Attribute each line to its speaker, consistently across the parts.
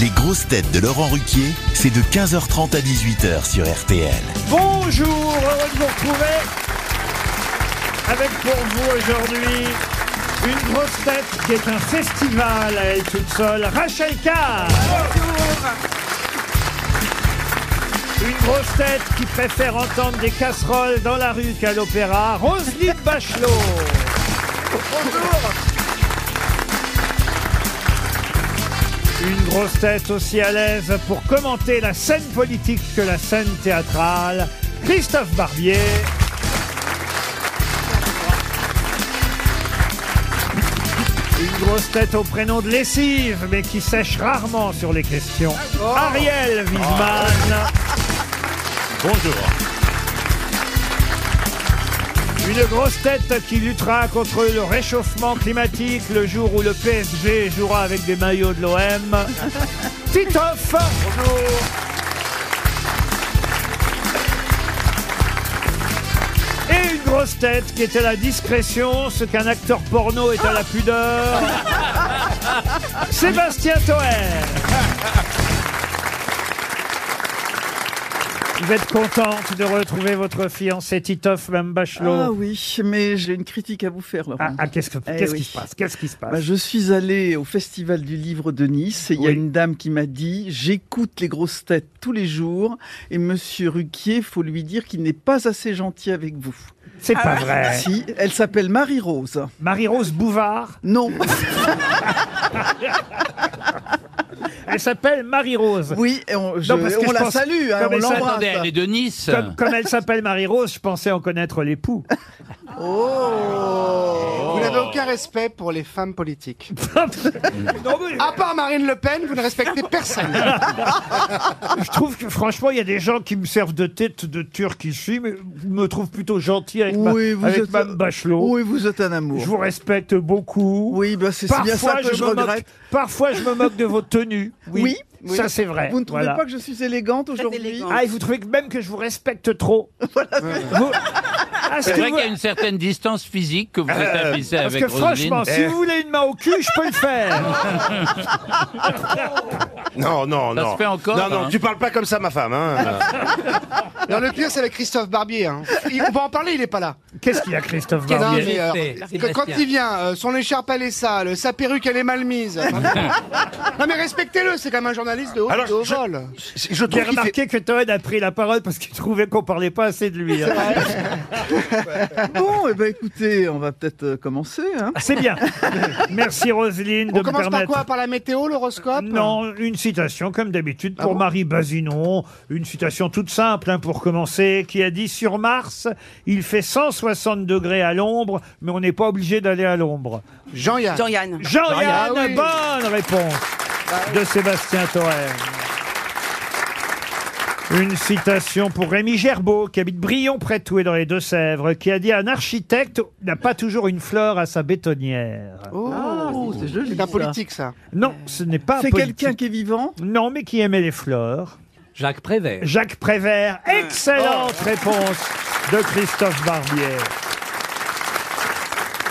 Speaker 1: Les grosses têtes de Laurent Ruquier, c'est de 15h30 à 18h sur RTL.
Speaker 2: Bonjour, heureux de vous retrouver avec pour vous aujourd'hui une grosse tête qui est un festival à elle toute seule, Rachel Carr. Une grosse tête qui préfère entendre des casseroles dans la rue qu'à l'opéra, Roselyne Bachelot. Une grosse tête aussi à l'aise pour commenter la scène politique que la scène théâtrale, Christophe Barbier. Une grosse tête au prénom de lessive, mais qui sèche rarement sur les questions, Ariel Wiesmann.
Speaker 3: Bonjour.
Speaker 2: Une grosse tête qui luttera contre le réchauffement climatique le jour où le PSG jouera avec des maillots de l'OM. Titoff Bonjour Et une grosse tête qui est à la discrétion, ce qu'un acteur porno est à la pudeur. Sébastien Toer Vous êtes contente de retrouver votre fiancé Titoff, Mme Bachelot
Speaker 4: Ah oui, mais j'ai une critique à vous faire, Laurent.
Speaker 2: Ah, ah, qu'est-ce que-
Speaker 4: Eh
Speaker 2: qu'est-ce
Speaker 4: oui.
Speaker 2: qui se passe Qu'est-ce qui se passe
Speaker 4: Bah, je suis allée au Festival du Livre de Nice et il y a
Speaker 2: Oui.
Speaker 4: une dame qui m'a dit J'écoute les grosses têtes tous les jours et monsieur Ruquier, faut lui dire qu'il n'est pas assez gentil avec vous.
Speaker 2: C'est pas vrai.
Speaker 4: Si, elle s'appelle Marie-Rose.
Speaker 2: Marie-Rose Bouvard,
Speaker 4: Non,
Speaker 2: elle s'appelle Marie-Rose.
Speaker 4: oui, et on, je-
Speaker 2: Non, parce que
Speaker 4: on
Speaker 2: je
Speaker 4: la
Speaker 2: pense-
Speaker 4: salue, hein,
Speaker 2: Non, mais
Speaker 4: on
Speaker 2: ça,
Speaker 4: l'embrasse.
Speaker 3: Attendez, elle est de Nice.
Speaker 2: Comme, comme elle s'appelle Marie-Rose, je pensais en connaître l'époux.
Speaker 4: Oh.
Speaker 5: Vous n'avez aucun respect pour les femmes politiques.
Speaker 2: Non, mais
Speaker 5: À part Marine Le Pen, vous ne respectez personne.
Speaker 2: je trouve que franchement, il y a des gens qui me servent de tête de turc ici, mais je me trouve plutôt gentil avec, ma,
Speaker 4: Oui, vous
Speaker 2: avec
Speaker 4: êtes-
Speaker 2: Mme Bachelot.
Speaker 4: Oui, vous êtes un amour.
Speaker 2: Je vous respecte beaucoup.
Speaker 4: Oui, bah, c'est c'est bien ça
Speaker 2: Parfois,
Speaker 4: que
Speaker 2: je
Speaker 4: je
Speaker 2: me moque,
Speaker 4: regrette.
Speaker 2: parfois, je me moque de vos tenues. Oui,
Speaker 4: Oui, oui.
Speaker 2: ça c'est vrai.
Speaker 4: Vous ne trouvez
Speaker 2: Voilà.
Speaker 4: pas que je suis élégante aujourd'hui
Speaker 6: élégante.
Speaker 2: Ah, et vous trouvez que même que je vous respecte trop Vous- Ah, ce
Speaker 3: C'est
Speaker 2: que
Speaker 3: vrai
Speaker 2: vous- Ah,
Speaker 3: qu'il y a une certaine distance physique que vous établissez
Speaker 2: Parce
Speaker 3: avec
Speaker 2: que
Speaker 3: Roselyne. Eh.
Speaker 2: franchement, si vous voulez une main au cul, je peux le faire.
Speaker 7: Non, non,
Speaker 3: Ça
Speaker 7: non.
Speaker 3: se fait encore,
Speaker 7: Non, non,
Speaker 3: hein.
Speaker 7: tu parles pas comme ça, ma femme. Hein.
Speaker 5: Non, le pire, c'est avec Christophe Barbier. hein. Il- on va en parler, il n'est pas là.
Speaker 2: Qu'est-ce qu'il y a, Christophe
Speaker 5: Non,
Speaker 2: Barbier
Speaker 5: mais, euh, que- quand il vient, euh, son écharpe, elle est sale, sa perruque, elle est mal mise. non, mais respectez-le, c'est quand même un journaliste de haut,
Speaker 7: Alors,
Speaker 5: de haut
Speaker 7: je-
Speaker 5: vol.
Speaker 2: J'ai
Speaker 7: je trouve qu'il fait...
Speaker 2: remarqué que Toen a pris la parole parce qu'il trouvait qu'on parlait pas assez de lui. hein.
Speaker 4: Bon, eh ben, écoutez, on va peut-être euh, commencer. Hein.
Speaker 2: C'est bien. Merci Roselyne de
Speaker 5: On
Speaker 2: me
Speaker 5: commence par
Speaker 2: permettre.
Speaker 5: quoi Par la météo, l'horoscope
Speaker 2: non, une citation comme d'habitude pour
Speaker 5: Ah bon
Speaker 2: Marie Bazinon, une citation toute simple hein, pour commencer, qui a dit sur Mars, il fait 160 degrés à l'ombre, mais on n'est pas obligé d'aller à l'ombre.
Speaker 5: Jean-Yann.
Speaker 6: Jean-Yann.
Speaker 2: Jean-Yann,
Speaker 5: Ah oui. Bah
Speaker 2: bonne réponse de Sébastien Thorel. Une citation pour Rémi Gerbeau, qui habite Brion près Toué dans les Deux-Sèvres, qui a dit Un architecte n'a pas toujours une fleur à sa bétonnière.
Speaker 4: Oh, c'est joli.
Speaker 5: Ah, C'est un
Speaker 4: ça.
Speaker 5: politique, ça.
Speaker 2: Non, ce n'est pas un
Speaker 4: C'est
Speaker 2: politique.
Speaker 4: quelqu'un qui est vivant
Speaker 2: Non, mais qui aimait les fleurs.
Speaker 8: Jacques Prévert.
Speaker 2: Jacques Prévert. Excellente
Speaker 4: Oh.
Speaker 2: réponse de Christophe Barbier.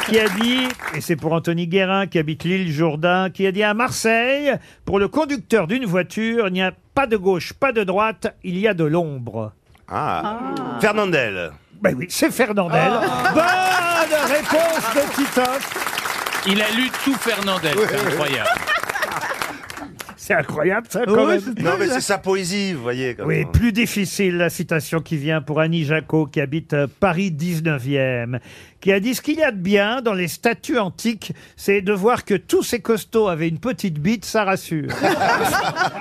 Speaker 2: Qui a dit, et c'est pour Anthony Guérin qui habite l'île Jourdain, qui a dit à Marseille, pour le conducteur d'une voiture, il n'y a pas de gauche, pas de droite, il y a de l'ombre.
Speaker 7: Ah. Fernandel. Ah.
Speaker 2: Ben oui, c'est Fernandel. Bonne réponse de Titoff.
Speaker 3: Il a lu tout Fernandel, c'est incroyable.
Speaker 2: C'est incroyable ça quand
Speaker 4: Ouais,
Speaker 2: même.
Speaker 4: c'est-
Speaker 7: Non, mais c'est sa poésie, vous voyez. Comme
Speaker 2: Oui, plus difficile la citation qui vient pour Annie Jacot qui habite euh, Paris 19e, qui a dit ce qu'il y a de bien dans les statues antiques, c'est de voir que tous ces costauds avaient une petite bite, ça rassure.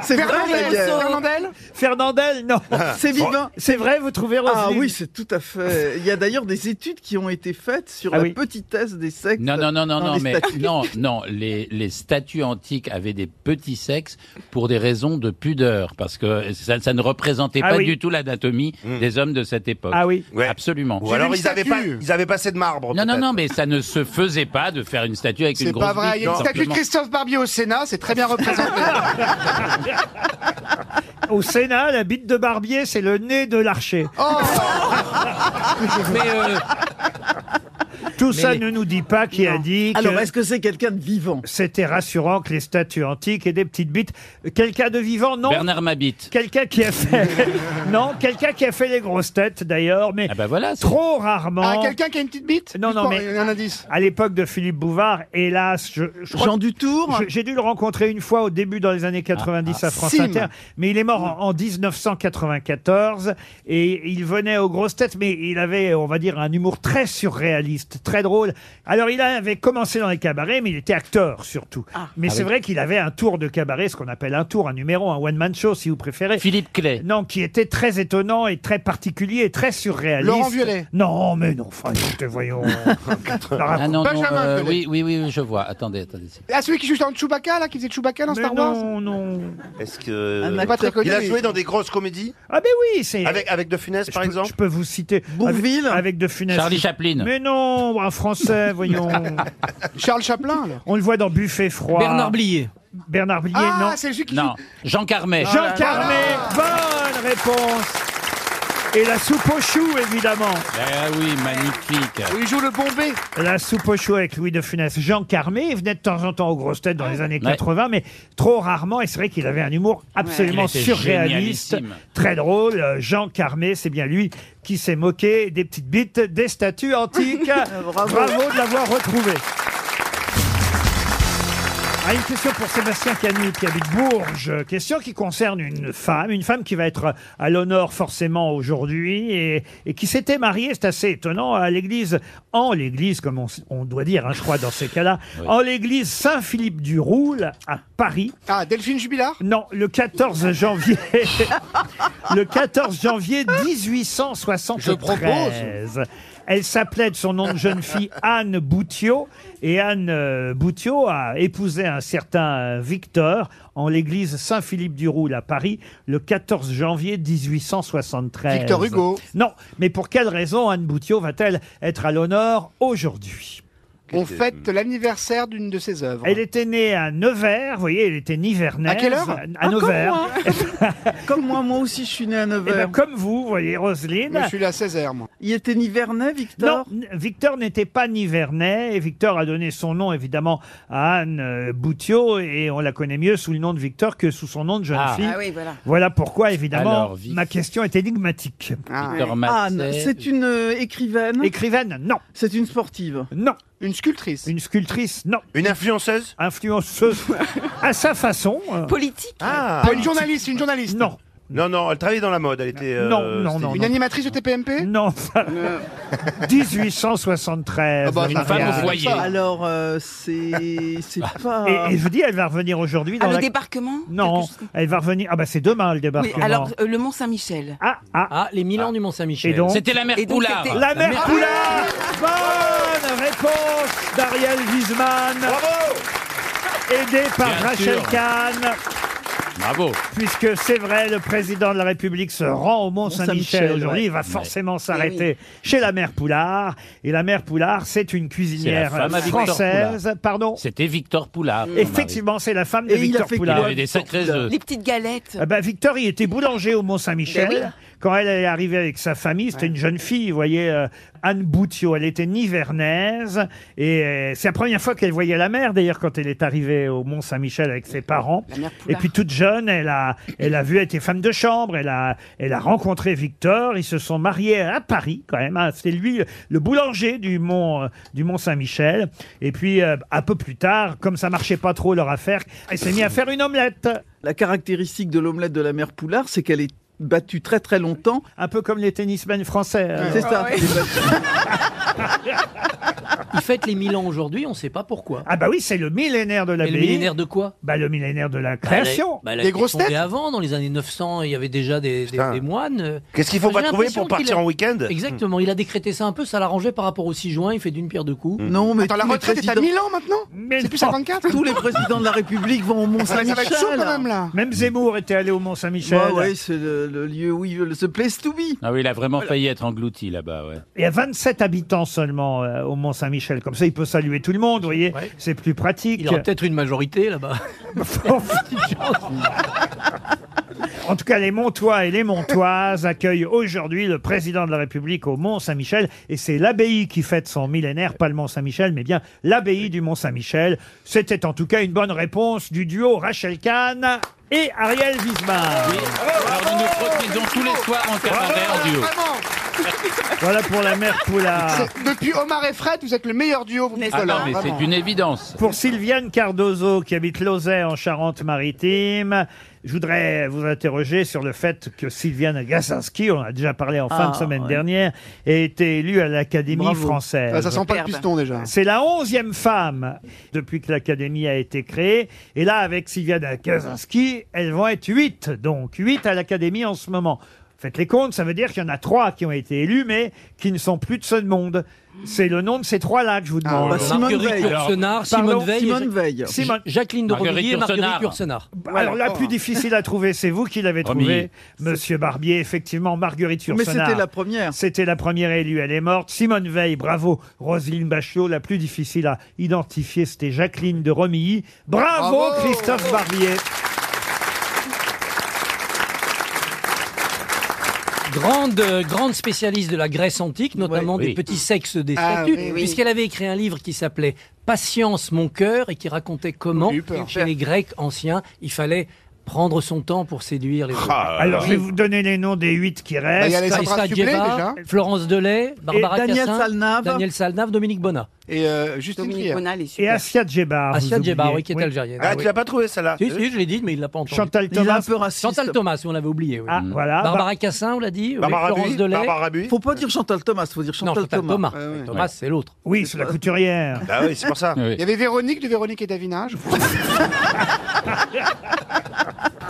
Speaker 4: C'est vrai,
Speaker 5: Fernandel.
Speaker 4: la guerre.
Speaker 5: Fernandel
Speaker 2: Fernandel, non.
Speaker 4: c'est vivant.
Speaker 2: C'est vrai, vous trouvez
Speaker 4: Ah
Speaker 2: Roselyne
Speaker 4: oui, c'est tout à fait. Il y a d'ailleurs des études qui ont été faites sur
Speaker 2: Ah
Speaker 4: la
Speaker 2: oui.
Speaker 4: petitesse des sexes.
Speaker 3: Non, non, non, non,
Speaker 4: dans
Speaker 3: non,
Speaker 4: les
Speaker 3: mais
Speaker 4: statues.
Speaker 3: non, non, les, les statues antiques avaient des petits sexes pour des raisons de pudeur, parce que ça, ça ne représentait
Speaker 2: Ah
Speaker 3: pas
Speaker 2: oui.
Speaker 3: du tout l'anatomie des hommes de cette époque.
Speaker 2: Ah oui.
Speaker 7: Hmm. Ouais.
Speaker 3: Absolument.
Speaker 7: Ou alors
Speaker 5: une
Speaker 7: ils avaient,
Speaker 5: statue.
Speaker 7: pas, ils avaient pas assez de marbre.
Speaker 3: Non, non,
Speaker 7: peut-être.
Speaker 3: non, mais ça ne se faisait pas de faire une statue avec une
Speaker 5: C'est
Speaker 3: grosse
Speaker 5: pas vrai.
Speaker 3: bite,
Speaker 5: Il y a une
Speaker 3: tout
Speaker 5: statue de
Speaker 3: simplement.
Speaker 5: Christophe Barbier au Sénat, c'est très bien représenté.
Speaker 2: Au Sénat, la bite de Barbier, c'est le nez de l'archer.
Speaker 5: Oh,
Speaker 3: Mais euh,
Speaker 2: Tout
Speaker 4: Mais
Speaker 2: ça
Speaker 4: les-
Speaker 2: ne nous dit pas qui a
Speaker 6: Non.
Speaker 2: dit
Speaker 4: Alors,
Speaker 2: que
Speaker 4: est-ce que c'est quelqu'un de vivant
Speaker 2: c'était rassurant que les statues antiques et des petites bites. Quelqu'un de vivant Non.
Speaker 3: Bernard Mabit.
Speaker 2: Quelqu'un qui a fait. non, quelqu'un qui a fait les grosses têtes d'ailleurs, mais
Speaker 3: Ah bah voilà. c'est-
Speaker 2: trop rarement.
Speaker 5: Ah, quelqu'un qui a une petite bite
Speaker 2: Non,
Speaker 5: Juste
Speaker 2: non,
Speaker 5: pour-
Speaker 2: mais-
Speaker 5: Un indice.
Speaker 2: À l'époque de Philippe Bouvard, hélas, je, je crois
Speaker 4: Jean Dutour
Speaker 2: Je- J'ai dû le rencontrer une fois au début dans les années 90
Speaker 3: Ah,
Speaker 2: à France
Speaker 5: Sim.
Speaker 2: Inter, mais il est mort
Speaker 4: Mm.
Speaker 2: en, en 1994 et il venait aux grosses têtes, mais il avait, on va dire, un humour très surréaliste, très drôle. Alors il avait commencé dans les cabarets, mais il était acteur surtout.
Speaker 4: Ah.
Speaker 2: Mais
Speaker 3: Ah
Speaker 2: c'est vrai qu'il avait un tour de cabaret, ce qu'on appelle un tour, un numéro, un one-man show si vous préférez.
Speaker 3: Philippe Clay.
Speaker 2: Non, qui était très étonnant et très particulier et très surréaliste.
Speaker 5: Laurent Violet.
Speaker 2: Non, mais non, enfin, écoutez, voyons.
Speaker 3: Ah non, non,
Speaker 5: Benjamin
Speaker 3: euh,
Speaker 5: Violet.
Speaker 3: oui, oui, oui, je vois. Attendez, attendez. c'est-
Speaker 5: Ah, celui qui joue dans Chewbacca, là, qui faisait Chewbacca dans
Speaker 2: Mais
Speaker 5: Star Wars
Speaker 2: non, non.
Speaker 7: Est-ce que.
Speaker 4: Un acteur.
Speaker 5: Euh, Pas très connu.
Speaker 7: Il a
Speaker 5: mais-
Speaker 7: joué dans des grosses comédies
Speaker 2: Ah ben oui, c'est...
Speaker 7: Avec, avec De Funès,
Speaker 2: Je
Speaker 7: par
Speaker 2: peux-
Speaker 7: exemple
Speaker 2: Je peux vous citer.
Speaker 4: Bourvil
Speaker 2: Avec, avec de Funès.
Speaker 3: Charlie Chaplin.
Speaker 2: Mais non, un français, voyons.
Speaker 5: Charles Chaplin, là.
Speaker 2: On le voit dans Buffet froid.
Speaker 6: Bernard Blier.
Speaker 2: Bernard Blier,
Speaker 5: Ah,
Speaker 2: non.
Speaker 5: c'est celui qui
Speaker 3: Non, Jean Carmet.
Speaker 2: Jean Carmet, bonne réponse. Et la soupe aux choux, évidemment.
Speaker 3: Ah oui, magnifique.
Speaker 5: joue- où il joue le bombé.
Speaker 2: La soupe aux choux avec Louis de Funès. Jean Carmet, il venait de temps en temps aux grosses têtes dans les années
Speaker 3: Ouais.
Speaker 2: 80, mais trop rarement. Et c'est vrai qu'il avait un humour absolument
Speaker 3: Ouais. Il était
Speaker 2: surréaliste,
Speaker 3: génialissime.
Speaker 2: très drôle. Euh, Jean Carmet, c'est bien lui qui s'est moqué des petites bites, des statues antiques. Bravo. de l'avoir retrouvé. Ah, une question pour Sébastien Canu qui habite Bourges. Question qui concerne une femme, une femme qui va être à l'honneur forcément aujourd'hui et, et qui s'était mariée, c'est assez étonnant, à l'église, en l'église, comme on, s- on doit dire, hein, je crois, dans ces cas-là, en l'église Saint-Philippe-du-Roule à Paris.
Speaker 5: Ah, Delphine Jubilard
Speaker 2: Non, le 14 janvier. le 14 janvier 1873.
Speaker 5: Je propose.
Speaker 2: Elle s'appelait de son nom de jeune fille Anne Boutiot. Et Anne euh, Boutiot a épousé un certain euh, Victor en l'église Saint-Philippe-du-Roule à Paris le 14 janvier 1873.
Speaker 5: Victor Hugo.
Speaker 2: Non, mais pour quelle raison Anne Boutiot va-t-elle être à l'honneur aujourd'hui
Speaker 5: On fête l'anniversaire d'une de ses œuvres.
Speaker 2: Elle était née à Nevers, vous voyez, elle était nivernaise.
Speaker 5: À quelle heure Ah,
Speaker 2: À Nevers.
Speaker 4: Comme Ah, moi, moi aussi, je suis né à
Speaker 2: Eh ben,
Speaker 4: 9h.
Speaker 2: comme vous, vous voyez, Roselyne.
Speaker 5: Moi, je suis là à 16h, moi.
Speaker 4: Il était nivernais,
Speaker 2: Non,
Speaker 4: Victor
Speaker 2: n- Victor n'était pas nivernais et Victor a donné son nom évidemment à Anne euh, Boutiot et on la connaît mieux sous le nom de Victor que sous son nom de jeune
Speaker 3: Ah.
Speaker 2: fille.
Speaker 6: oui, voilà.
Speaker 2: Voilà pourquoi évidemment
Speaker 3: Alors, Vic-
Speaker 2: ma question est énigmatique.
Speaker 5: Ah,
Speaker 3: Victor
Speaker 4: Anne,
Speaker 3: Massé.
Speaker 4: c'est une euh, écrivaine,
Speaker 2: Écrivaine, non,
Speaker 4: c'est une sportive.
Speaker 2: non.
Speaker 5: Une sculptrice.
Speaker 2: Une sculptrice, non.
Speaker 7: Une influenceuse
Speaker 2: Influenceuse à sa façon, euh,
Speaker 6: Politique.
Speaker 7: Ah
Speaker 5: Ah, une journaliste, une journaliste.
Speaker 2: non,
Speaker 7: Non, non, elle travaillait dans la mode. Elle était.
Speaker 2: Non,
Speaker 7: euh,
Speaker 2: non,
Speaker 7: c'était-
Speaker 2: non,
Speaker 5: Une animatrice de TPMP
Speaker 2: non.
Speaker 5: Euh.
Speaker 2: 1873.
Speaker 5: Ah bah,
Speaker 3: Une femme
Speaker 5: Marianne.
Speaker 3: au foyer.
Speaker 4: Alors, euh, c'est. C'est
Speaker 2: Bah.
Speaker 4: pas.
Speaker 2: Et, et je vous dis, elle va revenir aujourd'hui
Speaker 6: Ah,
Speaker 2: dans
Speaker 6: le
Speaker 2: la...
Speaker 6: débarquement
Speaker 2: Non,
Speaker 6: Quelque chose-
Speaker 2: elle va revenir. Ah bah c'est demain le
Speaker 6: Oui,
Speaker 2: débarquement.
Speaker 6: alors euh, le Mont-Saint-Michel.
Speaker 2: Ah ah.
Speaker 8: Ah, les Milan du Mont-Saint-Michel.
Speaker 2: Et donc
Speaker 3: C'était la mère
Speaker 6: Et donc,
Speaker 3: Poulard.
Speaker 6: c'était-
Speaker 2: La mère Poulard Bonne réponse d'Ariel Wiesman,
Speaker 7: Bravo
Speaker 2: aidée par
Speaker 3: Bien
Speaker 2: Rachel
Speaker 3: sûr.
Speaker 2: Kahn,
Speaker 3: Bravo.
Speaker 2: puisque c'est vrai, le président de la République se rend au Mont-Saint-Michel
Speaker 4: Mont-Saint-Michel,
Speaker 2: aujourd'hui.
Speaker 4: ouais.
Speaker 2: Il va forcément s'arrêter chez la mère Poulard. Et la mère Poulard, c'est une cuisinière
Speaker 3: C'est la femme à Victor
Speaker 2: française. Pardon Mmh.
Speaker 3: C'était Victor Poulard. mon mari.
Speaker 2: Effectivement, c'est la femme de
Speaker 4: Et il a
Speaker 2: Victor
Speaker 4: fait
Speaker 3: Il
Speaker 4: quoi
Speaker 2: Poulard.
Speaker 3: avait des euh, sacrés œufs.
Speaker 6: Les petites galettes.
Speaker 2: Ah bah, Victor, il était boulanger au Mont-Saint-Michel.
Speaker 6: Ben oui.
Speaker 2: Quand elle est arrivée avec sa famille, c'était une jeune fille, vous voyez, euh, Anne Boutiot. Elle était nivernaise. Et euh, c'est la première fois qu'elle voyait la mer, d'ailleurs, quand elle est arrivée au Mont-Saint-Michel avec ses parents.
Speaker 6: La mère
Speaker 2: Et
Speaker 6: Poulard.
Speaker 2: puis toute jeune, elle a, elle a vu, elle était femme de chambre, elle a, elle a rencontré Victor, ils se sont mariés à Paris quand même. hein. C'était lui le boulanger du Mont, euh, du Mont Saint-Michel. Et puis euh, un peu plus tard, comme ça marchait pas trop leur affaire, elle s'est mise à faire une omelette,
Speaker 4: La caractéristique de l'omelette de la mère Poulard, c'est qu'elle est battue très très longtemps.
Speaker 2: un peu comme les tennismen français. alors.
Speaker 8: euh,
Speaker 4: C'est ça. Elle est battue.
Speaker 8: Ils fêtent les Milan aujourd'hui, on ne sait pas pourquoi.
Speaker 2: Ah bah oui, c'est le millénaire de
Speaker 8: Mais le
Speaker 2: l'abbaye.
Speaker 8: millénaire de quoi
Speaker 2: Bah le millénaire de la création.
Speaker 8: Bah,
Speaker 5: Des grosses têtes
Speaker 8: Et avant, dans les années 900, il y avait déjà des, des-
Speaker 7: Putain.
Speaker 8: des moines. euh.
Speaker 7: Qu'est-ce qu'il faut
Speaker 8: J'ai
Speaker 7: pas trouver
Speaker 8: l'impression
Speaker 7: pour partir
Speaker 8: qu'il a-
Speaker 7: en week-end
Speaker 8: Exactement, il a décrété ça un peu, ça l'arrangeait par rapport au 6 juin, il fait d'une pierre deux coups.
Speaker 4: Non, mais
Speaker 5: Attends, la
Speaker 4: tous les
Speaker 5: retraite est à
Speaker 4: présidents- Oh,
Speaker 5: Milan maintenant
Speaker 2: Mais
Speaker 5: C'est plus
Speaker 2: non.
Speaker 5: 54
Speaker 4: tous les présidents de la République vont au
Speaker 5: Ah ouais, Ça va être chaud
Speaker 4: Mont-Saint-Michel.
Speaker 5: quand même, là.
Speaker 2: Même Zemmour était allé au Mont Saint-Michel.
Speaker 4: Bah ouais, c'est le, le lieu où il veut, the euh, place to be.
Speaker 3: Ah oui, il a vraiment failli être englouti là-bas, ouais.
Speaker 2: Il y a 27 habitants seulement euh, au Mont Saint-Michel. Comme ça, il peut saluer tout le monde, vous voyez.
Speaker 8: Ouais.
Speaker 2: C'est plus pratique.
Speaker 8: Il aura peut-être une majorité là-bas.
Speaker 2: En tout cas, les Montois et les Montoises accueillent aujourd'hui le président de la République au Mont-Saint-Michel. Et c'est l'abbaye qui fête son millénaire, pas le Mont-Saint-Michel, mais bien l'abbaye du Mont-Saint-Michel. C'était en tout cas une bonne réponse du duo Rachel Kahn et Ariel Wiesmann.
Speaker 3: Alors nous nous produisons tous les soirs en cabaret en duo.
Speaker 5: Vraiment,
Speaker 2: Voilà pour la mère Poulard.
Speaker 5: c'est- depuis Omar et Fred, vous êtes le meilleur duo, vous
Speaker 6: N'est-ce
Speaker 5: dites
Speaker 3: Ah non,
Speaker 5: là,
Speaker 3: mais
Speaker 5: vraiment.
Speaker 3: c'est une évidence.
Speaker 2: Pour Sylviane Cardozo, qui habite Lauzet en Charente-Maritime, je voudrais vous interroger sur le fait que Sylviane Gassinski, on en a déjà parlé en fin
Speaker 4: Ah,
Speaker 2: de semaine
Speaker 4: ouais.
Speaker 2: dernière, ait été élue à l'Académie
Speaker 4: Bravo.
Speaker 2: française.
Speaker 5: Ah, ça sent pas le
Speaker 6: Superbe.
Speaker 5: piston déjà.
Speaker 2: C'est la onzième femme depuis que l'Académie a été créée. Et là, avec Sylviane Kaczynski, elles vont être huit. Donc, huit à l'Académie en ce moment. Faites les comptes, ça veut dire qu'il y en a trois qui ont été élus, mais qui ne sont plus de ce monde. C'est le nom de ces trois-là que je vous
Speaker 5: Ah,
Speaker 2: demande.
Speaker 5: ouais.
Speaker 4: Bah, Simone
Speaker 8: Marguerite
Speaker 4: Veil.
Speaker 8: Yourcenar,
Speaker 2: Pardon,
Speaker 8: Simone Veil,
Speaker 4: Simone
Speaker 8: Ja-
Speaker 4: Veil.
Speaker 2: Simone-
Speaker 8: Jacqueline de
Speaker 3: Marguerite
Speaker 8: Rodriguez, Marguerite
Speaker 3: Yourcenar.
Speaker 8: Yourcenar.
Speaker 2: Alors, la plus difficile à trouver, c'est vous qui l'avez
Speaker 3: Premier.
Speaker 2: trouvé, Monsieur Barbier. Effectivement, Marguerite
Speaker 4: Mais
Speaker 2: Yourcenar.
Speaker 4: c'était la première.
Speaker 2: C'était la première élue, elle est morte. Simone Veil, bravo. Roselyne Bachelot, la plus difficile à identifier, c'était Jacqueline de Romilly. Bravo,
Speaker 5: Bravo.
Speaker 2: Christophe Barbier.
Speaker 8: Grande, euh, grande spécialiste de la Grèce antique, notamment
Speaker 3: Ouais.
Speaker 8: des
Speaker 3: Oui.
Speaker 8: petits sexes des
Speaker 5: Ah,
Speaker 8: statues,
Speaker 5: oui, oui.
Speaker 8: puisqu'elle avait écrit un livre qui s'appelait Patience, mon cœur, et qui racontait comment,
Speaker 5: J'ai eu peur.
Speaker 8: chez les Grecs anciens, il fallait prendre son temps pour séduire les autres.
Speaker 3: Ah,
Speaker 2: Alors, je vais vous donner les noms des huit qui
Speaker 5: Bah, il y a
Speaker 2: restent.
Speaker 5: les Sandra
Speaker 8: Taïssa
Speaker 5: Sublet
Speaker 8: Dieva,
Speaker 5: déjà.
Speaker 8: Florence Delay, Barbara
Speaker 4: Daniel
Speaker 8: Cassin,
Speaker 4: Salnave.
Speaker 8: Daniel Salnave, Dominique Bonnat.
Speaker 5: Et euh, Justine
Speaker 6: Dominique
Speaker 5: Trier.
Speaker 6: Bonnal est
Speaker 2: Et
Speaker 6: super.
Speaker 2: Asia Djebar.
Speaker 8: Asia
Speaker 2: Ah, vous
Speaker 8: Djebar,
Speaker 2: oubliez.
Speaker 8: oui, qui est
Speaker 2: Oui.
Speaker 8: algérienne.
Speaker 7: Ah,
Speaker 8: oui.
Speaker 7: tu l'as pas trouvé celle-là
Speaker 8: Si, si, je l'ai dit, mais il l'a pas entendu.
Speaker 2: Chantal
Speaker 4: Il est un
Speaker 2: Thomas.
Speaker 4: peu raciste.
Speaker 8: Chantal Thomas, on l'avait oublié. Oui.
Speaker 2: Ah, voilà.
Speaker 8: Barbara
Speaker 2: Bar-
Speaker 8: Cassin, on l'a dit. oui.
Speaker 7: Barbara
Speaker 8: Florence
Speaker 7: Rabui
Speaker 8: Delay.
Speaker 7: Barbara Rabui
Speaker 4: Faut pas dire Chantal Thomas, faut dire
Speaker 8: non,
Speaker 4: Chantal,
Speaker 8: Chantal Thomas.
Speaker 4: Thomas.
Speaker 8: Thomas,
Speaker 5: ouais.
Speaker 8: c'est l'autre.
Speaker 2: Oui, c'est la couturière.
Speaker 7: Bah oui, c'est pour ça.
Speaker 3: Oui. Ah,
Speaker 5: Il y avait Véronique de Véronique et Davina. je crois.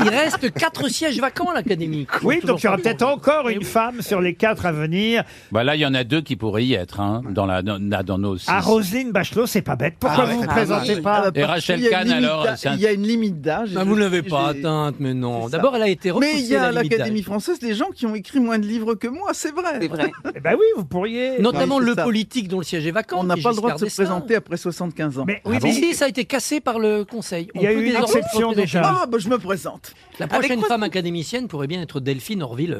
Speaker 8: Il reste quatre sièges vacants à l'académie.
Speaker 2: Oui, donc il y aura peut-être encore
Speaker 8: Mais
Speaker 2: une
Speaker 8: oui.
Speaker 2: femme sur les quatre à venir.
Speaker 3: Eh Bah là, il y en a deux qui pourraient y être, hein, dans, la, dans, dans nos six.
Speaker 2: À Roselyne Bachelot, c'est pas bête. Pourquoi
Speaker 5: Ah ouais,
Speaker 2: vous vous
Speaker 5: ah
Speaker 2: présentez
Speaker 4: oui.
Speaker 2: pas
Speaker 4: Ah bah,
Speaker 3: Et
Speaker 4: parce
Speaker 3: Rachel
Speaker 4: qu'il y a une
Speaker 3: Kahn,
Speaker 4: limite
Speaker 3: alors,
Speaker 4: d'âge-
Speaker 3: c'est un-
Speaker 4: Il y a une limite d'âge.
Speaker 8: Ah, vous ne l'avez pas
Speaker 4: J'ai-
Speaker 8: atteinte, mais non.
Speaker 4: C'est ça.
Speaker 8: D'abord, elle a été repoussée.
Speaker 4: Mais il y a à
Speaker 8: la limite
Speaker 4: l'Académie
Speaker 8: d'âge.
Speaker 4: française des gens qui ont écrit moins de livres que moi, c'est vrai.
Speaker 6: C'est vrai.
Speaker 2: Eh ben oui, vous pourriez.
Speaker 8: Notamment
Speaker 4: Oui, c'est
Speaker 8: le
Speaker 4: ça.
Speaker 8: politique dont le siège est vacant.
Speaker 4: On n'a
Speaker 8: qui est
Speaker 4: pas le droit de se
Speaker 8: Giscard d'Estaing.
Speaker 4: présenter après 75 ans.
Speaker 2: Mais
Speaker 8: Oui,
Speaker 2: oui,
Speaker 8: mais
Speaker 2: mais-
Speaker 8: si, ça a été cassé par le Conseil.
Speaker 2: Il y a
Speaker 8: peut
Speaker 2: eu une
Speaker 8: désormais se
Speaker 2: exception
Speaker 8: représenter.
Speaker 2: déjà.
Speaker 4: Ah, bah, je me présente.
Speaker 8: La
Speaker 4: Avec
Speaker 8: prochaine
Speaker 4: quoi-
Speaker 8: femme académicienne pourrait bien être Delphine Orviller.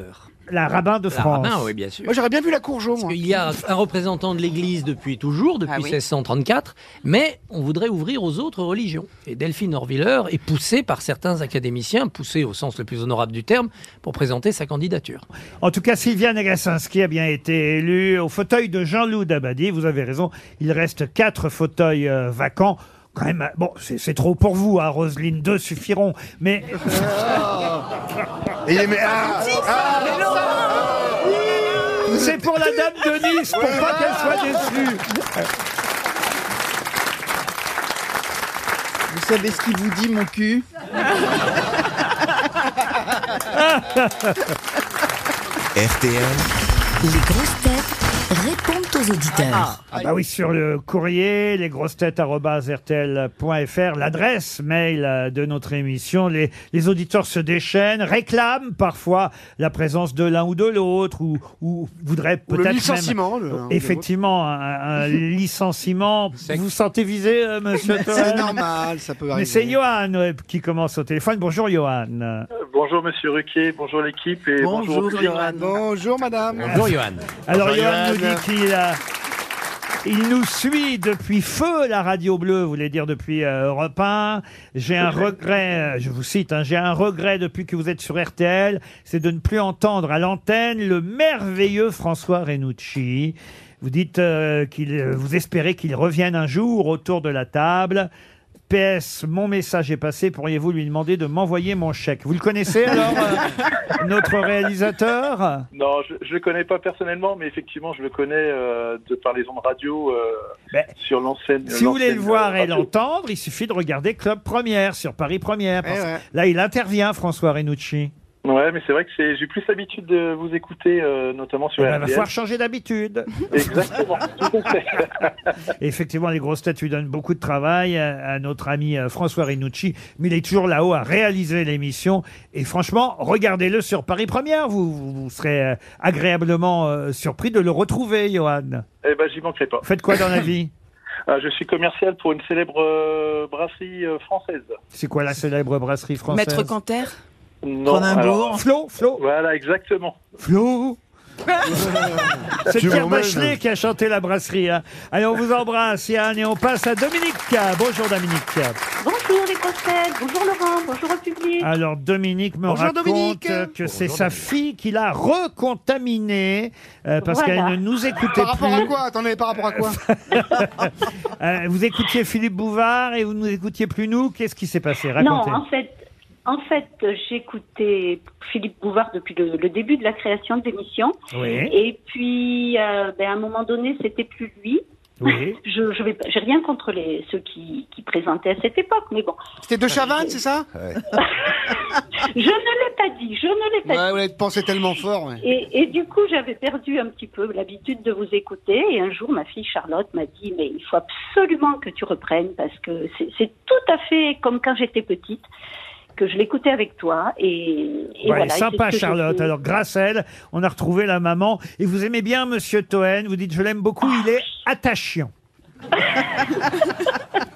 Speaker 2: la rabbin de
Speaker 8: La
Speaker 2: France.
Speaker 8: rabbin, oui, bien sûr.
Speaker 5: Moi j'aurais bien vu la Courgeot, moi.
Speaker 8: Parce qu'il y a un représentant de l'Église depuis toujours, depuis
Speaker 6: Ah oui.
Speaker 8: 1634, mais on voudrait ouvrir aux autres religions. Et Delphine Orviller est poussée par certains académiciens, poussée au sens le plus honorable du terme, pour présenter sa candidature.
Speaker 2: En tout cas, Sylviane Agassinski a bien été élue au fauteuil de Jean-Loup Dabadi. Vous avez raison, il reste quatre fauteuils euh, vacants. Quand même, bon, c'est c'est trop pour vous, hein, Roselyne, deux suffiront. Mais Oh. ah,
Speaker 7: Et il est- mais- ah,
Speaker 2: c'est pour la dame de Nice, pour pas qu'elle soit déçue.
Speaker 4: Vous savez ce qu'il vous dit, mon cul
Speaker 7: ah.
Speaker 1: RTL,
Speaker 9: Les grosses têtes répondent aux auditeurs.
Speaker 2: Ah bah oui, sur le courrier, lesgrossetêtes.rtl.fr, l'adresse mail euh, de notre émission. Les, les auditeurs se déchaînent, réclament parfois la présence de l'un ou de l'autre, ou, ou voudraient
Speaker 5: Ou le
Speaker 2: peut-être même...
Speaker 5: licenciement. le-
Speaker 2: Effectivement, un, un licenciement. Vous vous sentez visé, euh, monsieur
Speaker 5: C'est
Speaker 2: Toen
Speaker 5: normal, ça peut
Speaker 2: Mais c'est
Speaker 5: arriver.
Speaker 2: Johan euh, qui commence au téléphone. Bonjour, Johan.
Speaker 10: Bonjour Monsieur Ruquier, bonjour l'équipe et bonjour.
Speaker 4: Bonjour, Johan.
Speaker 5: Bonjour madame.
Speaker 8: Bonjour, Johan.
Speaker 2: Alors,
Speaker 7: Bonjour,
Speaker 2: Johan nous
Speaker 7: Johan.
Speaker 2: dit qu'il a- Il nous suit depuis feu la radio bleue, vous voulez dire depuis euh, Europe 1. J'ai un regret, euh, je vous cite, hein, j'ai un regret depuis que vous êtes sur RTL, c'est de ne plus entendre à l'antenne le merveilleux François Renucci. Vous dites euh, qu'il, euh, vous espérez qu'il revienne un jour autour de la table. PS, mon message est passé, pourriez-vous lui demander de m'envoyer mon chèque Vous le connaissez alors, euh, notre réalisateur
Speaker 10: Non, je, je le connais pas personnellement, mais effectivement, je le connais euh, de par les ondes radio euh,
Speaker 2: Ben,
Speaker 10: sur l'ancienne.
Speaker 2: Si vous voulez le
Speaker 10: l'ancienne,
Speaker 2: voir
Speaker 10: euh,
Speaker 2: et
Speaker 10: radio.
Speaker 2: l'entendre, il suffit de regarder Club Première sur Paris Première.
Speaker 5: Eh
Speaker 2: parce que
Speaker 5: ouais.
Speaker 2: Là, il intervient, François Renucci.
Speaker 10: Ouais, mais c'est vrai que c'est, j'ai plus l'habitude de vous écouter, euh, notamment
Speaker 2: Il
Speaker 10: sur
Speaker 2: Eh ben, va
Speaker 10: RTL.
Speaker 2: falloir changer d'habitude.
Speaker 10: Exactement. tout à fait.
Speaker 2: Et Effectivement, les grosses têtes lui donnent beaucoup de travail à à notre ami euh, François Renucci, mais il est toujours là-haut à réaliser l'émission. Et franchement, regardez-le sur Paris Première. Vous, vous, vous serez euh, agréablement euh, surpris de le retrouver, Johan.
Speaker 10: Eh ben, j'y manquerai pas.
Speaker 2: Faites quoi dans la vie
Speaker 10: Ah, je suis commercial pour une célèbre euh, brasserie euh, française.
Speaker 2: C'est quoi la célèbre brasserie française
Speaker 6: Maître Canter
Speaker 11: Non, alors-
Speaker 2: Flo, Flo.
Speaker 11: Voilà, exactement.
Speaker 2: Flo. C'est
Speaker 11: Tu
Speaker 2: Pierre
Speaker 11: m'emmènes.
Speaker 2: Bachelet qui a chanté la brasserie. hein. Allez, on vous embrasse, Yann, et on passe à Dominique. Bonjour, Dominique.
Speaker 12: Bonjour les grosses têtes, bonjour Laurent, bonjour au public.
Speaker 2: Alors Dominique me
Speaker 12: Bonjour,
Speaker 2: raconte
Speaker 12: Dominique.
Speaker 2: euh, que c'est sa fille qui l'a recontaminée euh, parce
Speaker 5: Voilà.
Speaker 2: qu'elle ne nous écoutait
Speaker 5: Par rapport à
Speaker 2: plus.
Speaker 5: quoi Attendez, par rapport à quoi
Speaker 2: Euh, vous écoutiez Philippe Bouvard et vous ne nous écoutiez plus nous. Qu'est-ce qui s'est passé Racontez.
Speaker 12: Non, en fait, en fait, euh, j'écoutais Philippe Bouvard depuis le, le début de la création de l'émission.
Speaker 2: Oui.
Speaker 12: Et puis, euh, ben, à un moment donné, c'était plus lui.
Speaker 2: Oui.
Speaker 12: Je, je vais, pas- j'ai rien contre les ceux qui, qui présentaient à cette époque, mais bon.
Speaker 5: C'était de Chavannes, c'est ça
Speaker 12: Je ne l'ai pas dit, je ne l'ai pas
Speaker 5: Ouais, vous l'avez pensé tellement fort. ouais.
Speaker 12: Et, et du coup, j'avais perdu un petit peu l'habitude de vous écouter. Et un jour, ma fille Charlotte m'a dit, mais il faut absolument que tu reprennes parce que c'est- c'est tout à fait comme quand j'étais petite, que je l'écoutais avec toi. Et, et
Speaker 2: Ouais,
Speaker 12: voilà, et c'est
Speaker 2: sympa
Speaker 12: ce que
Speaker 2: Charlotte.
Speaker 12: j'ai fait.
Speaker 2: Alors grâce à elle, on a retrouvé la maman. Et vous aimez bien Monsieur Toen. Vous dites je l'aime beaucoup. Il est attachant.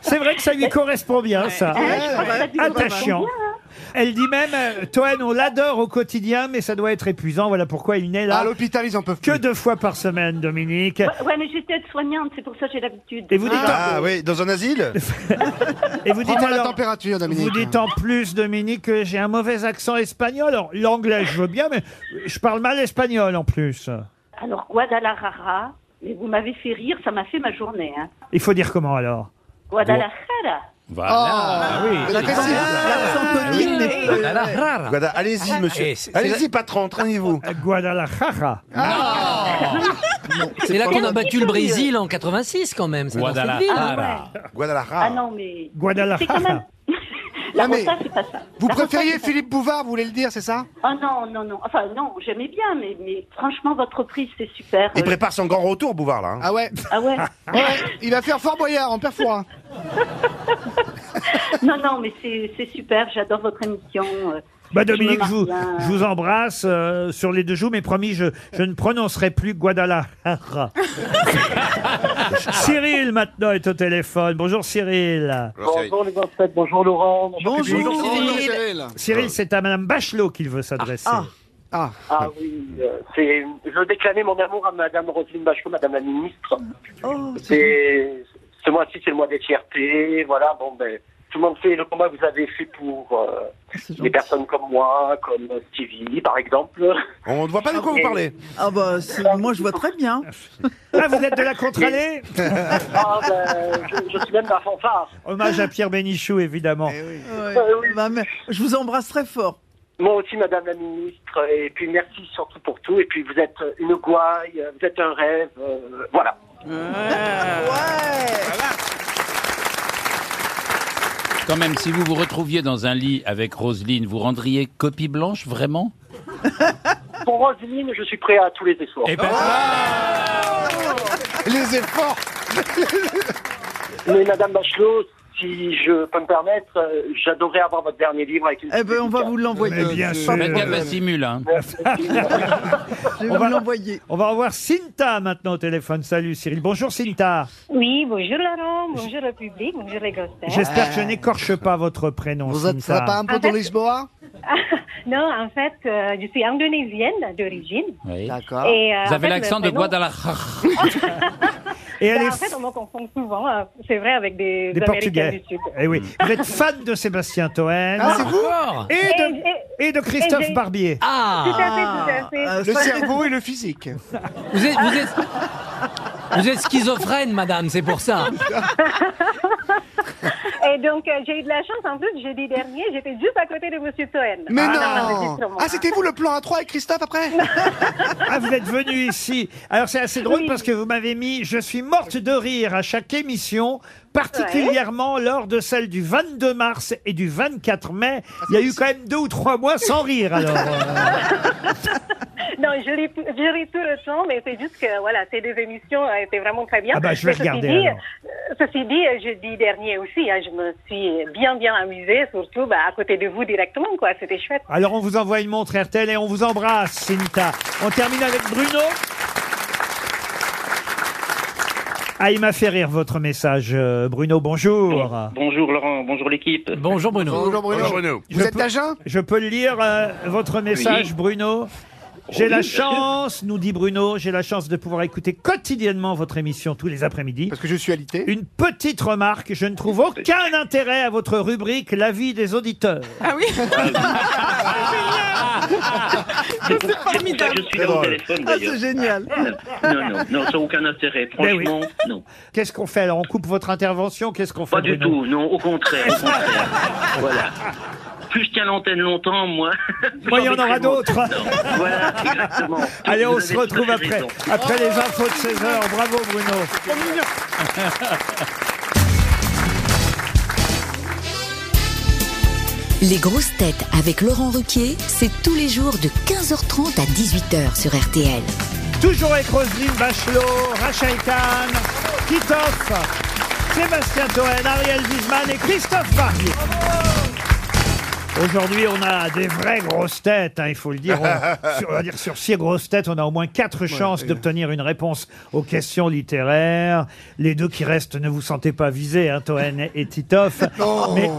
Speaker 2: c'est vrai que ça lui correspond bien ça.
Speaker 12: Ouais, Ah, je crois que ça lui correspond
Speaker 2: attachant.
Speaker 12: bien, hein.
Speaker 2: Elle dit même euh, Toen, on l'adore au quotidien, mais ça doit être épuisant. Voilà pourquoi il n'est là. À
Speaker 5: l'hôpital, ils en peuvent
Speaker 2: que deux fois par semaine, Dominique.
Speaker 12: Ouais, ouais, mais j'étais aide-soignante, c'est pour ça que j'ai l'habitude.
Speaker 2: Et vous dites-
Speaker 7: Ah oui, dans un asile
Speaker 2: Et vous dites
Speaker 7: Prends-moi la
Speaker 2: alors,
Speaker 5: température, Dominique.
Speaker 2: Vous dites en plus, Dominique, que j'ai un mauvais accent espagnol. Alors, l'anglais, je veux bien, mais je parle mal espagnol en plus.
Speaker 12: Alors, Guadalajara, mais vous m'avez fait rire, ça m'a fait ma journée. Hein.
Speaker 2: Il faut dire comment alors
Speaker 12: Guadalajara.
Speaker 7: Voilà.
Speaker 2: Ah oui.
Speaker 7: Oh, La Cassie. Ah.
Speaker 12: oui. n'est-
Speaker 2: Guadalajara.
Speaker 7: Guada- Allez-y, monsieur.
Speaker 2: Eh, c'est- c'est
Speaker 7: Allez-y, patron, entraînez-vous. Ah.
Speaker 2: Guadalajara.
Speaker 8: C'est là
Speaker 7: pas
Speaker 8: qu'on
Speaker 7: mal.
Speaker 8: a battu le Brésil en 86 quand même. c'est dans cette ville.
Speaker 7: Guadalajara. Guadalajara.
Speaker 12: Ah non, mais...
Speaker 2: Guadalajara.
Speaker 12: C'est quand même... La
Speaker 5: Non, mais
Speaker 12: rota, c'est pas ça.
Speaker 5: Vous
Speaker 12: La rota,
Speaker 5: préfériez
Speaker 12: c'est pas
Speaker 5: Philippe Bouvard, vous voulez le dire, c'est ça
Speaker 12: Oh non, non, non. Enfin, non, j'aimais bien, mais, mais franchement, votre prise, c'est super.
Speaker 7: Il
Speaker 12: Euh,
Speaker 7: prépare son grand retour, Bouvard, là. hein.
Speaker 5: Ah ouais
Speaker 12: Ah ouais
Speaker 5: Ouais, il va faire Fort Boyard en perfois.
Speaker 12: Non, non, mais c'est c'est super. J'adore votre émission. euh,
Speaker 2: Bah
Speaker 12: je me
Speaker 2: Dominique, je
Speaker 12: marre
Speaker 2: vous,
Speaker 12: bien.
Speaker 2: je vous embrasse euh, sur les deux joues, mais promis, je, je ne prononcerai plus Guadalajara. Cyril, maintenant, est au téléphone. Bonjour Cyril.
Speaker 11: Bonjour les grosses têtes, bonjour Laurent.
Speaker 2: Bonjour,
Speaker 11: public.
Speaker 2: Cyril. Cyril, c'est à Madame Bachelot qu'il veut s'adresser.
Speaker 5: Euh. Ah,
Speaker 11: Ah oui, euh, c'est, je déclamais mon amour à Madame Roselyne Bachelot, Madame la ministre. c'est, ce mois-ci, c'est le mois des fiertés. Voilà, bon, ben, tout le monde sait le combat que vous avez fait pour euh, des personnes comme moi, comme Stevie, par exemple.
Speaker 7: On ne voit pas de quoi vous
Speaker 11: Et-
Speaker 7: parlez.
Speaker 4: Ah bah, c'est- moi je vois très bien.
Speaker 2: Ah, vous êtes de la contre-allée
Speaker 11: Ah, ben, je, je suis même la fanfare. Ah
Speaker 2: Hommage à Pierre Bénichou, évidemment.
Speaker 5: Eh
Speaker 4: Ouais. Bah, mais je vous embrasse très fort.
Speaker 11: Moi aussi, Madame la Ministre, et puis merci surtout pour tout. Et puis vous êtes une gouaille, vous êtes un rêve, euh, voilà.
Speaker 3: Quand même, si vous vous retrouviez dans un lit avec Roselyne, vous rendriez copie blanche, vraiment
Speaker 11: Pour Roselyne, je suis prêt à tous les efforts.
Speaker 3: Eh ben,
Speaker 5: Les efforts
Speaker 11: Mais Madame Bachelot, si je peux me permettre, euh, j'adorerais avoir votre dernier livre avec une.
Speaker 4: Eh ben, on va vous l'envoyer.
Speaker 2: Mais bien sûr.
Speaker 3: faites gaffe à Simule, hein.
Speaker 4: Je vais
Speaker 2: On
Speaker 4: vous
Speaker 2: va-
Speaker 4: l'envoyer.
Speaker 2: On va revoir Cinta maintenant au téléphone. Salut Cyril. Bonjour Cinta.
Speaker 13: Oui, bonjour Laurent, bonjour le public, bonjour les Euh, grosses têtes.
Speaker 2: J'espère que je n'écorche pas votre prénom.
Speaker 5: Vous êtes
Speaker 2: Cinta.
Speaker 5: ça pas un peu de Lisboa
Speaker 13: Non, en fait, euh, je suis indonésienne d'origine.
Speaker 3: Oui.
Speaker 5: D'accord.
Speaker 13: Et, euh,
Speaker 3: Vous
Speaker 13: en
Speaker 3: avez
Speaker 13: fait,
Speaker 3: l'accent
Speaker 13: le
Speaker 3: de
Speaker 13: prénom-
Speaker 3: Guadalajara.
Speaker 2: Et elle
Speaker 13: Ben,
Speaker 2: est
Speaker 13: en fait, on me confond souvent, euh, c'est vrai, avec des, Américains
Speaker 2: des Portugais.
Speaker 13: du Sud.
Speaker 2: Eh oui. Vous êtes fan de Sébastien Toen
Speaker 5: Ah, c'est vous
Speaker 8: Encore
Speaker 2: et, de,
Speaker 13: Et-
Speaker 2: et de Christophe
Speaker 13: et j'ai-
Speaker 2: Barbier.
Speaker 13: Tout
Speaker 8: Ah
Speaker 13: à fait, tout à fait.
Speaker 4: Ah,
Speaker 5: Le
Speaker 4: ça-
Speaker 5: cerveau et le physique.
Speaker 8: Vous êtes, vous êtes, vous êtes schizophrène, madame, c'est pour ça.
Speaker 13: Et donc, euh, j'ai eu de la chance, en plus, jeudi dernier, j'étais juste à côté de M. Toen.
Speaker 5: Mais
Speaker 13: Ah, dans
Speaker 5: non
Speaker 13: l'enregistrement.
Speaker 5: Ah, c'était vous le plan A3 avec Christophe après
Speaker 2: Ah, vous êtes venu ici. Alors, c'est assez drôle
Speaker 13: Oui.
Speaker 2: parce que vous m'avez mis Je suis morte de rire à chaque émission, particulièrement lors de celle du 22 mars et du 24 mai. Il y a eu quand même deux ou trois mois sans rire, alors.
Speaker 13: Non, je lis, je lis tout le temps, mais c'est juste que voilà, ces deux émissions euh, étaient vraiment très bien.
Speaker 2: Ah bah, je vais
Speaker 13: Mais ceci
Speaker 2: regarder,
Speaker 13: dit,
Speaker 2: alors.
Speaker 13: euh, Ceci dit, euh, jeudi dernier aussi, hein, je me suis bien bien amusée, surtout bah, à côté de vous directement, quoi. C'était chouette.
Speaker 2: Alors on vous envoie une montre RTL et on vous embrasse, Cinta. On termine avec Bruno. Ah, il m'a fait rire votre message, euh, Bruno. Bonjour.
Speaker 14: Bonjour Laurent, bonjour l'équipe.
Speaker 8: Bonjour Bruno.
Speaker 5: Bonjour Bruno. Vous êtes
Speaker 2: à
Speaker 5: jeun
Speaker 2: Je peux lire euh, votre message,
Speaker 5: Oui.
Speaker 2: Bruno. J'ai
Speaker 5: Oui,
Speaker 2: la
Speaker 5: bien sûr.
Speaker 2: chance, nous dit Bruno, j'ai la chance de pouvoir écouter quotidiennement votre émission tous les après-midi. Parce
Speaker 5: que je suis alité.
Speaker 2: Une petite remarque, je ne trouve aucun intérêt à votre rubrique L'avis des auditeurs.
Speaker 6: Ah oui
Speaker 14: C'est pour ça que Je suis là au
Speaker 2: drôle.
Speaker 14: téléphone
Speaker 2: Ah, c'est
Speaker 14: d'ailleurs.
Speaker 2: génial.
Speaker 14: Non, non, non, ça n'a aucun intérêt.
Speaker 2: Mais Ben oui.
Speaker 14: Franchement, non.
Speaker 2: Qu'est-ce qu'on fait alors On coupe votre intervention Qu'est-ce qu'on fait
Speaker 14: Pas du
Speaker 2: Bruno
Speaker 14: tout, non, au contraire, au contraire. voilà. Plus je tiens l'antenne longtemps, moi.
Speaker 2: Moi, il y en aura d'autres.
Speaker 14: Non, Voilà, exactement.
Speaker 2: Allez,
Speaker 14: Vous
Speaker 2: on
Speaker 14: avez
Speaker 2: se
Speaker 14: tout à
Speaker 2: retrouve
Speaker 14: fait
Speaker 2: après,
Speaker 14: raison.
Speaker 2: après les infos de 16 heures. Bravo, Bruno.
Speaker 9: Les grosses têtes avec Laurent Ruquier, c'est tous les jours de 15h30 à 18h sur RTL.
Speaker 2: Toujours avec Roselyne Bachelot, Rachel Kahn, Titoff, Sébastien Toen, Ariel Wiesman et Christophe Barbier. Aujourd'hui, on a des vraies grosses têtes, hein, il faut le dire. On, sur, on va dire sur six grosses têtes, on a au moins quatre chances d'obtenir une réponse aux questions littéraires. Les deux qui restent, ne vous sentez pas visés, hein, Toen et Titoff.
Speaker 5: Oh.
Speaker 2: Mais-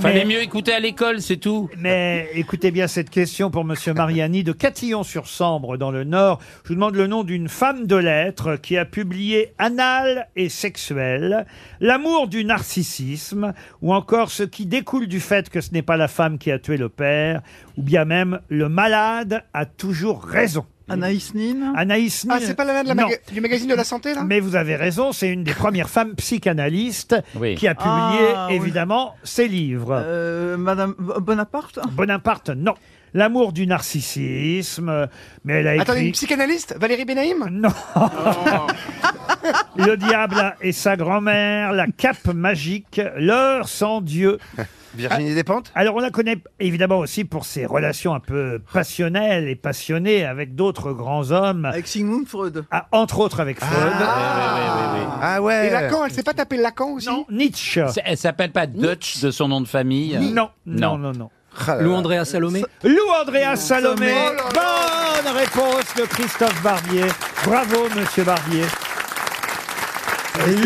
Speaker 3: Fallait
Speaker 2: Euh, mais-
Speaker 3: mieux écouter à l'école, c'est tout.
Speaker 2: mais écoutez bien cette question pour Monsieur Mariani de Catillon-sur-Sambre, dans le Nord. Je vous demande le nom d'une femme de lettres qui a publié Anal et sexuel, L'amour du narcissisme, ou encore ce qui découle du fait que ce n'est pas la femme qui a tué le père, ou bien même Le malade a toujours raison.
Speaker 4: Anaïs Nin
Speaker 2: Anaïs
Speaker 5: Ah,
Speaker 2: Nin-
Speaker 5: c'est pas la nana de la
Speaker 2: Non.
Speaker 5: maga- du magazine de la santé, là
Speaker 2: Mais vous avez raison, c'est une des premières femmes psychanalystes
Speaker 3: Oui.
Speaker 2: qui a publié
Speaker 4: Ah, oui.
Speaker 2: évidemment ses livres.
Speaker 5: Euh,
Speaker 4: Madame Bonaparte
Speaker 2: Bonaparte, non. L'amour du narcissisme, euh, mais elle a écrit...
Speaker 5: Attendez, une psychanalyste Valérie Benaïm
Speaker 2: Non. Le diable et sa grand-mère, la cape magique, l'heure sans Dieu. Ah,
Speaker 7: Virginie Despentes
Speaker 2: Alors on la connaît évidemment aussi pour ses relations un peu passionnelles et passionnées avec d'autres grands hommes.
Speaker 4: Avec Sigmund Freud.
Speaker 2: Ah, entre autres avec Freud.
Speaker 7: Ah
Speaker 5: Et Lacan, elle s'est pas tapée Lacan aussi Non.
Speaker 2: Nietzsche.
Speaker 3: C'est- Elle s'appelle pas Dutch de son nom de famille.
Speaker 2: Non, non, non, non.
Speaker 8: Lou Andrea Euh, Salomé
Speaker 2: Lou Andrea Salomé.
Speaker 8: Salomé. Oh
Speaker 2: Bonne réponse de Christophe Barbier. Bravo, monsieur Barbier.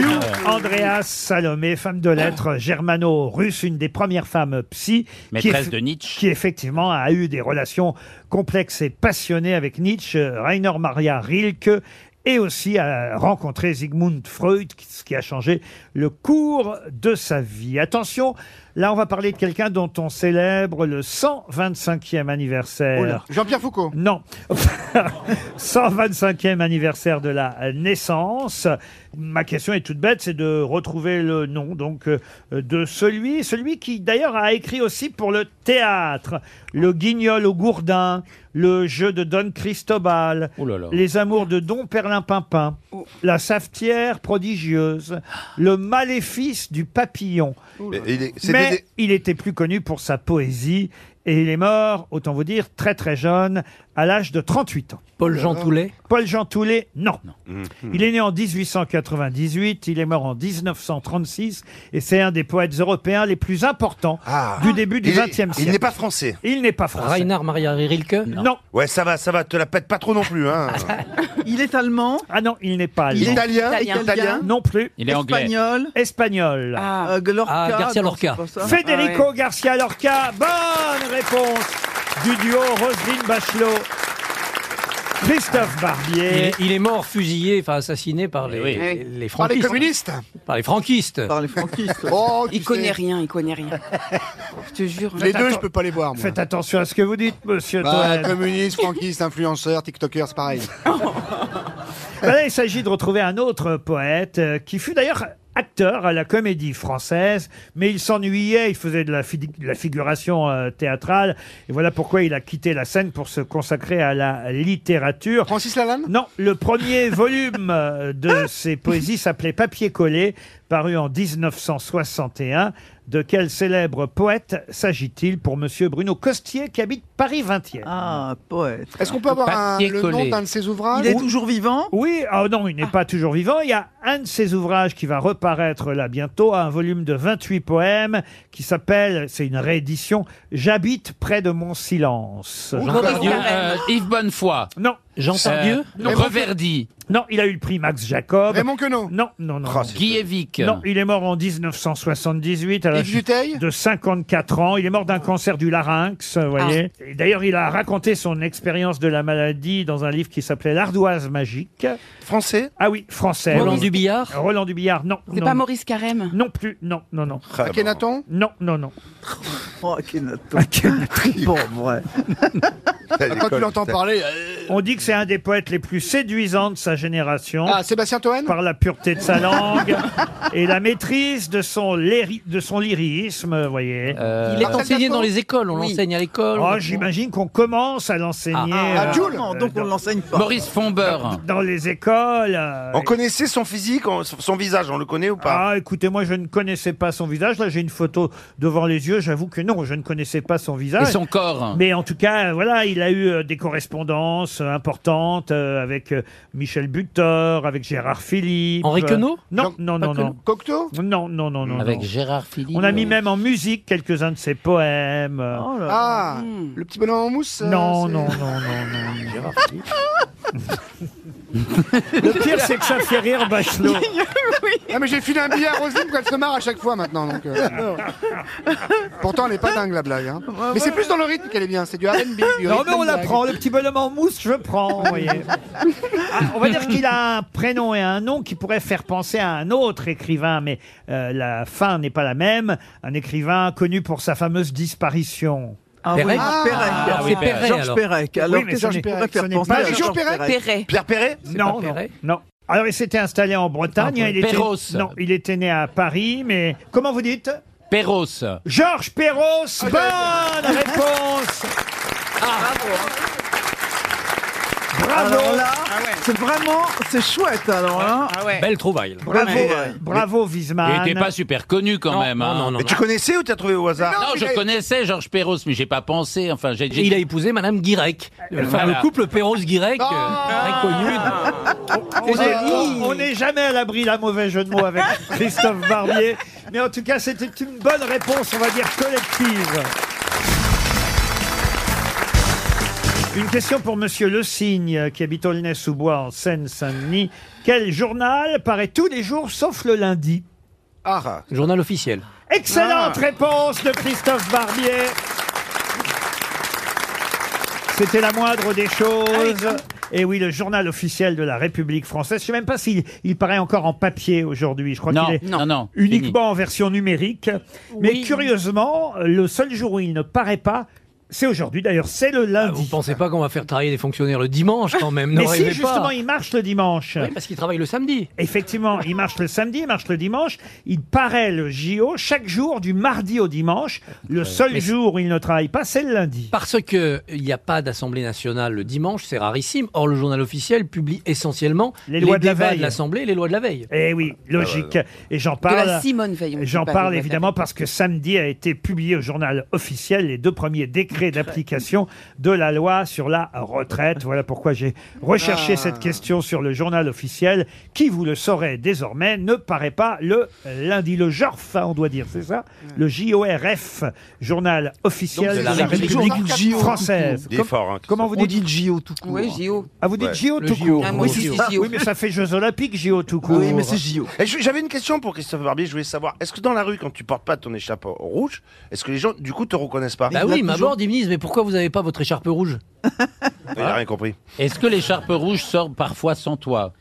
Speaker 2: Lou Andreas Salomé, femme de lettres germano-russe, une des premières femmes psy. qui
Speaker 3: Maîtresse
Speaker 2: eff-
Speaker 3: de Nietzsche.
Speaker 2: Qui effectivement a eu des relations complexes et passionnées avec Nietzsche, euh, Rainer Maria Rilke, et aussi a rencontré Sigmund Freud, qui- ce qui a changé le cours de sa vie. Attention, là on va parler de quelqu'un dont on célèbre le 125e anniversaire.
Speaker 5: Oh là. Jean-Pierre Foucault.
Speaker 2: Non. 125e anniversaire de la naissance. Ma question est toute bête, c'est de retrouver le nom donc euh, de celui, celui qui d'ailleurs a écrit aussi pour le théâtre, le Guignol au Gourdin, le jeu de Don Cristobal,
Speaker 3: Oh là là.
Speaker 2: les amours de Don Perlin-Pimpin, la savetière prodigieuse, le maléfice du papillon.
Speaker 7: Mais il est- c'était
Speaker 2: Mais
Speaker 7: des-
Speaker 2: il était plus connu pour sa poésie et il est mort, autant vous dire, très très jeune, à l'âge de 38 ans.
Speaker 8: Paul Jean Toulet
Speaker 2: Paul Jean Toulet, non.
Speaker 7: Hmm.
Speaker 2: Il est né en 1898, il est mort en 1936 et c'est un des poètes européens les plus importants
Speaker 7: Ah.
Speaker 2: du début du
Speaker 7: Il est-
Speaker 2: XXe siècle.
Speaker 7: Il n'est pas français.
Speaker 2: Il n'est pas français.
Speaker 8: Reinhard Maria Rilke
Speaker 2: Non.
Speaker 7: Ouais, ça va, ça va, te la pète pas trop non plus. Hein.
Speaker 4: Il est allemand
Speaker 2: Ah non, il n'est pas
Speaker 4: Il est
Speaker 2: allemand.
Speaker 4: italien,
Speaker 6: Italien.
Speaker 4: italien,
Speaker 2: Non plus.
Speaker 3: Il est anglais.
Speaker 4: espagnol,
Speaker 2: Espagnol.
Speaker 6: Ah,
Speaker 4: euh, Lorca.
Speaker 8: Ah, Garcia
Speaker 4: non,
Speaker 8: Lorca.
Speaker 4: c'est pas ça. Ah,
Speaker 2: Federico Garcia Lorca, bonne réponse du duo Roselyne Bachelot. Christophe
Speaker 8: Il
Speaker 2: Barbier.
Speaker 8: est, il est mort fusillé, enfin assassiné par les,
Speaker 3: Eh oui.
Speaker 8: les- les
Speaker 5: Par les
Speaker 8: franquistes.
Speaker 5: communistes
Speaker 8: Par les franquistes.
Speaker 4: Par les franquistes.
Speaker 5: Oh, tu
Speaker 6: Il connaît
Speaker 5: sais,
Speaker 6: rien, il connaît rien. Je te jure.
Speaker 5: Les deux, je peux pas les voir, moi.
Speaker 2: Faites attention à ce que vous dites, monsieur
Speaker 5: Bah,
Speaker 2: Toen.
Speaker 5: communiste, franquiste, influenceur, tiktoker, c'est pareil.
Speaker 2: Voilà, il s'agit de retrouver un autre poète euh, qui fut d'ailleurs acteur à la comédie française, mais il s'ennuyait, il faisait de la, fi- de la figuration euh, théâtrale, et voilà pourquoi il a quitté la scène pour se consacrer à la littérature.
Speaker 5: Francis Lalanne
Speaker 2: Non, le premier volume euh, de ses poésies s'appelait Papier collé, paru en 1961. De quel célèbre poète s'agit-il pour monsieur Bruno Costier qui habite Paris 20e
Speaker 4: Ah, poète.
Speaker 5: Est-ce qu'on peut avoir un-
Speaker 3: Papier
Speaker 5: le nom
Speaker 3: collé.
Speaker 5: d'un de ses
Speaker 4: Il
Speaker 5: ouvrages
Speaker 4: est toujours vivant
Speaker 2: Oui, ah non, il n'est pas toujours vivant. Il y a un de ses ouvrages qui va reparaître là bientôt, un volume de 28 poèmes qui s'appelle, c'est une réédition, J'habite près de mon silence.
Speaker 3: Jean-
Speaker 6: Maurice
Speaker 3: Euh,
Speaker 6: Carrel.
Speaker 3: Yves Bonnefoy.
Speaker 2: Non, Jean
Speaker 3: Tardieu Raymond Reverdy.
Speaker 2: Non, il a eu le prix Max Jacob.
Speaker 5: Raymond Queneau
Speaker 2: Non, non, non. non.
Speaker 3: Guillevic.
Speaker 2: Non, il est mort en 1978 à
Speaker 5: Yves Duteil
Speaker 2: l'âge de 54 ans. Il est mort d'un cancer du larynx, vous voyez. Et D'ailleurs, il a raconté son expérience de la maladie dans un livre qui s'appelait L'ardoise magique.
Speaker 7: Français
Speaker 2: Ah oui, français.
Speaker 8: Roland
Speaker 2: oui.
Speaker 8: Dubillard
Speaker 2: Roland Dubillard, non.
Speaker 6: C'est
Speaker 2: non,
Speaker 6: pas
Speaker 2: non.
Speaker 6: Maurice Carême
Speaker 2: Non plus, non, non, non.
Speaker 7: Ah, bon.
Speaker 5: Akhenaton
Speaker 2: Non, non, non.
Speaker 4: Oh,
Speaker 2: Ah,
Speaker 4: Akhenaton. Bon, ouais.
Speaker 5: Quand tu l'entends parler. euh,
Speaker 2: On dit que c'est un des poètes les plus séduisants de sa génération.
Speaker 5: Ah, Sébastien Toen
Speaker 2: par la pureté de sa langue et la maîtrise de son, lyri- de son lyrisme, vous voyez.
Speaker 3: Euh,
Speaker 8: Il est
Speaker 5: Marcel
Speaker 8: enseigné
Speaker 5: Dassault
Speaker 8: dans les écoles, on
Speaker 4: Oui.
Speaker 8: l'enseigne à l'école.
Speaker 2: Oh,
Speaker 8: on-
Speaker 2: J'imagine qu'on commence à l'enseigner
Speaker 8: Ah,
Speaker 2: euh,
Speaker 5: ah, Jules
Speaker 4: Non, donc on ne l'enseigne pas.
Speaker 3: Maurice Fombeur.
Speaker 2: dans les écoles. euh,
Speaker 7: On connaissait son physique, on- son visage, on le connaît ou pas
Speaker 2: Ah, écoutez, moi, je ne connaissais pas son visage. Là, j'ai une photo devant les yeux. J'avoue que non, je ne connaissais pas son
Speaker 3: Et
Speaker 2: visage.
Speaker 3: son corps.
Speaker 2: Mais en tout cas, voilà, il a eu euh, des correspondances euh, importantes euh, avec euh, Michel Butor, avec Gérard Philippe. Euh,
Speaker 8: Henri Queneau
Speaker 2: Non, non, non,
Speaker 8: pas
Speaker 2: non.
Speaker 5: Cocteau
Speaker 2: Non, non, non, non.
Speaker 3: Avec
Speaker 2: non.
Speaker 3: Gérard Philippe.
Speaker 2: On a mis même en musique quelques-uns de ses poèmes. euh.
Speaker 4: Oh là.
Speaker 5: Ah, le petit bonhomme en mousse euh,
Speaker 2: non,
Speaker 5: c'est-
Speaker 2: non, non, non, non, Gérard Philippe. Le pire, c'est que ça fait rire Bachelot.
Speaker 5: Ah, mais j'ai filé un billet à Roselyne pour qu'elle se marre à chaque fois maintenant. Donc,
Speaker 2: Ah.
Speaker 5: euh. Pourtant, elle est pas dingue la blague. hein. Mais c'est plus dans le rythme qu'elle est bien. C'est du RB. du
Speaker 2: Non,
Speaker 5: rythme
Speaker 2: mais on
Speaker 5: de
Speaker 2: la
Speaker 5: blague.
Speaker 2: prend. Le petit bonhomme en mousse, je prends. vous voyez. Ah, on va dire qu'il a un prénom et un nom qui pourraient faire penser à un autre écrivain, mais euh, la fin n'est pas la même. Un écrivain connu pour sa fameuse disparition.
Speaker 4: Ah, oui,
Speaker 8: Pérec.
Speaker 4: ah, Pérec.
Speaker 8: Ah, oui,
Speaker 4: C'est Pérec.
Speaker 8: Pérec,
Speaker 4: Georges
Speaker 8: alors.
Speaker 4: Pérec. Alors,
Speaker 2: Oui, mais
Speaker 4: qu'est-ce
Speaker 2: ce
Speaker 4: que je
Speaker 2: n'est-
Speaker 4: pourrais
Speaker 2: ce
Speaker 4: faire
Speaker 2: n'est
Speaker 4: penser
Speaker 2: pas
Speaker 4: à
Speaker 5: Marie-Jo
Speaker 4: Georges
Speaker 5: Pérec
Speaker 4: Pérec
Speaker 6: Perret.
Speaker 7: Pierre Perret
Speaker 8: C'est
Speaker 2: Non,
Speaker 8: pas
Speaker 2: non,
Speaker 8: Perret
Speaker 2: non. Alors, il s'était installé en Bretagne.
Speaker 8: Ah,
Speaker 2: il était...
Speaker 3: Perros.
Speaker 2: Non, il était né à Paris, mais comment vous dites
Speaker 3: Perros.
Speaker 2: Georges Perros.
Speaker 4: Ah,
Speaker 2: Bonne réponse. Bravo. Ah
Speaker 4: Alors là, c'est vraiment, c'est chouette alors hein. là.
Speaker 8: Belle trouvaille. là.
Speaker 2: Bravo,
Speaker 4: Ouais.
Speaker 2: bravo
Speaker 3: Il
Speaker 2: Wiesmann.
Speaker 3: n'était pas super connu quand
Speaker 8: Non,
Speaker 3: même.
Speaker 8: non,
Speaker 3: hein.
Speaker 8: non, non,
Speaker 7: Mais tu
Speaker 8: non.
Speaker 7: connaissais ou t'as trouvé au hasard
Speaker 3: Non, je
Speaker 5: il a-
Speaker 3: connaissais Georges Perros, mais j'ai pas pensé. Enfin, j'ai. j'ai-
Speaker 8: Il a épousé Madame Guirec. Le
Speaker 3: Voilà.
Speaker 8: fameux couple Perros-Guirec, très
Speaker 2: Euh,
Speaker 8: connu.
Speaker 2: On est- on- on n'est jamais à l'abri d'un mauvais jeu de mots avec Christophe Barbier. Mais en tout cas, c'était une bonne réponse, on va dire, collective. Une question pour Monsieur Le Signe, qui habite Aulnay-sous-Bois, en Seine-Saint-Denis. Quel journal paraît tous les jours, sauf le lundi
Speaker 7: Ah,
Speaker 8: Journal officiel.
Speaker 2: Excellente réponse de Christophe Barbier. C'était la moindre
Speaker 8: Ah,
Speaker 2: des choses. Et oui, le journal officiel de la République française. Je sais même pas s'il il paraît encore en papier aujourd'hui. Je crois
Speaker 3: Non,
Speaker 2: qu'il est
Speaker 3: non, non,
Speaker 2: uniquement
Speaker 3: fini.
Speaker 2: en version numérique. Mais
Speaker 8: Oui.
Speaker 2: curieusement, le seul jour où il ne paraît pas, c'est aujourd'hui. D'ailleurs, c'est le
Speaker 8: Ah, Vous
Speaker 2: lundi.
Speaker 8: pensez pas qu'on va faire travailler les fonctionnaires le dimanche quand même
Speaker 2: Mais
Speaker 8: n'en
Speaker 2: si,
Speaker 8: rêvez
Speaker 2: justement,
Speaker 8: pas.
Speaker 2: il marche le dimanche.
Speaker 8: Oui, parce qu'ils travaillent le samedi.
Speaker 2: Effectivement, il marche le samedi, il marche le dimanche. Il paraît le JO chaque jour du mardi au dimanche. Le seul
Speaker 8: Mais-
Speaker 2: jour où il ne travaille pas, c'est le lundi.
Speaker 8: Parce que euh, il n'y a pas d'Assemblée nationale le dimanche, c'est rarissime. Or, le journal officiel publie essentiellement
Speaker 2: Les lois de la
Speaker 8: débats
Speaker 2: veille.
Speaker 8: de l'Assemblée et les lois de la veille. Ah, bah,
Speaker 2: Eh oui, logique. Et j'en
Speaker 6: bah, De
Speaker 2: parle.
Speaker 6: la Simone Veil. on dit
Speaker 2: J'en
Speaker 6: pas
Speaker 2: parle
Speaker 6: Veil.
Speaker 2: évidemment parce que samedi a été publié au journal officiel les deux premiers décrets d'application de la loi sur la retraite. Voilà pourquoi j'ai recherché
Speaker 5: Ah.
Speaker 2: cette question sur le journal officiel qui, vous le saurez désormais, ne paraît pas le lundi. Le JORF, hein, on doit dire, c'est ça Le JORF, journal officiel
Speaker 8: Donc,
Speaker 2: de
Speaker 8: c'est
Speaker 2: la,
Speaker 8: la
Speaker 2: République
Speaker 5: République
Speaker 2: française.
Speaker 7: il est
Speaker 2: Com-
Speaker 7: fort. hein,
Speaker 2: comment vous
Speaker 4: On
Speaker 2: dites
Speaker 4: dit le JO tout court.
Speaker 6: Oui, JO.
Speaker 2: Ah, vous dites
Speaker 7: Ouais.
Speaker 2: JO
Speaker 8: Le
Speaker 2: tout
Speaker 8: JO.
Speaker 2: court
Speaker 6: Ah, moi aussi,
Speaker 8: Oui,
Speaker 6: c'est JO.
Speaker 2: Oui, mais ça fait Jeux Olympiques, JO tout
Speaker 4: Ah
Speaker 2: court.
Speaker 4: oui, mais c'est JO.
Speaker 7: Et je- J'avais une question pour Christophe Barbier. Je voulais savoir, est-ce que dans la rue, quand tu portes pas ton écharpe rouge, est-ce que les gens, du coup, te reconnaissent pas
Speaker 8: Bah
Speaker 4: il
Speaker 8: oui,
Speaker 4: l'a
Speaker 8: ma
Speaker 4: toujours.
Speaker 8: board, ils me disent, mais pourquoi vous n'avez pas votre écharpe rouge
Speaker 7: Il a rien compris.
Speaker 3: Est-ce que l'écharpe rouge sort parfois sans toi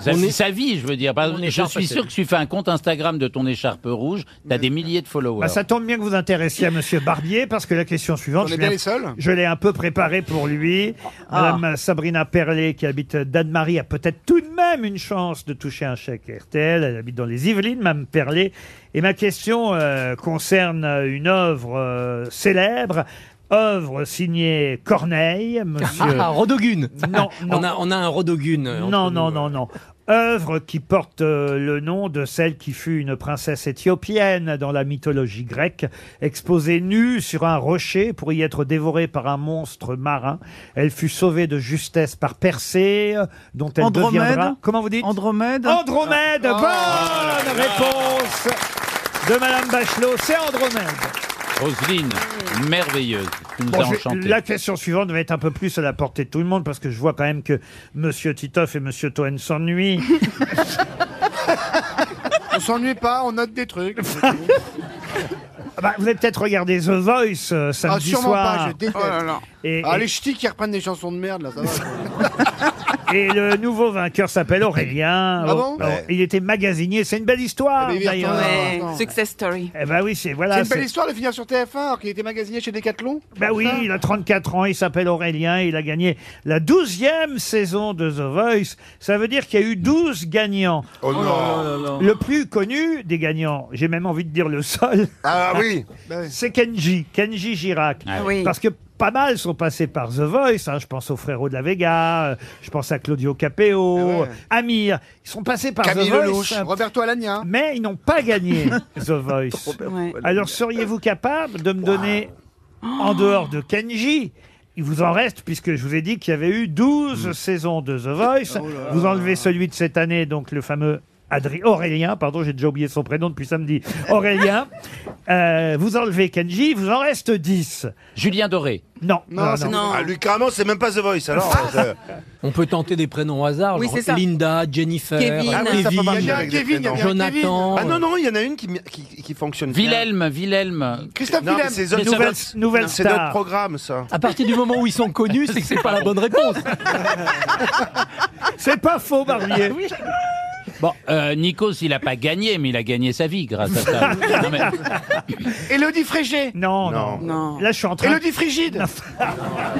Speaker 3: ça, c'est sa vie, je veux dire. Par-
Speaker 8: On est
Speaker 3: je
Speaker 8: pas
Speaker 3: suis
Speaker 8: passé.
Speaker 3: sûr que tu fais un compte Instagram de ton écharpe rouge, t'as des milliers de followers.
Speaker 2: Bah, ça tombe bien que vous intéressiez à Monsieur Barbier parce que la question suivante,
Speaker 5: On
Speaker 2: je
Speaker 5: est bien
Speaker 2: l'ai-
Speaker 5: les seuls.
Speaker 2: je l'ai un peu préparée pour lui. Madame Sabrina Perlet, qui habite Danemarie, a peut-être tout de même une chance de toucher un chèque RTL. Elle habite dans les Yvelines, Madame Perlet. Et ma question euh, concerne une œuvre euh, célèbre, œuvre signée Corneille, Monsieur.
Speaker 8: Ah, Rodogune
Speaker 2: Non, non.
Speaker 8: On a, on a un Rodogune. euh,
Speaker 2: Non,
Speaker 8: entre
Speaker 2: non,
Speaker 8: nous.
Speaker 2: non, non. Œuvre qui porte euh, le nom de celle qui fut une princesse éthiopienne dans la mythologie grecque, exposée nue sur un rocher pour y être dévorée par un monstre marin. Elle fut sauvée de justesse par Persée, euh, dont elle
Speaker 4: Andromède
Speaker 2: deviendra. Comment vous dites
Speaker 4: Andromède. Ah.
Speaker 2: Andromède. Bonne réponse de Madame Bachelot. C'est Andromède.
Speaker 3: Roselyne, merveilleuse. qui nous
Speaker 2: Bon,
Speaker 3: a
Speaker 2: je-
Speaker 3: enchantés.
Speaker 2: la question suivante va être un peu plus à la portée de tout le monde parce que je vois quand même que Monsieur Titoff et Monsieur Toen s'ennuient.
Speaker 5: On s'ennuie pas, on note des trucs.
Speaker 2: Ah bah, vous avez peut-être regardé The Voice euh,
Speaker 5: ah,
Speaker 2: samedi
Speaker 5: sûrement
Speaker 2: soir.
Speaker 5: pas, je déteste.
Speaker 2: Oh là là. Et,
Speaker 5: ah,
Speaker 2: et-
Speaker 5: les ch'tis qui reprennent des chansons de merde, là, ça va.
Speaker 2: et le nouveau vainqueur s'appelle Aurélien.
Speaker 5: Ah bon Ouais.
Speaker 2: Il était magasinier. C'est une belle histoire.
Speaker 5: Eh ben, il est
Speaker 2: d'ailleurs.
Speaker 5: retourné. Ouais,
Speaker 6: Success story.
Speaker 2: Eh ben oui, c'est voilà.
Speaker 5: c'est une belle histoire de finir sur TF1 alors qu'il était magasinier chez Decathlon.
Speaker 2: Ben oui, il a 34 ans, il s'appelle Aurélien, il a gagné la 12e saison de The Voice. Ça veut dire qu'il y a eu 12 gagnants.
Speaker 15: Oh non. Oh là là là.
Speaker 2: Le plus connu des gagnants, j'ai même envie de dire le seul.
Speaker 15: Ah oui.
Speaker 2: C'est Kenji, Kenji Girac.
Speaker 15: Ah oui.
Speaker 2: Parce que pas mal sont passés par The Voice. hein. Je pense aux frérots de la Vega, euh, je pense à Claudio Capeo,
Speaker 15: Ah
Speaker 2: Amir. Ils sont passés par
Speaker 5: Camille
Speaker 2: The Voice.
Speaker 5: Lelouch,
Speaker 2: hein.
Speaker 5: Roberto Alagna.
Speaker 2: Mais ils n'ont pas gagné Ah, The Voice. Alors seriez-vous capable de me donner, en dehors de Kenji, il vous en reste, puisque je vous ai dit qu'il y avait eu 12 saisons de The Voice. vous enlevez celui de cette année, donc le fameux Adri- Aurélien, pardon, j'ai déjà oublié son prénom depuis samedi. Aurélien, Euh, vous enlevez Kenji, il vous en reste 10.
Speaker 3: Julien Doré.
Speaker 2: Non, Ah.
Speaker 7: Non, c'est Ah, Luc Ramos, c'est même pas The Voice, alors. euh,
Speaker 8: On peut tenter des prénoms au hasard.
Speaker 7: Oui,
Speaker 8: genre
Speaker 7: c'est ça.
Speaker 8: Linda, Jennifer,
Speaker 7: Kevin. Ah oui, ça peut marcher avec des
Speaker 8: Kevin,
Speaker 7: prénoms.
Speaker 8: Jonathan.
Speaker 7: Ah non, non, il y en a une qui, qui, qui fonctionne bien.
Speaker 3: Wilhelm, Wilhelm.
Speaker 7: Christophe
Speaker 3: Non,
Speaker 7: Willem.
Speaker 3: mais c'est The
Speaker 7: Mais ça
Speaker 3: Nouvelle-
Speaker 7: doit-
Speaker 3: Nouvelle
Speaker 7: C'est
Speaker 3: Star.
Speaker 7: notre programme, ça.
Speaker 8: À partir du moment où ils sont connus, c'est que c'est pas la bonne réponse.
Speaker 2: C'est pas faux, Barbier.
Speaker 8: Ah
Speaker 3: Bon, euh, Nikos, il a pas gagné, mais il a gagné sa vie grâce à ça. Non, mais-
Speaker 5: Elodie Frégé.
Speaker 2: Non,
Speaker 3: Non.
Speaker 2: non,
Speaker 3: Non.
Speaker 2: Là, je suis en train.
Speaker 5: Élodie Frigide.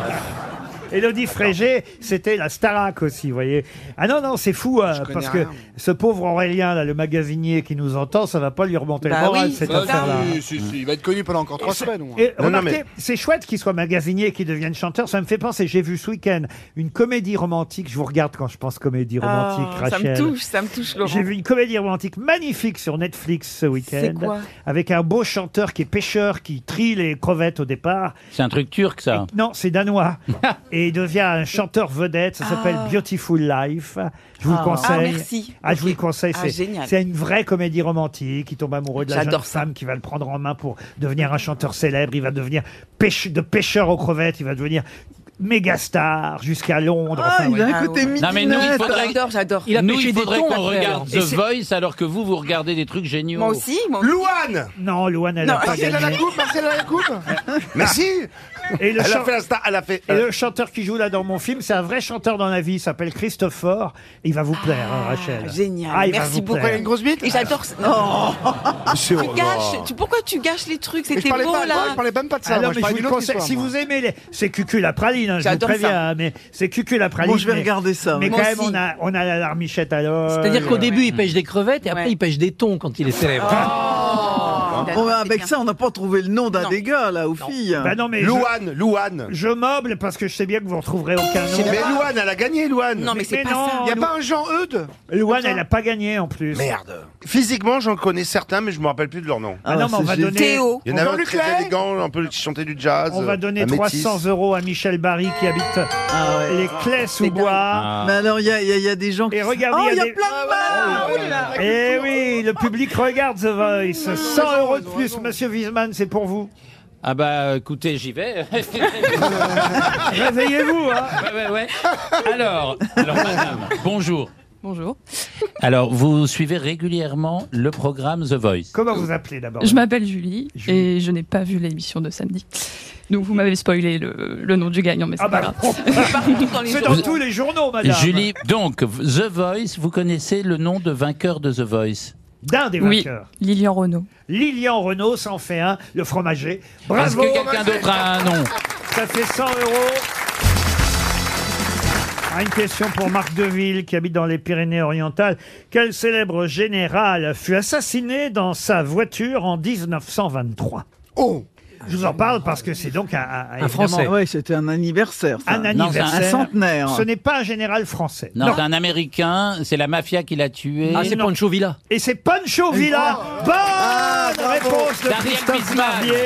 Speaker 2: Elodie Frégé, c'était la Starac aussi, vous voyez. Ah non, non, c'est fou, hein,
Speaker 5: connais
Speaker 2: parce que
Speaker 5: rien.
Speaker 2: ce pauvre Aurélien, là, le magasinier qui nous entend, ça va pas lui remonter
Speaker 6: Bah
Speaker 5: Bah
Speaker 2: le moral, cette affaire-là.
Speaker 5: si, Ah, si, si, il va être connu pendant encore trois semaines. au moins.
Speaker 2: Et remarquez, c'est chouette qu'il soit magasinier et qu'il devienne chanteur. Ça me fait penser, j'ai vu ce week-end une comédie romantique. Je vous regarde quand je pense comédie romantique,
Speaker 6: Ah, ça me
Speaker 2: Rachel.
Speaker 6: touche, ça me touche, Laurent.
Speaker 2: J'ai vu une comédie romantique magnifique sur Netflix ce week-end.
Speaker 6: C'est quoi
Speaker 2: Avec un beau chanteur qui est pêcheur, qui trie les crevettes au départ.
Speaker 3: C'est un truc turc, ça.
Speaker 2: Non, c'est danois. et il devient un chanteur vedette. Ça s'appelle Beautiful Life. Je vous
Speaker 6: Ah.
Speaker 2: le conseille.
Speaker 6: Ah, merci.
Speaker 2: Ah, je vous le conseille.
Speaker 6: Ah,
Speaker 2: c'est-
Speaker 6: génial.
Speaker 2: C'est une vraie comédie romantique. Il tombe amoureux de la jeune
Speaker 6: J'adore
Speaker 2: femme qui va le prendre en main pour devenir un chanteur célèbre. Il va devenir pêche, de pêcheur aux crevettes. Il va devenir méga star jusqu'à Londres.
Speaker 6: Ah, il a un côté
Speaker 3: Non, mais nous, il faudrait,
Speaker 6: J'adore, j'adore.
Speaker 3: nous, il faudrait qu'on regarde The Voice alors que vous, vous regardez des trucs géniaux.
Speaker 6: Moi aussi, moi aussi.
Speaker 7: Louane
Speaker 2: Non, Louane, elle
Speaker 6: Non,
Speaker 2: a pas
Speaker 6: Marcella
Speaker 2: gagné.
Speaker 5: Lacoupe, Marcella Lacoupe.
Speaker 7: Mais si
Speaker 2: Et le,
Speaker 7: Elle a
Speaker 2: chan-
Speaker 7: fait la star- elle a fait-
Speaker 2: et le chanteur qui joue là dans mon film, c'est un vrai chanteur dans la vie. Il s'appelle Christopher. Il va vous plaire, hein, Rachel.
Speaker 6: Génial.
Speaker 2: Ah, il va
Speaker 6: Merci
Speaker 2: vous
Speaker 6: beaucoup.
Speaker 2: plaire.
Speaker 6: Et j'adore. ça. Non.
Speaker 2: Monsieur
Speaker 6: tu
Speaker 2: Aurore.
Speaker 6: gâches. Tu, pourquoi tu gâches les trucs
Speaker 5: Mais je
Speaker 6: C'était
Speaker 5: parlais
Speaker 6: beau
Speaker 5: pas-
Speaker 6: là.
Speaker 5: moi, je parlais même pas de ça,
Speaker 2: Ah non,
Speaker 5: moi, je
Speaker 2: mais
Speaker 5: parlais
Speaker 2: vous
Speaker 5: d'une autre
Speaker 2: conseille,
Speaker 5: histoire,
Speaker 2: si
Speaker 5: moi.
Speaker 2: vous aimez les, c'est cucul la praline, hein, je vous
Speaker 6: J'adore ça.
Speaker 2: préviens, hein, mais c'est cucul la praline.
Speaker 4: Bon, je vais
Speaker 2: mais-
Speaker 4: regarder ça,
Speaker 2: Mais
Speaker 4: ouais.
Speaker 2: quand
Speaker 4: Moi
Speaker 2: même, on a, on a la larmichette à l'heure.
Speaker 8: C'est-à-dire qu'au début, il pêche des crevettes et après, il pêche des thons quand il est célèbre.
Speaker 2: Ah.
Speaker 4: Oh. Bon, bah, avec ça, on n'a pas trouvé le nom d'un des gars, là, aux filles.
Speaker 2: Bah non, mais je-
Speaker 4: Louane,
Speaker 7: Louane.
Speaker 2: Je meuble parce que je sais bien que vous retrouverez aucun nom.
Speaker 7: Mais Louane, elle a gagné, Louane.
Speaker 5: Il n'y a pas un Jean-Eudes
Speaker 2: Louane, elle n'a pas gagné en plus.
Speaker 7: Merde. Physiquement, j'en connais certains, mais je me rappelle plus de leur nom.
Speaker 2: Ah non, mais on va donner- Théo.
Speaker 7: Il y en avait un
Speaker 2: Jean-Luc
Speaker 7: très
Speaker 2: Lay.
Speaker 7: élégant, un peu qui chantait du jazz. euh,
Speaker 2: On va donner
Speaker 7: un métis.
Speaker 2: 300 euros à Michel Barry qui habite
Speaker 4: Ah
Speaker 2: les Clés sous bois.
Speaker 4: Mais alors, il y a, il y a- il y a des gens qui.
Speaker 2: Et regardez,
Speaker 4: oh, il y a
Speaker 2: des- Ah
Speaker 4: plein de marques
Speaker 2: Eh oui, le public regarde The
Speaker 4: Mmh.
Speaker 2: Voice. 100 euros de plus, monsieur Wiesmann, c'est pour vous.
Speaker 3: Ah bah écoutez, j'y vais.
Speaker 2: Réveillez-vous, hein.
Speaker 3: Ouais, ouais, ouais. Alors, alors madame, bonjour.
Speaker 16: Bonjour.
Speaker 3: Alors, vous suivez régulièrement le programme The Voice.
Speaker 2: Comment vous appelez d'abord euh,
Speaker 16: Je m'appelle Julie, et je n'ai pas vu l'émission de samedi. Donc vous m'avez spoilé le, le nom du gagnant, mais c'est pas grave.
Speaker 2: Ah bah, C'est dans tous les journaux, madame.
Speaker 3: Julie, donc, The Voice, vous connaissez le nom de vainqueur de The Voice
Speaker 2: D'un des
Speaker 16: Oui,
Speaker 2: vainqueurs.
Speaker 16: Lilian Renaud.
Speaker 2: Lilian Renault s'en fait un, le fromager.
Speaker 3: Est-ce
Speaker 2: Bravo
Speaker 3: que quelqu'un d'autre a un nom
Speaker 2: Ça fait 100 euros. Ah, une question pour Marc Deville qui habite dans les Pyrénées-Orientales. Quel célèbre général fut assassiné dans sa voiture en 1923
Speaker 5: Oh
Speaker 2: Je vous en parle parce que c'est donc un, un- évidemment,
Speaker 4: Oui, Ah, c'était un anniversaire. ça.
Speaker 2: Ah, Un anniversaire.
Speaker 4: Un centenaire.
Speaker 2: Ce n'est pas un général français.
Speaker 3: Non, c'est un Américain, c'est la mafia qui l'a tué.
Speaker 2: Ah, c'est Pancho
Speaker 8: Villa.
Speaker 2: Et c'est Pancho Villa. Bonne Ah, réponse de
Speaker 3: D'Ariel
Speaker 2: Christophe
Speaker 3: Wiesmann.
Speaker 2: Barbier.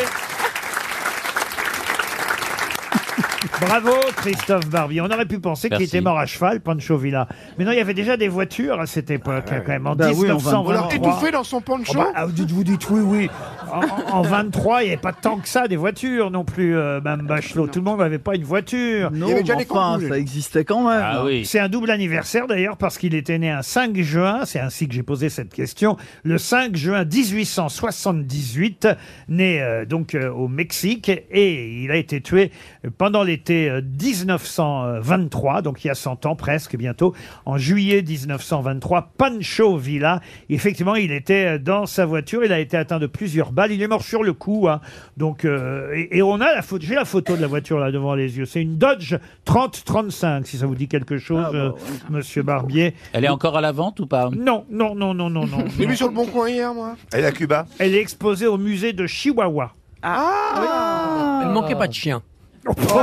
Speaker 2: Bravo Christophe Barbier. On aurait pu penser qu'il
Speaker 17: Merci.
Speaker 2: était mort à cheval, Pancho Villa. Mais non, il y avait déjà des voitures à cette époque, hein, quand même, en
Speaker 5: Bah oui, en
Speaker 2: 1923.
Speaker 5: On l'a étouffé dans son pancho.
Speaker 2: Oh bah, ah, vous dites- vous dites oui, oui. En, en- en 23, il n'y avait pas tant que ça des voitures non plus, euh, Mme Bachelot. Tout le monde n'avait pas une voiture.
Speaker 4: Non, mais enfin, ça existait quand même.
Speaker 2: C'est un double anniversaire d'ailleurs parce qu'il était né un 5 juin, c'est ainsi que j'ai posé cette question, le 5 juin 1878, né euh, donc euh, au Mexique et il a été tué pendant l'été euh, 1923, donc il y a 100 ans presque bientôt, en juillet 1923, Pancho Villa. Effectivement, il était euh, dans sa voiture, il a été atteint de plusieurs balles, il est mort sur le coup, hein. donc euh, et, et on a la photo, j'ai la photo de la voiture là devant les yeux, c'est une Dodge 3035 si ça vous dit quelque chose,
Speaker 7: Ah,
Speaker 2: euh, Monsieur Barbier.
Speaker 3: Elle est encore à la vente ou pas
Speaker 2: Non, non, non, non, non, non.
Speaker 5: J'ai vu sur le bon coin hier, moi.
Speaker 7: Elle est à Cuba
Speaker 2: Elle est exposée au musée de Chihuahua.
Speaker 5: Ah
Speaker 8: Il ne manquait pas de chien.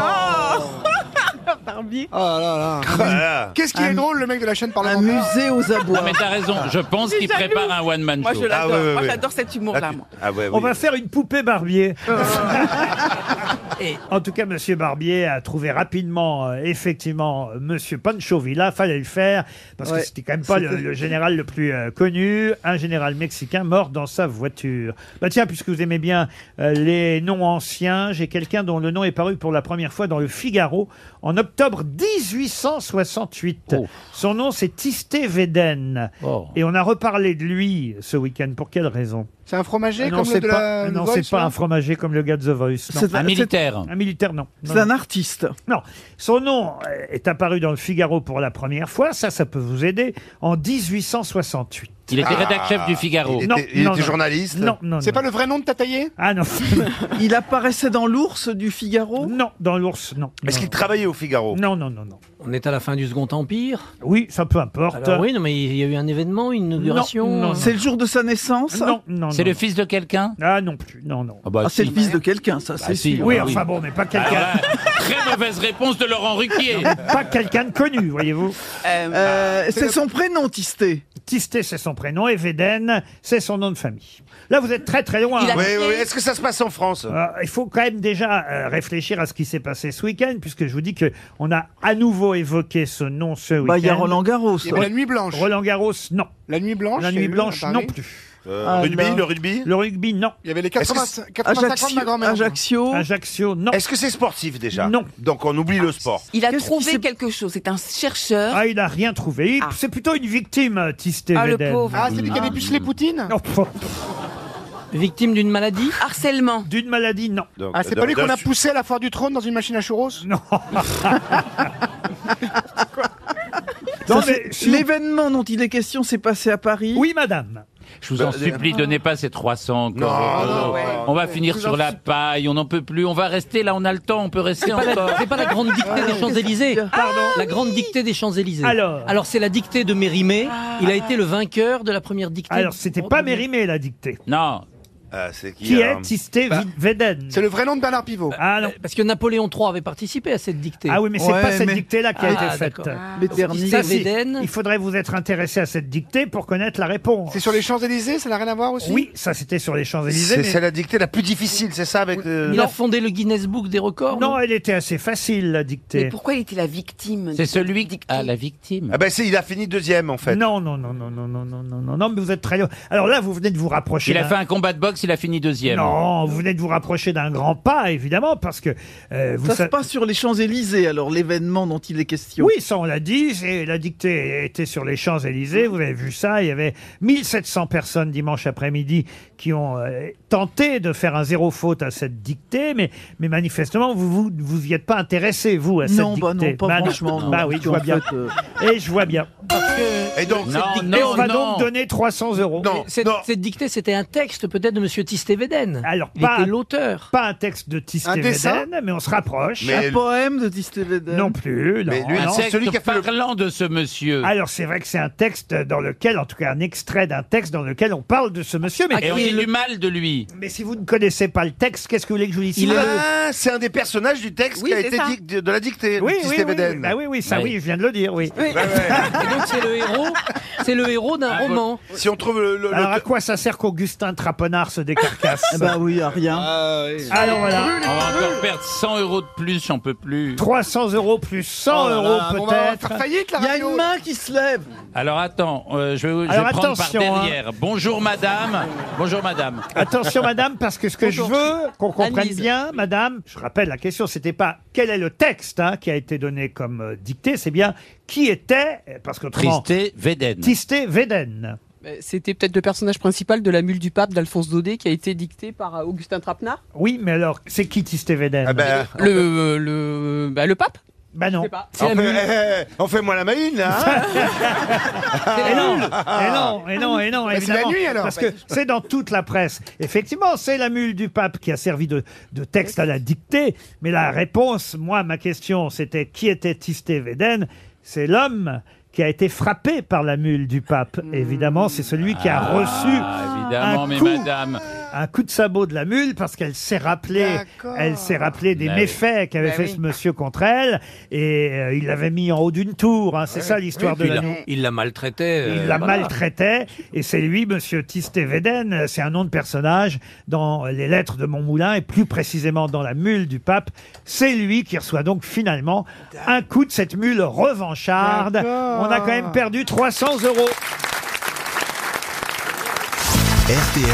Speaker 2: Oh.
Speaker 5: Barbier. Ah là là. Qu'est-ce qui est drôle, le mec de la chaîne parle Ah. Un
Speaker 4: musée aux abois.
Speaker 3: Non, mais t'as raison. Je pense
Speaker 5: Il est
Speaker 3: qu'il
Speaker 5: jaloux.
Speaker 3: prépare un one-man show.
Speaker 5: Moi, je l'adore. Ah, ouais, ouais, Moi, ouais.
Speaker 6: j'adore cet humour-là, moi.
Speaker 7: Ah ouais,
Speaker 2: On va faire une poupée Barbier. En tout cas, Monsieur Barbier a trouvé rapidement, euh, effectivement, Monsieur Pancho Villa. Fallait le faire parce
Speaker 4: Ouais.
Speaker 2: que c'était quand même pas le,
Speaker 4: C'était-
Speaker 2: le général le plus euh, connu. Un général mexicain mort dans sa voiture. Bah tiens, puisque vous aimez bien euh, les noms anciens, j'ai quelqu'un dont le nom est paru pour la première fois dans le Figaro en octobre 1868. Son nom, c'est Tisté Veden. Et on a reparlé de lui ce week-end. Pour quelle raison
Speaker 5: C'est un fromager
Speaker 2: Ah non,
Speaker 5: comme
Speaker 2: c'est
Speaker 5: le de
Speaker 2: pas-
Speaker 5: la.
Speaker 2: non,
Speaker 5: Voice,
Speaker 2: c'est pas
Speaker 5: là
Speaker 2: un fromager comme le gars de The Voice. non.
Speaker 4: C'est un- Un c'est- militaire.
Speaker 2: Un militaire, non. Non,
Speaker 4: C'est un
Speaker 2: non.
Speaker 4: artiste.
Speaker 2: Non, son nom euh, est apparu dans le Figaro pour la première fois, ça, ça peut vous aider, en 1868.
Speaker 3: Il était
Speaker 5: Ah,
Speaker 3: rédacteur-chef du Figaro.
Speaker 2: Non, non, non. Non, non,
Speaker 5: C'est
Speaker 2: non.
Speaker 5: pas le vrai nom de Tataillé
Speaker 2: Ah non.
Speaker 4: Il apparaissait dans l'ours du Figaro
Speaker 2: Non, dans l'ours, non.
Speaker 4: Est-ce
Speaker 7: qu'il travaillait au Figaro
Speaker 2: Non, non, non, non.
Speaker 8: On est à la fin du Second Empire
Speaker 2: Oui, ça peu importe.
Speaker 8: Alors oui, non, mais il y a eu un événement, une inauguration.
Speaker 4: C'est le jour de sa naissance
Speaker 2: Non, non.
Speaker 8: C'est
Speaker 2: non.
Speaker 8: le fils
Speaker 3: de quelqu'un
Speaker 2: Ah non plus, non, non.
Speaker 3: Ah, bah,
Speaker 4: Ah, c'est
Speaker 3: si.
Speaker 4: le fils de quelqu'un, ça,
Speaker 3: Bah,
Speaker 4: c'est
Speaker 3: si,
Speaker 4: sûr.
Speaker 2: oui,
Speaker 3: bah
Speaker 2: enfin bon, mais pas quelqu'un.
Speaker 3: Ah, bah, très mauvaise réponse de Laurent Ruquier.
Speaker 2: pas quelqu'un de connu, voyez-vous.
Speaker 4: Euh, c'est son prénom, Tisté.
Speaker 2: Tisté, c'est son prénom, et Védène, c'est son nom de famille. Là, vous êtes très très loin.
Speaker 7: Oui, oui. Est-ce que ça se passe en France
Speaker 2: Euh, il faut quand même déjà euh, réfléchir à ce qui s'est passé ce week-end, puisque je vous dis que on a à nouveau évoqué ce nom ce week-end.
Speaker 4: Bah, il y a Roland Garros.
Speaker 2: Et la nuit
Speaker 5: blanche.
Speaker 2: Roland Garros, non.
Speaker 5: La nuit blanche
Speaker 2: La
Speaker 5: il y a
Speaker 2: nuit
Speaker 5: eu
Speaker 2: blanche,
Speaker 5: à Paris
Speaker 2: non plus.
Speaker 7: Euh,
Speaker 2: Ah,
Speaker 7: rugby,
Speaker 2: non.
Speaker 7: le rugby
Speaker 2: Le rugby, non.
Speaker 5: Il y avait les
Speaker 7: Est-ce que
Speaker 5: 80,
Speaker 7: c'est-
Speaker 5: 85 ans de ma grand-mère.
Speaker 4: Ajaccio.
Speaker 2: Ajaccio, non.
Speaker 7: Est-ce que c'est sportif déjà
Speaker 2: Non.
Speaker 7: Donc on oublie le sport.
Speaker 6: Il a trouvé quelque chose. C'est un chercheur.
Speaker 2: Ah, il a rien trouvé. Il- C'est plutôt une victime, Tisté
Speaker 6: Ah, le
Speaker 2: Védène.
Speaker 6: pauvre.
Speaker 5: Ah, c'est lui qui avait pucelé Poutine
Speaker 2: Non, pff,
Speaker 8: Victime d'une maladie
Speaker 6: Harcèlement.
Speaker 2: D'une maladie, non.
Speaker 5: Ah, c'est pas lui qu'on a poussé à la foire du trône dans une machine à churros
Speaker 2: Non.
Speaker 4: Ça, c'est- L'événement dont il est question s'est passé à Paris.
Speaker 2: Oui, madame.
Speaker 3: Je vous en
Speaker 4: Bah,
Speaker 3: supplie, donnez pas ces 300 encore.
Speaker 4: Non,
Speaker 3: Oh,
Speaker 4: non, ouais.
Speaker 3: on va finir sur la paille, on n'en peut plus. On va rester là, on a le temps, on peut rester
Speaker 8: C'est pas,
Speaker 3: encore.
Speaker 8: la, c'est pas la grande dictée des Champs-Élysées. La grande dictée des Champs-Élysées.
Speaker 2: Alors Ah.
Speaker 8: c'est la dictée de Mérimée. Il a été le vainqueur de la première dictée.
Speaker 2: Alors, c'était pas Mérimée, la dictée. Euh,
Speaker 3: Non.
Speaker 7: Ah, c'est qui
Speaker 2: Qui
Speaker 7: alors
Speaker 2: est Tisté
Speaker 8: Bah,
Speaker 2: Védène
Speaker 5: Bah, C'est le vrai nom de Bernard Pivot.
Speaker 2: Ah non.
Speaker 8: Euh, Parce que Napoléon III avait participé à cette dictée.
Speaker 2: Ah oui, mais c'est pas cette dictée-là qui a
Speaker 8: Ah,
Speaker 2: été faite.
Speaker 8: d'accord.
Speaker 2: Donc, ça, si, il faudrait vous être intéressé à cette dictée pour connaître la réponse.
Speaker 5: C'est sur les Champs-Élysées, ça n'a rien à voir aussi
Speaker 2: Oui, ça c'était sur les Champs-Élysées.
Speaker 7: C'est
Speaker 2: mais-
Speaker 7: c'est la dictée la plus difficile, c'est ça avec euh,
Speaker 8: Il a fondé le Guinness Book des records.
Speaker 2: Non, elle était assez facile, la dictée.
Speaker 6: Mais pourquoi il était la victime
Speaker 3: C'est celui qui ah, la victime.
Speaker 7: Ah ben c'est il a fini deuxième en fait.
Speaker 2: Non, non, non, non, non, non, non, non, non, non, mais vous êtes très loin. Alors là, vous venez de vous rapprocher.
Speaker 3: Il a
Speaker 2: d'un-
Speaker 3: fait un combat de boxe, il a fini deuxième.
Speaker 2: hein. Non, vous venez de vous rapprocher d'un grand pas, évidemment, parce que euh, vous
Speaker 4: Ça se
Speaker 2: sa-
Speaker 4: passe sur les Champs-Élysées, alors l'événement dont il est question.
Speaker 2: Oui, ça on l'a dit, c'est- la dictée était sur les Champs-Élysées, vous avez vu ça, il y avait 1700 personnes dimanche après-midi qui ont euh, tenté de faire un zéro faute à cette dictée, mais, mais manifestement, vous vous, vous y êtes pas intéressé, vous, à cette
Speaker 4: Non, bah
Speaker 2: dictée.
Speaker 4: non, pas
Speaker 2: Bah non.
Speaker 4: franchement, non,
Speaker 2: Bah oui,
Speaker 4: parce
Speaker 2: je vois
Speaker 4: qu'en
Speaker 2: bien.
Speaker 4: fait, euh,
Speaker 2: Et je vois bien.
Speaker 7: Et donc
Speaker 2: Cette dictée, on va donc donner 300 euros.
Speaker 8: Cette, cette dictée, c'était un texte peut-être de Monsieur Tistévéden.
Speaker 2: Alors, bah,
Speaker 8: il
Speaker 2: pas-
Speaker 8: était l'auteur.
Speaker 2: Pas un texte de
Speaker 4: Un dessin
Speaker 2: Tistévéden, mais on se rapproche.
Speaker 4: Un poème de Tisté Védène.
Speaker 2: Non plus, non.
Speaker 3: Mais lui,
Speaker 2: non.
Speaker 3: c'est celui qui parlant de ce monsieur.
Speaker 2: Alors c'est vrai que c'est un texte dans lequel, en tout cas un extrait d'un texte dans lequel on parle de ce monsieur. Mais,
Speaker 3: Ah, Et on dit du mal de lui.
Speaker 2: mais si vous ne connaissez pas le texte, qu'est-ce que vous voulez que je vous dise
Speaker 7: Ah, c'est un des personnages du texte
Speaker 2: Oui,
Speaker 7: qui a
Speaker 2: c'est
Speaker 7: été
Speaker 2: ça.
Speaker 7: dic- de de la
Speaker 2: Oui,
Speaker 7: dictée. de
Speaker 2: oui, Ah
Speaker 7: Tisté
Speaker 2: oui, oui,
Speaker 7: Védène.
Speaker 2: bah oui, oui, ça,
Speaker 7: Ouais.
Speaker 2: oui, je viens de le dire, oui.
Speaker 8: Et donc c'est le héros, C'est le héros
Speaker 3: Ah,
Speaker 8: d'un roman.
Speaker 7: Si on trouve le.
Speaker 2: Alors à quoi ça sert qu'Augustin Traponard se décarcasse
Speaker 4: Eh ben oui, à rien.
Speaker 3: Ah,
Speaker 2: Alors Ah, voilà.
Speaker 3: On va encore perdre 100 euros de plus, j'en peux plus.
Speaker 2: 300 euros plus 100
Speaker 3: Oh là là,
Speaker 2: euros
Speaker 3: on va
Speaker 2: peut-être.
Speaker 3: faire
Speaker 4: Il y a une main qui se lève.
Speaker 3: Alors attends, euh, je vais, je vais
Speaker 2: Alors,
Speaker 3: prendre par
Speaker 2: attention, hein.
Speaker 3: derrière. Bonjour madame. Bonjour madame.
Speaker 2: Attention, madame, parce que ce que je veux qu'on comprenne
Speaker 3: Analyse.
Speaker 2: bien, madame, je rappelle la question, c'était pas quel est le texte hein, qui a été donné comme euh, dictée, c'est bien qui était, euh, parce que
Speaker 3: Tristé Véden.
Speaker 2: Tristé Véden.
Speaker 17: Mais C'était peut-être le personnage principal de La Mule du Pape d'Alphonse Daudet qui a été dicté par euh, Augustin Trapenard
Speaker 2: Oui, mais alors, c'est qui Tristé
Speaker 7: Ah
Speaker 2: Véden
Speaker 17: Le, euh, le, bah, le pape
Speaker 2: Bah non.
Speaker 7: ben, On fait, eh, eh, on fait moins la maïne, là
Speaker 2: Et Eh non, et non, et non, et non,
Speaker 7: Bah, c'est la
Speaker 2: évidemment,
Speaker 7: nuit, alors.
Speaker 2: Parce que c'est dans toute la presse. Effectivement, c'est la mule du pape qui a servi de, de texte à la dictée. Mais la réponse, moi, ma question, c'était qui était Tisté Véden C'est l'homme qui a été frappé par la mule du pape. Évidemment, c'est celui qui a
Speaker 3: Ah,
Speaker 2: reçu
Speaker 3: évidemment,
Speaker 2: un
Speaker 3: mais
Speaker 2: coup
Speaker 3: madame.
Speaker 2: un coup de sabot de la mule parce qu'elle s'est rappelée, elle s'est rappelée des
Speaker 3: Bah oui.
Speaker 2: méfaits qu'avait
Speaker 3: Bah
Speaker 2: fait
Speaker 3: oui.
Speaker 2: ce monsieur contre elle et euh, il l'avait mis en haut d'une tour. hein. c'est ça l'histoire
Speaker 8: Oui,
Speaker 2: de
Speaker 8: puis
Speaker 2: la
Speaker 8: il,
Speaker 2: mule.
Speaker 8: la, il la maltraitait. euh,
Speaker 2: Il la
Speaker 8: voilà.
Speaker 2: maltraitait, et c'est lui, Monsieur Tistévéden, c'est un nom de personnage dans les lettres de Montmoulin, et plus précisément dans la mule du pape. C'est lui qui reçoit donc finalement un coup de cette mule revancharde. On a quand même perdu 300 euros.
Speaker 1: RTL,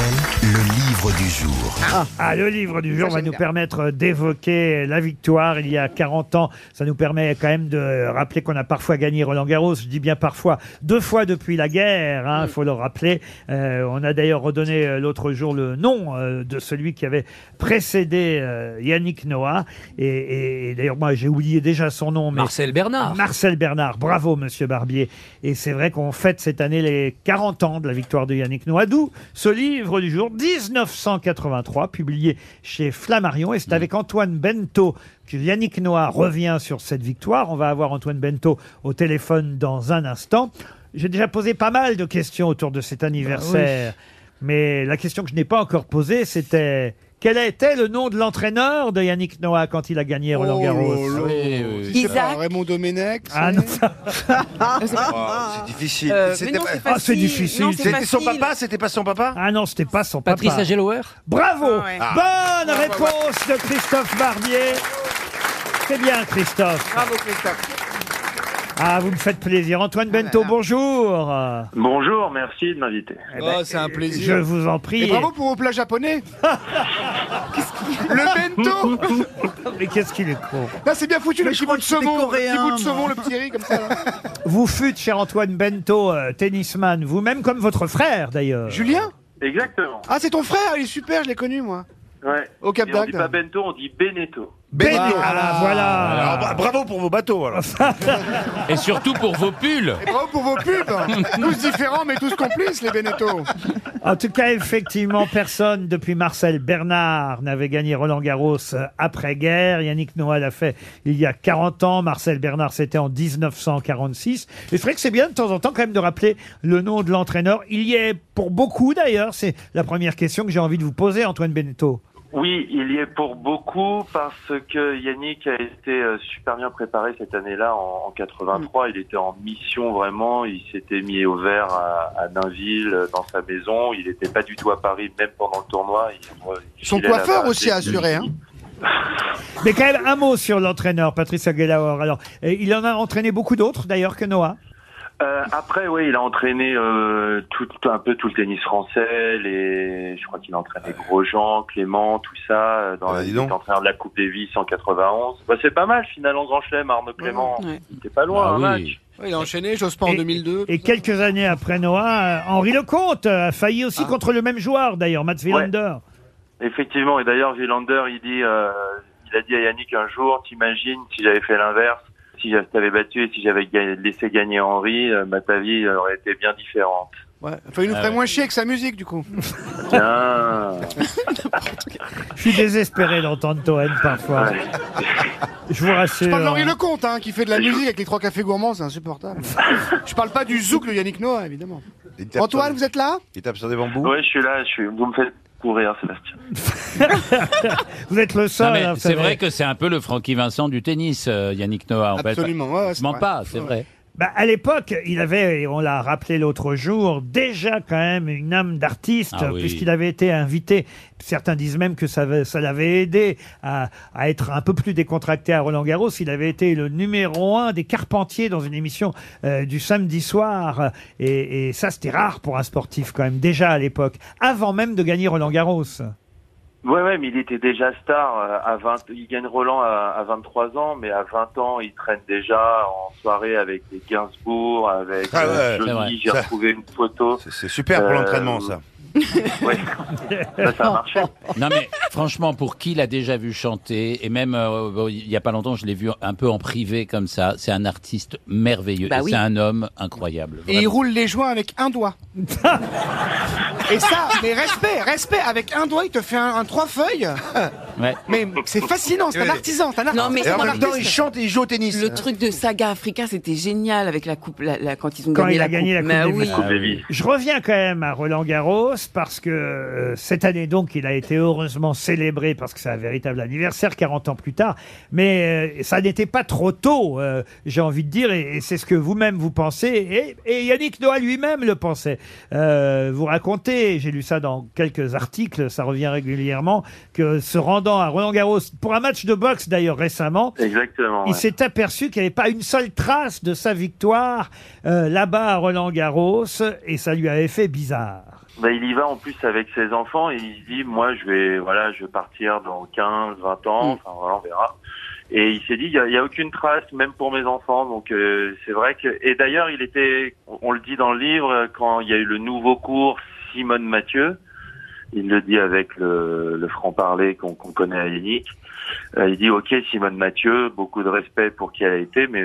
Speaker 1: le livre du jour.
Speaker 2: Ah, le livre du jour va nous permettre d'évoquer la victoire il y a 40 ans. Ça nous permet quand même de rappeler qu'on a parfois gagné Roland Garros. Je dis bien parfois, deux fois depuis la guerre, il faut le rappeler. Euh, on a d'ailleurs redonné euh, l'autre jour le nom euh, de celui qui avait précédé euh, Yannick Noah. Et, et- et d'ailleurs, moi, j'ai oublié déjà son nom. mais-
Speaker 8: Marcel Bernard.
Speaker 2: Marcel Bernard, bravo Monsieur Barbier. Et c'est vrai qu'on fête cette année les 40 ans de la victoire de Yannick Noah. D'où ce livre du jour 1983, publié chez Flammarion. Et c'est avec Antoine Bento que Yannick Noah revient sur cette victoire. On va avoir Antoine Bento au téléphone dans un instant. J'ai déjà posé pas mal de questions autour de cet anniversaire. Mais la question que je n'ai pas encore posée, c'était... Quel était le nom de l'entraîneur de Yannick Noah quand il a gagné Roland Garros
Speaker 5: Isaac. Raymond Domenech.
Speaker 2: Ah non.
Speaker 7: C'est difficile.
Speaker 5: Euh, mais
Speaker 7: C'était
Speaker 5: non,
Speaker 7: pas-
Speaker 5: c'est facile.
Speaker 2: Ah, c'est difficile. Non, c'est
Speaker 7: C'était son
Speaker 2: facile.
Speaker 7: papa, c'était pas son papa
Speaker 2: Ah non, c'était pas son
Speaker 8: Patrice
Speaker 2: papa.
Speaker 8: Agelower
Speaker 2: Bravo
Speaker 7: Ah ouais.
Speaker 2: Bonne réponse de Christophe Barbier C'est bien, Christophe.
Speaker 5: Bravo, Christophe.
Speaker 2: Ah, vous me faites plaisir. Antoine
Speaker 7: Ah
Speaker 2: Bento, bonjour
Speaker 18: Bonjour, merci de m'inviter.
Speaker 2: c'est un plaisir. Eh ben, Je vous en prie.
Speaker 5: Et bravo pour vos plats japonais. Le bento
Speaker 2: Mais qu'est-ce qu'il est con
Speaker 5: Là, c'est bien foutu, le
Speaker 4: Mais je
Speaker 5: petit bout
Speaker 4: crois
Speaker 5: de
Speaker 4: que c'était
Speaker 5: saumon, le petit
Speaker 4: coréen,
Speaker 5: bout de
Speaker 4: moi.
Speaker 5: saumon, le petit riz, comme ça. là.
Speaker 2: Vous fûtes, cher Antoine Bento, euh, tennisman, vous-même comme votre frère, d'ailleurs.
Speaker 5: Julien
Speaker 18: Exactement.
Speaker 5: Ah, c'est ton frère, il est super, je l'ai connu, moi.
Speaker 18: Ouais.
Speaker 5: Au Cap
Speaker 18: Et on dit
Speaker 5: d'Agde.
Speaker 18: pas Bento, on dit Beneto.
Speaker 2: Bento. Ah, voilà.
Speaker 7: Alors, bra- bravo pour vos bateaux, alors.
Speaker 3: Et surtout pour vos pulls.
Speaker 5: Et bravo pour vos pubs Tous différents, mais tous complices, les Beneteau.
Speaker 2: En tout cas, effectivement, personne depuis Marcel Bernard n'avait gagné Roland Garros euh, après-guerre. Yannick Noah l'a fait il y a 40 ans. Marcel Bernard, c'était en 1946. Et c'est vrai que c'est bien de temps en temps quand même de rappeler le nom de l'entraîneur. Il y est pour beaucoup d'ailleurs. C'est la première question que j'ai envie de vous poser, Antoine Beneteau.
Speaker 18: Oui, il y est pour beaucoup parce que Yannick a été euh, super bien préparé cette année-là en, en 83. Il était en mission vraiment. Il s'était mis au vert à, à Nainville euh, dans sa maison. Il n'était pas du tout à Paris même pendant le tournoi. Il- euh, il
Speaker 5: Son
Speaker 18: filait
Speaker 5: coiffeur
Speaker 18: là-bas
Speaker 5: aussi
Speaker 18: dès-
Speaker 5: a assuré, hein.
Speaker 2: Mais quand même un mot sur l'entraîneur, Patrice Aguilar. Alors, euh, il en a entraîné beaucoup d'autres d'ailleurs que Noah.
Speaker 18: Euh, après, oui, il a entraîné euh, tout, tout- un peu tout le tennis français. Les, je crois qu'il a entraîné Grosjean, Clément, tout ça. euh,
Speaker 7: Bah,
Speaker 18: Dans il était entraîneur de la Coupe Davis en 91. Bah, c'est pas mal, final en Grand Chelem, Arnaud Clément. C'était pas loin,
Speaker 3: Bah
Speaker 18: un
Speaker 3: oui.
Speaker 18: match.
Speaker 5: il a enchaîné, Jospin en 2002.
Speaker 2: Et quelques années après Noah, euh, Henri Lecomte a failli aussi contre le même joueur d'ailleurs, Mats Wilander.
Speaker 18: Effectivement, et d'ailleurs, Villander, il dit, euh, il a dit à Yannick un jour, t'imagines si j'avais fait l'inverse, si je t'avais battu et si j'avais ga- laissé gagner Henri, euh, bah, ta vie aurait été bien différente.
Speaker 5: Ouais. Enfin, il nous
Speaker 18: Ah
Speaker 5: ferait
Speaker 18: ouais.
Speaker 5: moins chier que sa musique, du coup.
Speaker 18: Bien.
Speaker 2: Je suis désespéré d'entendre Toen parfois. Je vous rassure.
Speaker 5: Je parle d'Henri Lecomte, hein, qui fait de la musique avec les trois cafés gourmands, c'est insupportable. Je parle pas du zouk de Yannick Noah, évidemment. Antoine, vous êtes là
Speaker 7: Il tape sur des bambous.
Speaker 18: Ouais, je suis là, je suis... vous me faites courir, Sébastien.
Speaker 2: Vous êtes le
Speaker 3: Non,
Speaker 2: seul.
Speaker 3: mais
Speaker 2: hein, vous
Speaker 3: c'est
Speaker 2: savez.
Speaker 3: vrai que c'est un peu le Francky Vincent du tennis, euh, Yannick Noah. On peut-
Speaker 5: Absolument, ouais, ouais, c'est
Speaker 3: Je mens
Speaker 5: vrai.
Speaker 3: pas, c'est vrai.
Speaker 2: Bah, à l'époque, il avait, et on l'a rappelé l'autre jour, déjà quand même une âme d'artiste,
Speaker 19: Ah oui.
Speaker 2: puisqu'il avait été invité. Certains disent même que ça, avait- ça l'avait aidé à, à être un peu plus décontracté à Roland Garros. Il avait été le numéro un des Carpentiers dans une émission euh, du samedi soir. Et, et ça, c'était rare pour un sportif quand même, déjà à l'époque, avant même de gagner Roland Garros.
Speaker 18: Ouais, ouais, mais il était déjà star euh, à 20. Il gagne Roland à, à 23 ans, mais à 20 ans, il traîne déjà en soirée avec les Gainsbourg, avec
Speaker 7: Ah
Speaker 18: euh,
Speaker 7: ouais, c'est vrai.
Speaker 18: Johnny. J'ai
Speaker 7: Ça-
Speaker 18: retrouvé une photo. Euh,
Speaker 7: C'est super pour l'entraînement, ça.
Speaker 18: Ouais. Ça, ça a marché.
Speaker 3: Non mais franchement, pour qui l'a déjà vu chanter et même euh, bon, il y a pas longtemps, je l'ai vu un peu en privé comme ça. C'est un artiste merveilleux.
Speaker 5: Bah
Speaker 3: Et
Speaker 5: oui.
Speaker 3: C'est un homme incroyable.
Speaker 5: Et il roule les joints avec un doigt. Et ça, mais respect, respect, avec un doigt, il te fait un, un trois feuilles.
Speaker 3: Ouais.
Speaker 5: Mais c'est fascinant, c'est un artisan, c'est un artisan.
Speaker 6: Non, mais
Speaker 5: c'est un artiste.
Speaker 7: chante et il joue au tennis.
Speaker 6: Le truc de Saga Africa, c'était génial avec la coupe, la, la- quand ils ont
Speaker 2: quand
Speaker 6: gagné
Speaker 2: il
Speaker 6: la
Speaker 2: a gagné
Speaker 6: coupe.
Speaker 2: la
Speaker 6: Mais
Speaker 2: Coupe
Speaker 6: Ah oui.
Speaker 2: des Vices. Je reviens quand même à Roland Garros parce que euh, cette année donc il a été heureusement célébré parce que c'est un véritable anniversaire 40 ans plus tard mais euh, ça n'était pas trop tôt euh, j'ai envie de dire et, et c'est ce que vous-même vous pensez et, et Yannick Noah lui-même le pensait Euh, vous racontez j'ai lu ça dans quelques articles ça revient régulièrement que se rendant à Roland Garros pour un match de boxe d'ailleurs récemment
Speaker 18: Exactement.
Speaker 2: il
Speaker 18: Ah ouais.
Speaker 2: s'est aperçu qu'il n'y avait pas une seule trace de sa victoire euh, là-bas à Roland Garros et ça lui avait fait bizarre.
Speaker 18: Bah, il y va en plus avec ses enfants et il se dit moi je vais voilà je vais partir dans 15 20
Speaker 7: Hmm.
Speaker 18: ans enfin voilà on verra et il s'est dit il y a, il y a aucune trace même pour mes enfants donc euh, c'est vrai que et d'ailleurs il était on, on le dit dans le livre euh, quand il y a eu le nouveau cours Simone Mathieu il le dit avec le, le franc-parler qu'on qu'on connaît à Yannick. Euh, il dit, OK, Simone Mathieu, beaucoup de respect pour qui elle a été, mais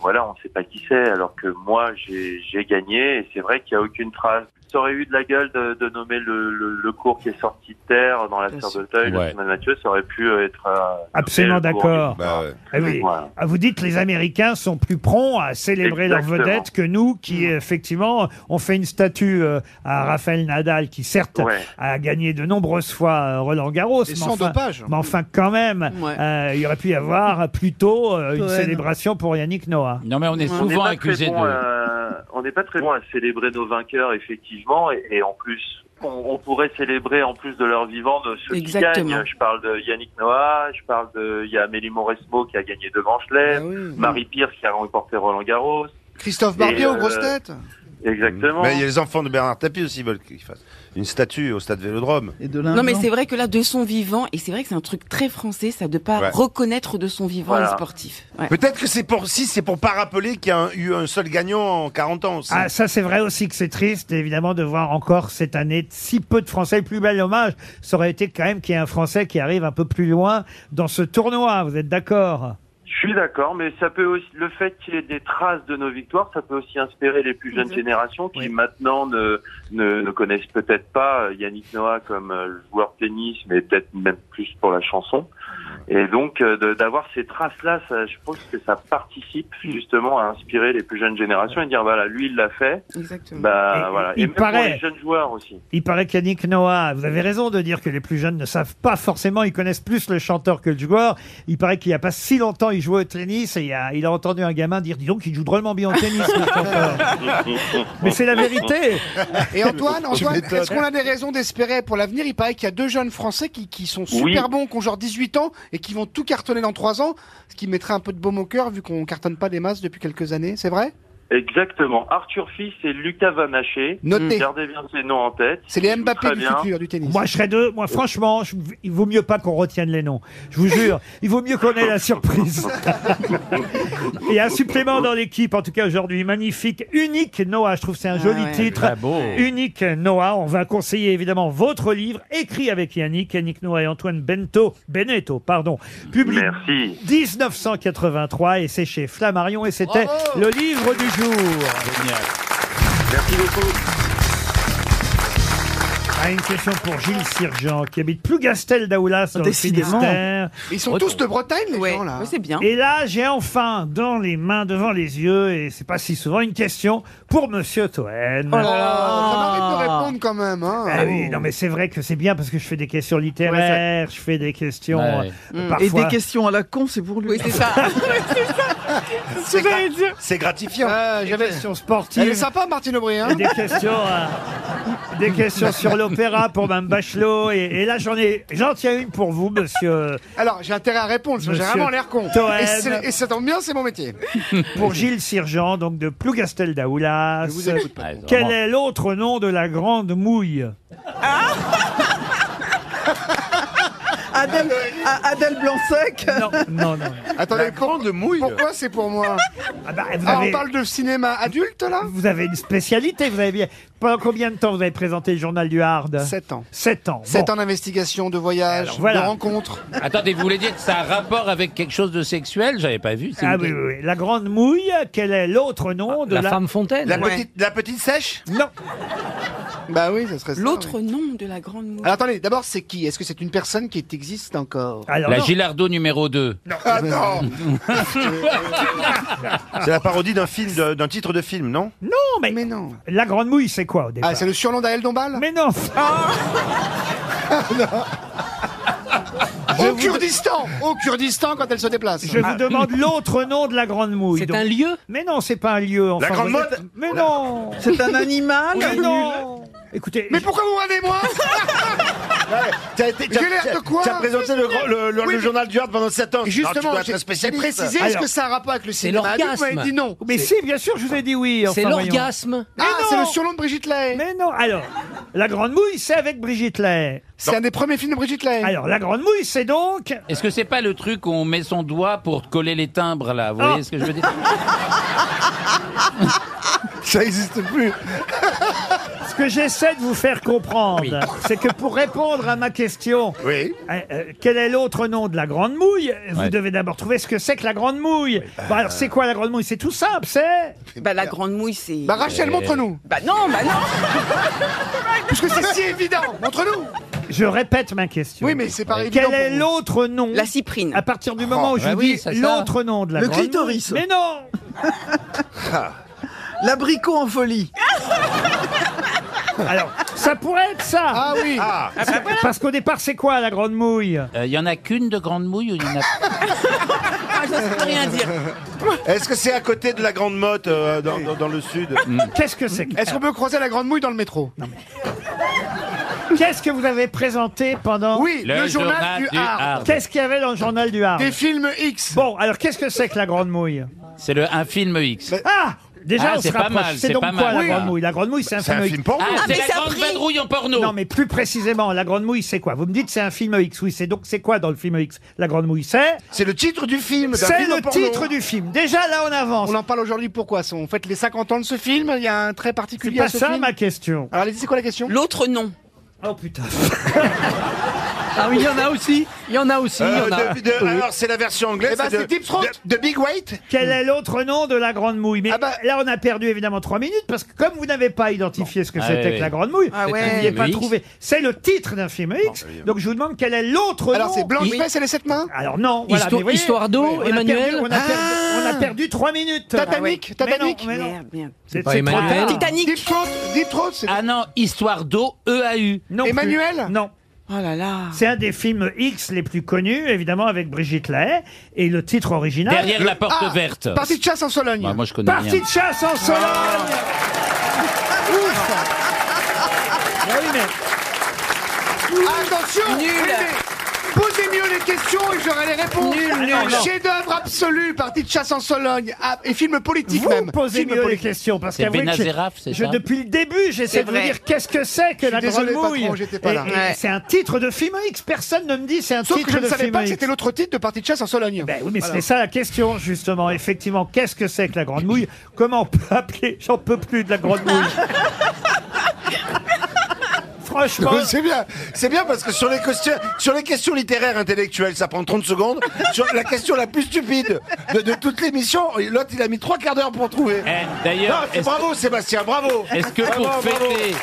Speaker 18: voilà, on ne sait pas qui c'est, alors que moi, j'ai j'ai gagné, et c'est vrai qu'il n'y a aucune trace. Ça aurait eu de la gueule de, de nommer le, le, le cours qui est sorti de terre dans la Serre d'Auteuil, le
Speaker 2: Ouais.
Speaker 18: Simone Mathieu, ça aurait pu euh, être... euh,
Speaker 2: Absolument
Speaker 18: nommé le cours.
Speaker 2: d'accord.
Speaker 7: Bah,
Speaker 2: Ah oui.
Speaker 18: Voilà.
Speaker 2: Ah, Vous dites les Américains sont plus prompts à célébrer leurs
Speaker 18: Exactement. Mm.
Speaker 2: vedettes que nous qui effectivement ont fait une statue euh, à Rafael Nadal qui certes
Speaker 18: Ouais.
Speaker 2: a gagné de nombreuses fois euh, Roland Garros
Speaker 5: Et sans
Speaker 2: enfin,
Speaker 5: dopage.
Speaker 2: mais enfin quand même euh, il aurait pu y avoir plutôt euh, une
Speaker 18: Cohen.
Speaker 2: célébration pour Yannick Noah.
Speaker 3: Non mais on est
Speaker 18: On n'est pas très bon, euh, on n'est pas très bon à célébrer nos vainqueurs, effectivement, et, et en plus, on, on pourrait célébrer en plus de leur vivant de ceux
Speaker 6: Exactement.
Speaker 18: qui gagnent. Je parle de Yannick Noah, je parle de, il y a Amélie Mauresmo qui a gagné deux grands chelems, Marie Pierce qui a remporté Roland Garros.
Speaker 5: Ah Christophe Barbier
Speaker 18: Et,
Speaker 5: aux grosses
Speaker 18: euh,
Speaker 5: têtes.
Speaker 18: Exactement.
Speaker 7: Mais il y a les enfants de Bernard Tapie aussi ils veulent qu'ils fassent une statue au stade Vélodrome.
Speaker 4: Et de
Speaker 6: Non mais c'est vrai que là de son vivant et c'est vrai que c'est un truc très français ça de pas
Speaker 7: Ouais.
Speaker 6: reconnaître de son vivant
Speaker 7: Voilà.
Speaker 6: les sportifs. Ouais.
Speaker 7: Peut-être que c'est pour si c'est pour pas rappeler qu'il y a un- eu un seul gagnant en 40 ans aussi.
Speaker 2: Ah, ça, c'est vrai aussi que c'est triste, évidemment, de voir encore cette année si peu de Français. Le plus bel hommage, ça aurait été quand même qu'il y ait un Français qui arrive un peu plus loin dans ce tournoi. Vous êtes d'accord
Speaker 18: Je suis d'accord, mais ça peut aussi, le fait qu'il y ait des traces de nos victoires, ça peut aussi inspirer les plus jeunes générations qui maintenant ne, ne, ne connaissent peut-être pas euh, Yannick Noah comme euh, le joueur de tennis, mais peut-être même plus pour la chanson. Et donc euh, de- d'avoir ces traces-là, ça, je pense que ça participe justement à inspirer les plus jeunes générations et dire voilà, lui il l'a fait.
Speaker 6: Exactement.
Speaker 18: Bah voilà,
Speaker 2: il
Speaker 18: et même
Speaker 2: paraît-
Speaker 18: pour les jeunes joueurs aussi.
Speaker 2: Il paraît qu'Yannick Noah, vous avez raison de dire que les plus jeunes ne savent pas forcément, ils connaissent plus le chanteur que le joueur. Il paraît qu'il n'y a pas si longtemps, il jouait au tennis et il a, il a entendu un gamin dire, dis donc, il joue drôlement bien au tennis, le chanteur. Mais c'est la vérité.
Speaker 5: Et Antoine,
Speaker 2: Tu
Speaker 5: Antoine
Speaker 2: m'étonnes.
Speaker 5: est-ce qu'on a des raisons d'espérer pour l'avenir Il paraît qu'il y a deux jeunes Français qui, qui sont super
Speaker 18: Oui.
Speaker 5: bons, qui ont genre 18 ans et qui vont tout cartonner dans 3 ans, ce qui mettrait un peu de baume au cœur vu qu'on cartonne pas des masses depuis quelques années, c'est vrai
Speaker 18: Exactement. Arthur Fils et Lucas Vanaché.
Speaker 5: Notez.
Speaker 18: Gardez bien ces noms en tête.
Speaker 5: C'est les
Speaker 18: Ils jouent
Speaker 5: Mbappé
Speaker 18: très
Speaker 5: du
Speaker 18: bien.
Speaker 5: futur du tennis.
Speaker 2: Moi, je serais deux. Moi, franchement, je- il vaut mieux pas qu'on retienne les noms. Je vous jure, il vaut mieux qu'on ait la surprise. Il y a un supplément dans l'équipe, en tout cas aujourd'hui, magnifique, unique Noah. Je trouve que c'est un joli
Speaker 3: Ah ouais.
Speaker 2: titre.
Speaker 3: Très beau.
Speaker 2: Unique Noah. On va conseiller évidemment votre livre, écrit avec Yannick, Yannick Noah et Antoine Bento, Beneto, pardon, publié
Speaker 18: Merci.
Speaker 2: 1983 et c'est chez Flammarion et c'était
Speaker 18: Bravo.
Speaker 2: le livre du jour.
Speaker 18: Merci beaucoup.
Speaker 2: Ah, une question pour Gilles Sirgent qui habite Plougastel d'Aoulas dans le
Speaker 5: Décidément.
Speaker 2: Finistère.
Speaker 5: Ils sont tous de Bretagne, les gens, là.
Speaker 6: c'est bien.
Speaker 2: Et là, j'ai enfin dans les mains, devant les yeux, et c'est pas si souvent, une question pour Monsieur Toen.
Speaker 5: Oh là là, ça m'arrive de répondre quand même. Hein.
Speaker 2: Ah oui, non mais c'est vrai que c'est bien parce que je fais des questions littéraires, je fais des questions
Speaker 4: Ouais.
Speaker 2: euh,
Speaker 4: Mm.
Speaker 2: parfois.
Speaker 4: Et des questions à la con, c'est pour lui.
Speaker 6: Oui, c'est ça.
Speaker 5: C'est gra-
Speaker 7: C'est gratifiant.
Speaker 2: Des questions sportives.
Speaker 5: Elle est sympa, Martine Aubry. Hein
Speaker 2: Et des questions, euh, des questions sur l'opéra pour Mme Bachelot. Et, et là, j'en ai, j'en tiens une pour vous, monsieur.
Speaker 5: Alors, j'ai intérêt à répondre, parce que j'ai
Speaker 2: Monsieur
Speaker 5: vraiment l'air con.
Speaker 2: Toen.
Speaker 5: Et, c'est- et ça tombe bien, c'est mon métier.
Speaker 2: Pour Gilles Sirgent, donc de Plougastel d'Aoulas.
Speaker 5: Je vous écoute, Patrick.
Speaker 2: Quel est l'autre nom de la grande mouille
Speaker 3: Ah,
Speaker 4: Adèle, A- Adèle Blanc-Sec
Speaker 2: Non, non, non.
Speaker 5: Attendez, pour- Pourquoi c'est pour moi
Speaker 2: bah, vous
Speaker 5: Ah,
Speaker 2: avez-
Speaker 5: on parle de cinéma adulte, là
Speaker 2: Vous avez une spécialité, vous avez bien. Pendant combien de temps vous avez présenté le journal du Hard
Speaker 5: Sept ans.
Speaker 2: Sept ans.
Speaker 5: C'est
Speaker 2: bon.
Speaker 5: en investigation, de voyage,
Speaker 2: Alors, voilà.
Speaker 5: de rencontre.
Speaker 3: Attendez, vous voulez dire que ça a un rapport avec quelque chose de sexuel J'avais pas vu. s'il
Speaker 2: Ah
Speaker 3: vous
Speaker 2: oui,
Speaker 3: plaît.
Speaker 2: oui, oui. La grande mouille, quel est l'autre nom de la...
Speaker 3: la femme fontaine.
Speaker 7: La, petite, la petite sèche
Speaker 2: Non.
Speaker 5: Bah oui, ça serait ça.
Speaker 6: L'autre
Speaker 5: oui.
Speaker 6: nom de la grande mouille.
Speaker 8: Ah,
Speaker 5: Alors, attendez, d'abord, c'est qui Est-ce que c'est une personne qui existe encore
Speaker 3: la Gilardo numéro 2.
Speaker 5: Ah non
Speaker 7: C'est la parodie d'un film, de- d'un titre de film, non
Speaker 2: Non, mais... La grande mouille, c'est quoi au départ
Speaker 5: Ah, c'est le surnom d'Aël Dombal
Speaker 2: Mais non Ah,
Speaker 5: Ah, Au Kurdistan Au Kurdistan, quand elle se déplace.
Speaker 2: Je vous demande l'autre nom de la grande mouille.
Speaker 5: Ah. C'est
Speaker 2: donc.
Speaker 5: un lieu
Speaker 2: Mais non, c'est pas un lieu. enfin,
Speaker 5: grande
Speaker 2: vous
Speaker 5: mode
Speaker 2: êtes- Mais non
Speaker 4: C'est un animal
Speaker 2: Mais non Écoutez,
Speaker 5: Mais pourquoi vous regardez moi
Speaker 7: T'as été-
Speaker 5: J'ai
Speaker 7: t'as-
Speaker 5: l'air de
Speaker 7: t'as-
Speaker 5: quoi
Speaker 7: T'as présenté le, grand- le, le-
Speaker 5: Oui,
Speaker 7: le
Speaker 5: mais-
Speaker 7: journal du Hard pendant 7 ans. Alors, tu
Speaker 5: Justement,
Speaker 7: dois être
Speaker 5: j'ai
Speaker 7: un
Speaker 5: j'ai
Speaker 7: spécialiste.
Speaker 5: précisé est-ce
Speaker 7: Alors,
Speaker 5: que ça a un rapport avec le
Speaker 7: c'est
Speaker 5: cinéma adulte Vous m'avez
Speaker 7: l'orgasme.
Speaker 5: dit non.
Speaker 2: Mais si, bien sûr, je vous ai dit oui.
Speaker 8: C'est
Speaker 2: enfin, voyons.
Speaker 8: l'orgasme.
Speaker 2: Mais
Speaker 5: Ah,
Speaker 2: non.
Speaker 5: c'est le surnom de Brigitte Lay.
Speaker 2: Mais non, alors, la grande mouille, c'est avec Brigitte Lay.
Speaker 5: C'est un des premiers films de Brigitte Lay.
Speaker 2: Alors, la grande mouille, c'est donc...
Speaker 3: Est-ce que c'est pas le truc où on met son doigt pour coller les timbres là Vous voyez ce que je veux dire
Speaker 5: Ça n'existe plus.
Speaker 2: Ce que j'essaie de vous faire comprendre, c'est que pour répondre à ma question, euh, euh, quel est l'autre nom de la grande mouille Vous
Speaker 3: Ouais.
Speaker 2: devez d'abord trouver ce que c'est que la grande mouille.
Speaker 5: bah,
Speaker 2: Bon, alors, c'est quoi la grande mouille C'est tout simple, c'est...
Speaker 6: Bah, la grande mouille, c'est.
Speaker 5: Bah, Rachel, montre-nous.
Speaker 6: Bah, non, bah, non
Speaker 5: Parce que c'est si évident. Montre-nous.
Speaker 2: Je répète ma question.
Speaker 5: Oui, mais c'est pareil.
Speaker 2: Quel est l'autre nom La
Speaker 6: cyprine.
Speaker 2: À partir
Speaker 5: Oh,
Speaker 2: du moment où je
Speaker 8: bah
Speaker 2: vous
Speaker 8: oui,
Speaker 2: dis
Speaker 8: c'est ça.
Speaker 2: l'autre nom de la
Speaker 4: Le
Speaker 2: grande
Speaker 4: clitoris.
Speaker 2: mouille- Mais non Ah.
Speaker 4: L'abricot en folie.
Speaker 2: Ah. Alors, ça pourrait être ça
Speaker 5: Ah oui.
Speaker 7: Ah.
Speaker 2: Parce- Parce qu'au départ, c'est quoi la grande mouille
Speaker 3: Il Euh, y en a qu'une de grande mouille ou il y en a
Speaker 6: Ah, je sais rien dire.
Speaker 7: Est-ce que c'est à côté de la Grande Motte euh, dans, dans- dans le sud
Speaker 2: Mm. Qu'est-ce que c'est que-
Speaker 5: Est-ce qu'on peut croiser la grande mouille dans le métro
Speaker 2: Qu'est-ce que vous avez présenté pendant
Speaker 5: Oui, le, journal, du, Hard.
Speaker 2: Qu'est-ce qu'il y avait dans le journal du Hard
Speaker 5: Des films X.
Speaker 2: Bon, alors qu'est-ce que c'est que la grande mouille
Speaker 3: C'est le un film X.
Speaker 2: Ah Déjà,
Speaker 3: Ah,
Speaker 2: on se
Speaker 3: c'est pas
Speaker 2: rapproche.
Speaker 3: mal,
Speaker 2: c'est
Speaker 3: c'est
Speaker 2: donc
Speaker 3: pas
Speaker 2: quoi
Speaker 3: mal,
Speaker 2: la
Speaker 3: oui.
Speaker 2: grande mouille La grande mouille, c'est un
Speaker 7: C'est
Speaker 2: film
Speaker 7: un
Speaker 2: X.
Speaker 7: film porno.
Speaker 3: Ah,
Speaker 6: mais
Speaker 3: c'est la
Speaker 6: ça
Speaker 3: grande
Speaker 6: brille.
Speaker 3: vadrouille en porno.
Speaker 2: Non, mais plus précisément, la grande mouille, c'est quoi Vous me dites c'est un film X. Oui, c'est donc c'est quoi dans le film X La grande mouille, c'est
Speaker 7: C'est le titre du film. d'un
Speaker 2: c'est
Speaker 7: film
Speaker 2: le
Speaker 7: porno.
Speaker 2: titre du film. Déjà là, on avance.
Speaker 5: On en parle aujourd'hui pourquoi On fête les 50 ans de ce film, il y a un trait
Speaker 2: C'est
Speaker 5: particulier à
Speaker 2: pas
Speaker 5: ce
Speaker 2: ça
Speaker 5: film.
Speaker 2: ma question.
Speaker 5: Alors allez-y, c'est quoi la question
Speaker 6: L'autre nom.
Speaker 2: Oh putain.
Speaker 8: Ah oui, il y en a aussi. Il y en a aussi. il y
Speaker 7: Euh,
Speaker 8: en a.
Speaker 7: de- de- alors, c'est la version anglaise.
Speaker 5: Eh ben,
Speaker 7: de-
Speaker 5: c'est Deep Throat.
Speaker 7: De, de Big Weight
Speaker 2: Quel est l'autre nom de la grande mouille
Speaker 5: Ah
Speaker 2: Mais
Speaker 5: bah-
Speaker 2: là, on a perdu évidemment trois minutes parce que comme vous n'avez pas identifié ce que
Speaker 3: Ah
Speaker 2: c'était
Speaker 3: ouais,
Speaker 2: que
Speaker 3: ouais.
Speaker 2: la grande mouille,
Speaker 4: Ah
Speaker 2: vous
Speaker 4: ouais.
Speaker 2: n'aviez pas
Speaker 3: X.
Speaker 2: trouvé. C'est le titre d'un film X. Donc je vous demande quel est l'autre
Speaker 5: Alors
Speaker 2: nom.
Speaker 5: c'est Blanche
Speaker 2: Oui.
Speaker 5: Fesse et les sept mains
Speaker 2: Alors non, voilà,
Speaker 8: Histo-
Speaker 2: mais voyez,
Speaker 8: histoire d'eau,
Speaker 2: on a
Speaker 8: Emmanuel
Speaker 2: perdu- on, a perdu, on a
Speaker 5: Ah.
Speaker 2: perdu trois minutes. Ah
Speaker 5: Titanic,
Speaker 2: Mais non,
Speaker 5: Titanic.
Speaker 2: mais non.
Speaker 6: Merde, merde.
Speaker 2: C'est
Speaker 8: pas
Speaker 2: c'est trop
Speaker 8: Emmanuel.
Speaker 2: tard.
Speaker 6: Titanic.
Speaker 5: Deep Throat, Deep Throat, c'est
Speaker 3: Ah non, histoire d'eau, E EAU.
Speaker 2: Non plus.
Speaker 5: Emmanuel
Speaker 2: Non.
Speaker 6: Oh là là.
Speaker 2: C'est un des films X les plus connus, évidemment, avec Brigitte Lahaye. Et le titre original.
Speaker 3: Derrière la porte
Speaker 5: Ah,
Speaker 3: verte.
Speaker 5: Partie de chasse en Sologne.
Speaker 3: Bah, moi, je connais
Speaker 2: Partie
Speaker 3: rien.
Speaker 2: de chasse en Sologne Ouf. Ah oui, mais
Speaker 5: Attention
Speaker 6: Nul.
Speaker 5: oui, mais Posez mieux les questions et j'aurai les réponses.
Speaker 2: Nul,
Speaker 5: Un
Speaker 2: nul.
Speaker 5: Chef-d'œuvre absolu, partie de chasse en Sologne ah, et film politique
Speaker 2: vous
Speaker 5: même.
Speaker 2: posez
Speaker 5: Film
Speaker 2: mieux les
Speaker 5: politique.
Speaker 2: questions parce
Speaker 3: C'est
Speaker 2: qu'avouez que
Speaker 3: Benazeraf,
Speaker 2: je-
Speaker 3: c'est
Speaker 2: je-
Speaker 3: ça
Speaker 2: depuis le début j'essaie
Speaker 6: C'est
Speaker 2: de vous
Speaker 6: vrai.
Speaker 2: dire qu'est-ce que c'est que
Speaker 5: suis
Speaker 2: la grande
Speaker 5: désolé, patron,
Speaker 2: mouille.
Speaker 5: j'étais pas là.
Speaker 2: Et- et
Speaker 6: Ouais.
Speaker 2: C'est un titre de film X. Personne ne me dit c'est un
Speaker 5: Sauf
Speaker 2: titre
Speaker 5: que je ne
Speaker 2: de
Speaker 5: savais
Speaker 2: film
Speaker 5: pas que
Speaker 2: X.
Speaker 5: c'était l'autre titre de Partie de chasse en Sologne.
Speaker 2: Ben oui, mais
Speaker 5: Voilà.
Speaker 2: c'est ça la question, justement. Effectivement, qu'est-ce que c'est que la grande mouille Comment on peut appeler J'en peux plus de la grande mouille. Franchement,
Speaker 7: Oui, C'est bien, c'est bien parce que sur les, questions, sur les questions littéraires intellectuelles, ça prend 30 secondes. Sur la question la plus stupide de, de toute l'émission, l'autre il a mis trois quarts d'heure pour trouver.
Speaker 3: Eh,
Speaker 7: Non,
Speaker 3: D'ailleurs,
Speaker 7: c'est
Speaker 3: est-ce
Speaker 7: bravo Sébastien, bravo.
Speaker 3: est-ce que
Speaker 7: Bravo,
Speaker 3: pour
Speaker 7: bravo.
Speaker 3: fêter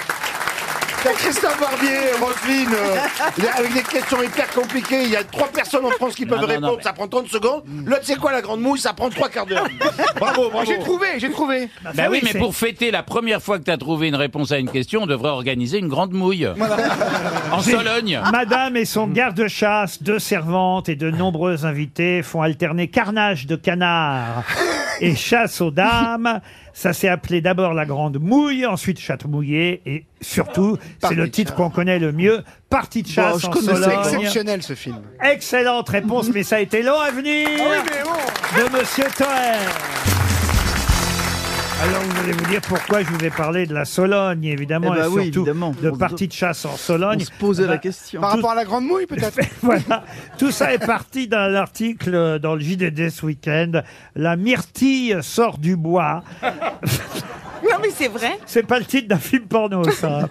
Speaker 7: T'as Christophe Barbier, Roselyne, euh, il y a- avec des questions hyper compliquées. Il y a trois personnes en France qui peuvent
Speaker 5: Non, non, non,
Speaker 7: répondre, ça prend 30 secondes. L'autre, c'est quoi la grande mouille Ça prend trois quarts d'heure. Bravo, bravo.
Speaker 5: J'ai trouvé, j'ai trouvé.
Speaker 2: Ah,
Speaker 3: Bah oui, mais pour fêter la première fois que tu as trouvé une réponse à une question, on devrait organiser une grande mouille. en
Speaker 2: J'ai-
Speaker 3: Sologne.
Speaker 2: Madame et son garde-chasse, deux servantes et de nombreux invités font alterner carnage de canards et chasse aux dames. Ça s'est appelé d'abord la Grande Mouille, ensuite Chatte Mouillée et surtout, c'est le titre qu'on connaît le mieux, Partie de chasse en
Speaker 5: C'est
Speaker 2: Sologne.
Speaker 5: exceptionnel ce film.
Speaker 2: Excellente réponse, mais ça a été long à venir
Speaker 4: Ah
Speaker 2: de Monsieur Toer. Alors vous allez vous dire pourquoi je vous ai parlé de la Sologne, évidemment,
Speaker 4: Eh ben
Speaker 2: et
Speaker 4: oui,
Speaker 2: surtout
Speaker 4: évidemment.
Speaker 2: de partie de chasse en Sologne.
Speaker 4: On se posait
Speaker 2: Bah,
Speaker 4: la question.
Speaker 5: Par
Speaker 2: tout-
Speaker 5: rapport à la grande mouille, peut-être
Speaker 2: voilà. Tout ça est parti d'un article euh, dans le JDD ce week-end. La myrtille sort du bois.
Speaker 6: Non, mais c'est vrai.
Speaker 2: C'est pas le titre d'un film porno, ça.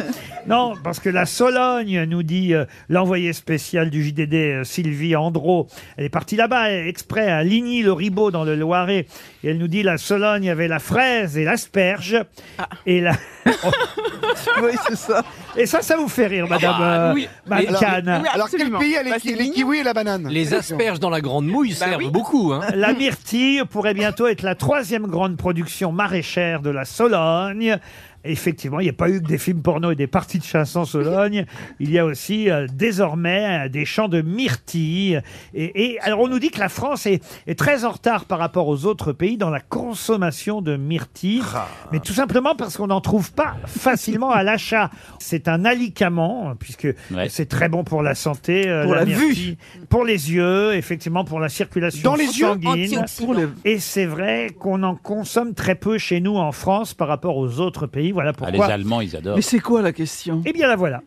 Speaker 2: non, parce que la Sologne, nous dit euh, l'envoyé spécial du JDD, euh, Sylvie Andro, elle est partie là-bas euh, exprès à Ligny-le-Ribaud dans le Loiret. Et elle nous dit la Sologne avait la fraise et l'asperge.
Speaker 6: Ah.
Speaker 2: Et la...
Speaker 4: oui, c'est ça.
Speaker 2: Et ça, ça vous fait rire, madame
Speaker 8: Ah,
Speaker 2: euh,
Speaker 8: oui.
Speaker 2: Malcane.
Speaker 8: Alors, oui,
Speaker 5: Alors quel
Speaker 8: Absolument.
Speaker 5: pays a les,
Speaker 8: Bah,
Speaker 5: les kiwis et la banane
Speaker 8: Les asperges dans la grande mouille
Speaker 6: Bah
Speaker 8: servent beaucoup. Hein.
Speaker 2: La myrtille pourrait bientôt être la troisième grande production maraîchère de la Sologne. Effectivement, il n'y a pas eu que des films porno et des parties de chasse en Sologne. Il y a aussi euh, désormais euh, des champs de myrtille. Et, et- alors, on nous dit que la France est, est très en retard par rapport aux autres pays dans la consommation de myrtille.
Speaker 4: Ah.
Speaker 2: Mais tout simplement parce qu'on n'en trouve pas facilement à l'achat. C'est un alicament, puisque c'est très bon pour la santé. euh,
Speaker 4: Pour la vue.
Speaker 2: myrtille pour les yeux, effectivement pour la circulation
Speaker 4: Dans les yeux
Speaker 2: sanguine.
Speaker 4: Antioxydants. Pour les-
Speaker 2: Et c'est vrai qu'on en consomme très peu chez nous en France par rapport aux autres pays. Voilà
Speaker 3: Ah,
Speaker 2: pourquoi.
Speaker 3: les Allemands, ils adorent.
Speaker 4: Mais c'est quoi la question
Speaker 2: Eh bien la voilà.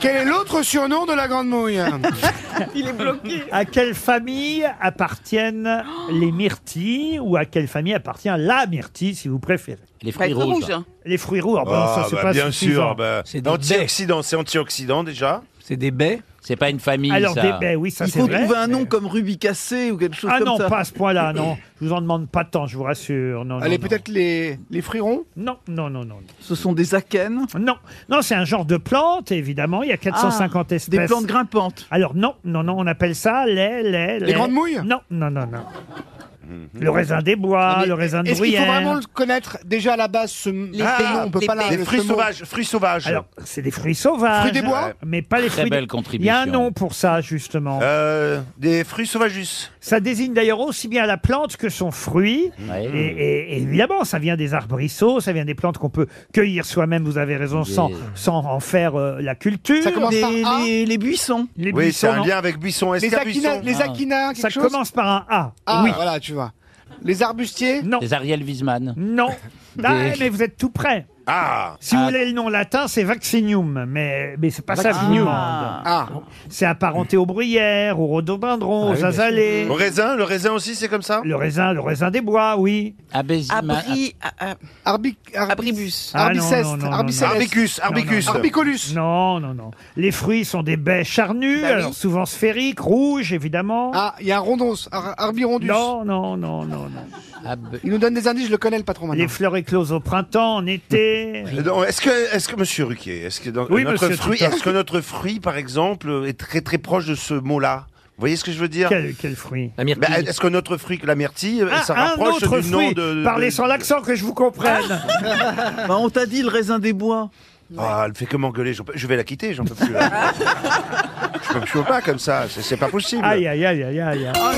Speaker 5: Quel est l'autre surnom de la grande mouille
Speaker 2: Il est bloqué. À quelle famille appartiennent les myrtilles ou à quelle famille appartient la myrtille si vous préférez
Speaker 3: Les
Speaker 7: fruits Bah, les fruits rouges. rouges.
Speaker 2: Les fruits rouges. ah bah,
Speaker 7: Ah,
Speaker 2: ça c'est
Speaker 7: bah,
Speaker 2: pas
Speaker 7: bien
Speaker 2: suffisant.
Speaker 7: sûr, bah, antioxydant, c'est antioxydant déjà.
Speaker 8: C'est des baies.
Speaker 3: C'est pas une famille.
Speaker 2: Alors, ça. des baies, oui, ça,
Speaker 4: Il
Speaker 2: c'est
Speaker 4: faut
Speaker 2: vrai.
Speaker 4: trouver un nom comme Rubicacé ou quelque chose
Speaker 2: Ah
Speaker 4: comme
Speaker 2: non,
Speaker 4: ça.
Speaker 2: pas à ce point-là, non. Je vous en demande pas tant, je vous rassure. Non,
Speaker 4: Allez,
Speaker 2: peut-être
Speaker 5: les, les frirons
Speaker 2: Non, non, non, non.
Speaker 4: Ce sont des akènes
Speaker 2: Non, non, c'est un genre de plante, évidemment. Il y a 450
Speaker 4: Ah,
Speaker 2: espèces.
Speaker 4: Des plantes grimpantes.
Speaker 2: Alors non, non, non, on appelle ça les... Les, les-
Speaker 5: grandes mouilles Ah,
Speaker 2: Non, non, non, non. Le raisin des bois, le raisin de
Speaker 5: Est-ce qu'il
Speaker 2: bruyère.
Speaker 5: faut vraiment le connaître déjà à la base ce les
Speaker 2: Ah,
Speaker 5: on peut pas la-
Speaker 7: Les
Speaker 5: le-
Speaker 7: fruits
Speaker 5: ce mot.
Speaker 7: sauvages, fruits sauvages.
Speaker 2: Alors, c'est des fruits sauvages. Euh,
Speaker 7: Fruits des bois
Speaker 2: Mais pas les
Speaker 7: Très
Speaker 2: fruits des-
Speaker 7: belle
Speaker 2: Il y a un
Speaker 7: contribution.
Speaker 2: nom pour ça, justement.
Speaker 7: Euh, des fruits sauvages.
Speaker 2: Ça désigne d'ailleurs aussi bien la plante que son fruit. Et, et- et évidemment, ça vient des arbrisseaux, ça vient des plantes qu'on peut cueillir soi-même, vous avez raison, sans,
Speaker 7: Des-
Speaker 2: sans en faire euh, la culture.
Speaker 4: Ça commence
Speaker 2: Des-
Speaker 4: par A Les, les buissons.
Speaker 2: les
Speaker 7: Oui,
Speaker 2: buissons,
Speaker 7: c'est un
Speaker 2: non.
Speaker 7: lien avec buisson. Est-ce
Speaker 5: Les
Speaker 7: qu'il y a
Speaker 5: aquina,
Speaker 7: buisson
Speaker 5: les aquina, quelque
Speaker 2: Ah. Ça
Speaker 5: chose
Speaker 2: commence par un A.
Speaker 5: Ah,
Speaker 2: oui.
Speaker 5: voilà, tu vois. Les arbustiers
Speaker 2: Non.
Speaker 3: Les Ariel Wiesman.
Speaker 2: Non. Ah,
Speaker 3: Des-
Speaker 2: mais vous êtes tout près.
Speaker 7: Ah
Speaker 2: Si vous voulez le nom latin, c'est Vaccinium, mais, mais c'est pas ça que je vous
Speaker 7: Vaccinium.
Speaker 2: demande. C'est apparenté aux bruyères, aux rhododendrons,
Speaker 7: Ah
Speaker 2: aux
Speaker 7: oui, bien sûr.
Speaker 2: azalées.
Speaker 7: Au raisin, le raisin aussi, c'est comme ça
Speaker 2: Le raisin, le raisin des bois, oui.
Speaker 6: Abri. a- a- Abribus.
Speaker 2: Ah, non, non, non, non, non.
Speaker 7: Arbicus,
Speaker 2: Non, non,
Speaker 7: arbicus.
Speaker 2: non. Non, non, non. Les fruits sont des baies charnues, alors souvent sphériques, rouges, évidemment.
Speaker 5: Bah Ah, il y a un rondonce, ar- arbirondus. Ah, bah,
Speaker 2: Non, non, non, non, non.
Speaker 5: Il nous donne des indices, je le connais le patron maintenant.
Speaker 2: Les fleurs écloses au printemps, en été.
Speaker 7: Non, Est-ce que, est-ce que, Monsieur Ruquier, est-ce que dans-
Speaker 2: Oui,
Speaker 7: notre
Speaker 2: monsieur
Speaker 7: fruit,
Speaker 2: Toupin.
Speaker 7: est-ce que notre fruit, par exemple, est très très proche de ce mot-là Vous voyez ce que je veux dire
Speaker 2: Quel, quel fruit
Speaker 8: La myrtille.
Speaker 7: Ben, Est-ce que notre fruit, la myrtille,
Speaker 2: Ah,
Speaker 7: ça
Speaker 2: un
Speaker 7: rapproche
Speaker 2: autre
Speaker 7: du nom
Speaker 2: fruit.
Speaker 7: de, de-
Speaker 2: Parlez sans l'accent que je vous comprenne.
Speaker 4: Bah, on t'a dit le raisin des bois.
Speaker 7: Ah, elle fait que m'engueuler. j'en peux- Je vais la quitter, j'en peux plus. là. je peux, je peux pas comme ça. C'est, c'est pas possible.
Speaker 2: Aïe, aïe, aïe, aïe, aïe. aïe.
Speaker 7: Ah,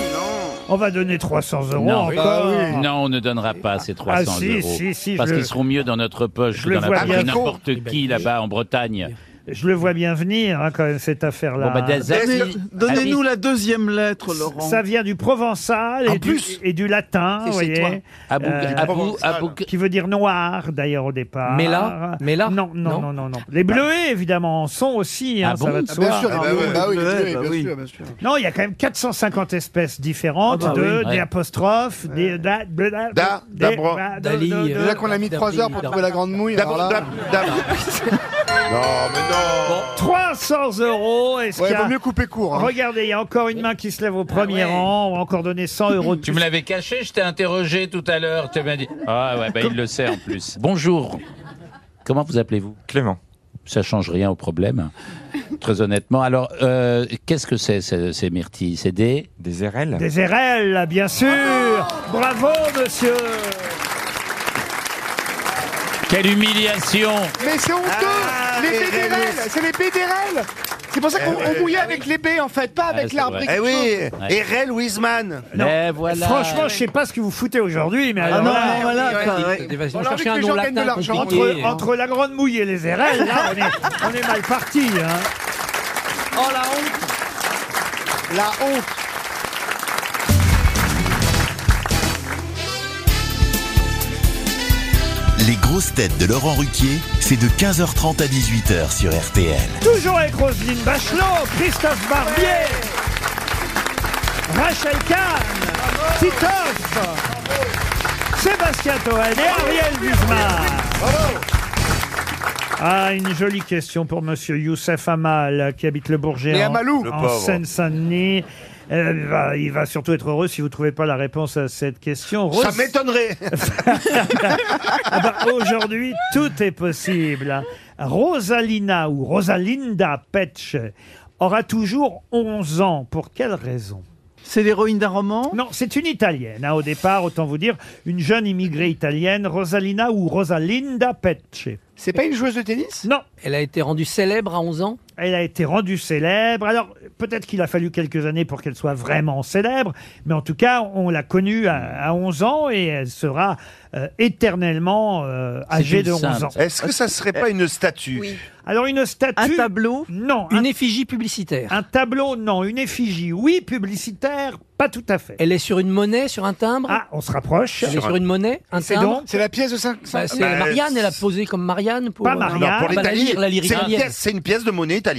Speaker 2: On va donner 300 euros
Speaker 3: Non,
Speaker 5: Ah
Speaker 2: encore.
Speaker 3: non, on ne donnera pas ces 300
Speaker 2: Ah, si,
Speaker 3: euros.
Speaker 2: si, si,
Speaker 3: parce
Speaker 2: je-
Speaker 3: qu'ils seront mieux dans notre poche
Speaker 2: Je
Speaker 3: que
Speaker 2: le
Speaker 3: dans la
Speaker 2: vois
Speaker 3: poche
Speaker 2: bien.
Speaker 3: de n'importe qui là-bas en Bretagne.
Speaker 2: Je le vois bien venir, hein, quand même, cette affaire-là.
Speaker 3: Bon, bah, des amis-
Speaker 4: Donnez-nous
Speaker 3: amis-
Speaker 4: la deuxième lettre, Laurent.
Speaker 2: Ça vient du provençal
Speaker 4: En
Speaker 2: et, du,
Speaker 4: plus.
Speaker 2: et du latin, vous
Speaker 4: C'est
Speaker 2: voyez.
Speaker 4: chez
Speaker 2: Euh,
Speaker 4: toi.
Speaker 3: Abou- Abou- Abou-
Speaker 2: qui veut dire noir, d'ailleurs, au départ.
Speaker 8: Mais là, mais là,
Speaker 2: Non, non, non, non, non. Les bleuets, évidemment, en sont aussi, hein,
Speaker 8: Ah
Speaker 2: ça
Speaker 8: bon
Speaker 2: va de
Speaker 5: Ah,
Speaker 2: soi.
Speaker 5: bien sûr,
Speaker 7: Ah,
Speaker 5: les
Speaker 7: bah,
Speaker 5: bleus,
Speaker 7: ouais.
Speaker 5: bah oui, les
Speaker 7: Ouais,
Speaker 5: bleus,
Speaker 7: bah
Speaker 5: bien
Speaker 7: oui.
Speaker 5: sûr, bien sûr.
Speaker 2: Non, il y a quand même 450 espèces différentes
Speaker 5: Ah bah
Speaker 2: de,
Speaker 5: oui.
Speaker 2: des
Speaker 5: Ouais.
Speaker 2: apostrophes, des da, de- da,
Speaker 7: Da,
Speaker 2: des-
Speaker 7: d'abro-
Speaker 2: de-
Speaker 8: Dali,
Speaker 2: de- de-
Speaker 8: euh,
Speaker 5: bah, Déjà qu'on a mis
Speaker 8: D'abri-
Speaker 5: 3 heures pour
Speaker 8: d'abri-
Speaker 5: trouver la grande mouille.
Speaker 7: D'abord,
Speaker 5: alors là-
Speaker 7: d'ab- d'ab- non, mais non.
Speaker 2: 300 euros. Est-ce
Speaker 5: Ouais,
Speaker 2: qu'il y a-
Speaker 5: vaut mieux couper court. hein.
Speaker 2: Regardez, il y a encore une main qui se lève au premier rang. On va encore donner 100 euros de
Speaker 3: Tu
Speaker 2: plus.
Speaker 3: me l'avais caché, je t'ai interrogé tout à l'heure. Tu m'as dit. Ah ouais, bah, il le sait en plus. Bonjour. Comment vous appelez-vous
Speaker 19: Clément.
Speaker 3: Ça change rien au problème, très honnêtement. Alors, euh, qu'est-ce que c'est, ces, ces myrtilles C'est des...
Speaker 19: Des RL
Speaker 2: Des RL, bien sûr Bravo, monsieur
Speaker 3: Quelle humiliation
Speaker 5: Mais c'est honteux Les
Speaker 7: les
Speaker 5: PDRL
Speaker 7: réalistes.
Speaker 5: C'est les PDRL C'est pour ça
Speaker 7: Ah,
Speaker 5: qu'on
Speaker 7: Eh oui,
Speaker 5: on mouillait avec l'épée, en fait, pas avec l'arbre. et
Speaker 7: Eh
Speaker 5: quelque
Speaker 7: oui,
Speaker 5: chose.
Speaker 7: et Rel Wiseman.
Speaker 2: Non. Franchement, je sais pas ce que vous foutez aujourd'hui, Ah mais alors
Speaker 7: non,
Speaker 2: là-
Speaker 7: non, voilà,
Speaker 2: Ouais,
Speaker 7: quoi,
Speaker 2: dites-
Speaker 7: ouais.
Speaker 2: dites- vas-y,
Speaker 7: On a
Speaker 2: cherchez
Speaker 7: envie que
Speaker 2: un
Speaker 7: les
Speaker 2: nom
Speaker 7: gens
Speaker 2: latin
Speaker 7: gagnent de l'argent.
Speaker 2: compliqué,
Speaker 7: Entre-
Speaker 2: hein. Entre la grande mouille et les RL, là, on est, on est mal parti. Hein.
Speaker 5: Oh la honte La honte
Speaker 1: Les grosses têtes de Laurent Ruquier, c'est de 15h30 à 18h sur RTL.
Speaker 2: Toujours avec Roselyne Bachelot, Christophe Barbier, Rachel Kahn, Titoff, Sébastien Toen et Ariel Guzman. Ah, une jolie question pour Monsieur Youssef Amal, qui habite le Bourget
Speaker 5: Mais
Speaker 2: en,
Speaker 5: Amalou Le
Speaker 2: en
Speaker 5: pauvre.
Speaker 2: Seine-Saint-Denis. Euh, il va- il va surtout être heureux si vous ne trouvez pas la réponse à cette question.
Speaker 7: Ça
Speaker 2: Rose-
Speaker 7: m'étonnerait.
Speaker 2: ah bah, Aujourd'hui, tout est possible. Rosalina ou Rosalinda Petsch aura toujours 11 ans. Pour quelle raison
Speaker 4: c'est l'héroïne d'un roman
Speaker 2: Non, c'est une Italienne, hein, au départ, autant vous dire, une jeune immigrée italienne, Rosalina ou Rosalinda Petsch.
Speaker 5: C'est pas une joueuse de tennis
Speaker 2: Non.
Speaker 8: Elle a été rendue célèbre à 11 ans
Speaker 2: Elle a été rendue célèbre. Alors, peut-être qu'il a fallu quelques années pour qu'elle soit vraiment célèbre, mais en tout cas, on l'a connue à, à 11 ans et elle sera euh, éternellement euh, âgée de 11 ans.
Speaker 7: Est-ce que ça serait pas une statue
Speaker 2: Alors une statue.
Speaker 7: Un
Speaker 2: tableau Non.
Speaker 8: Une effigie publicitaire
Speaker 2: Un tableau, non. Une effigie, oui, publicitaire, pas tout à fait.
Speaker 8: Elle est sur une monnaie, sur un timbre
Speaker 2: Ah, on se rapproche.
Speaker 8: Elle est sur une monnaie, un
Speaker 2: C'est
Speaker 8: timbre
Speaker 2: donc
Speaker 5: C'est la pièce de 5
Speaker 8: Bah, c'est Marianne, elle a posé comme Marianne pour...
Speaker 2: Pas
Speaker 8: euh,
Speaker 2: Marianne.
Speaker 7: Pour
Speaker 8: bah,
Speaker 3: Ah,
Speaker 8: la
Speaker 7: l'Italie,
Speaker 8: lyre, la lyre
Speaker 7: c'est une,
Speaker 8: italienne.
Speaker 7: pièce- c'est une pièce de monnaie italienne.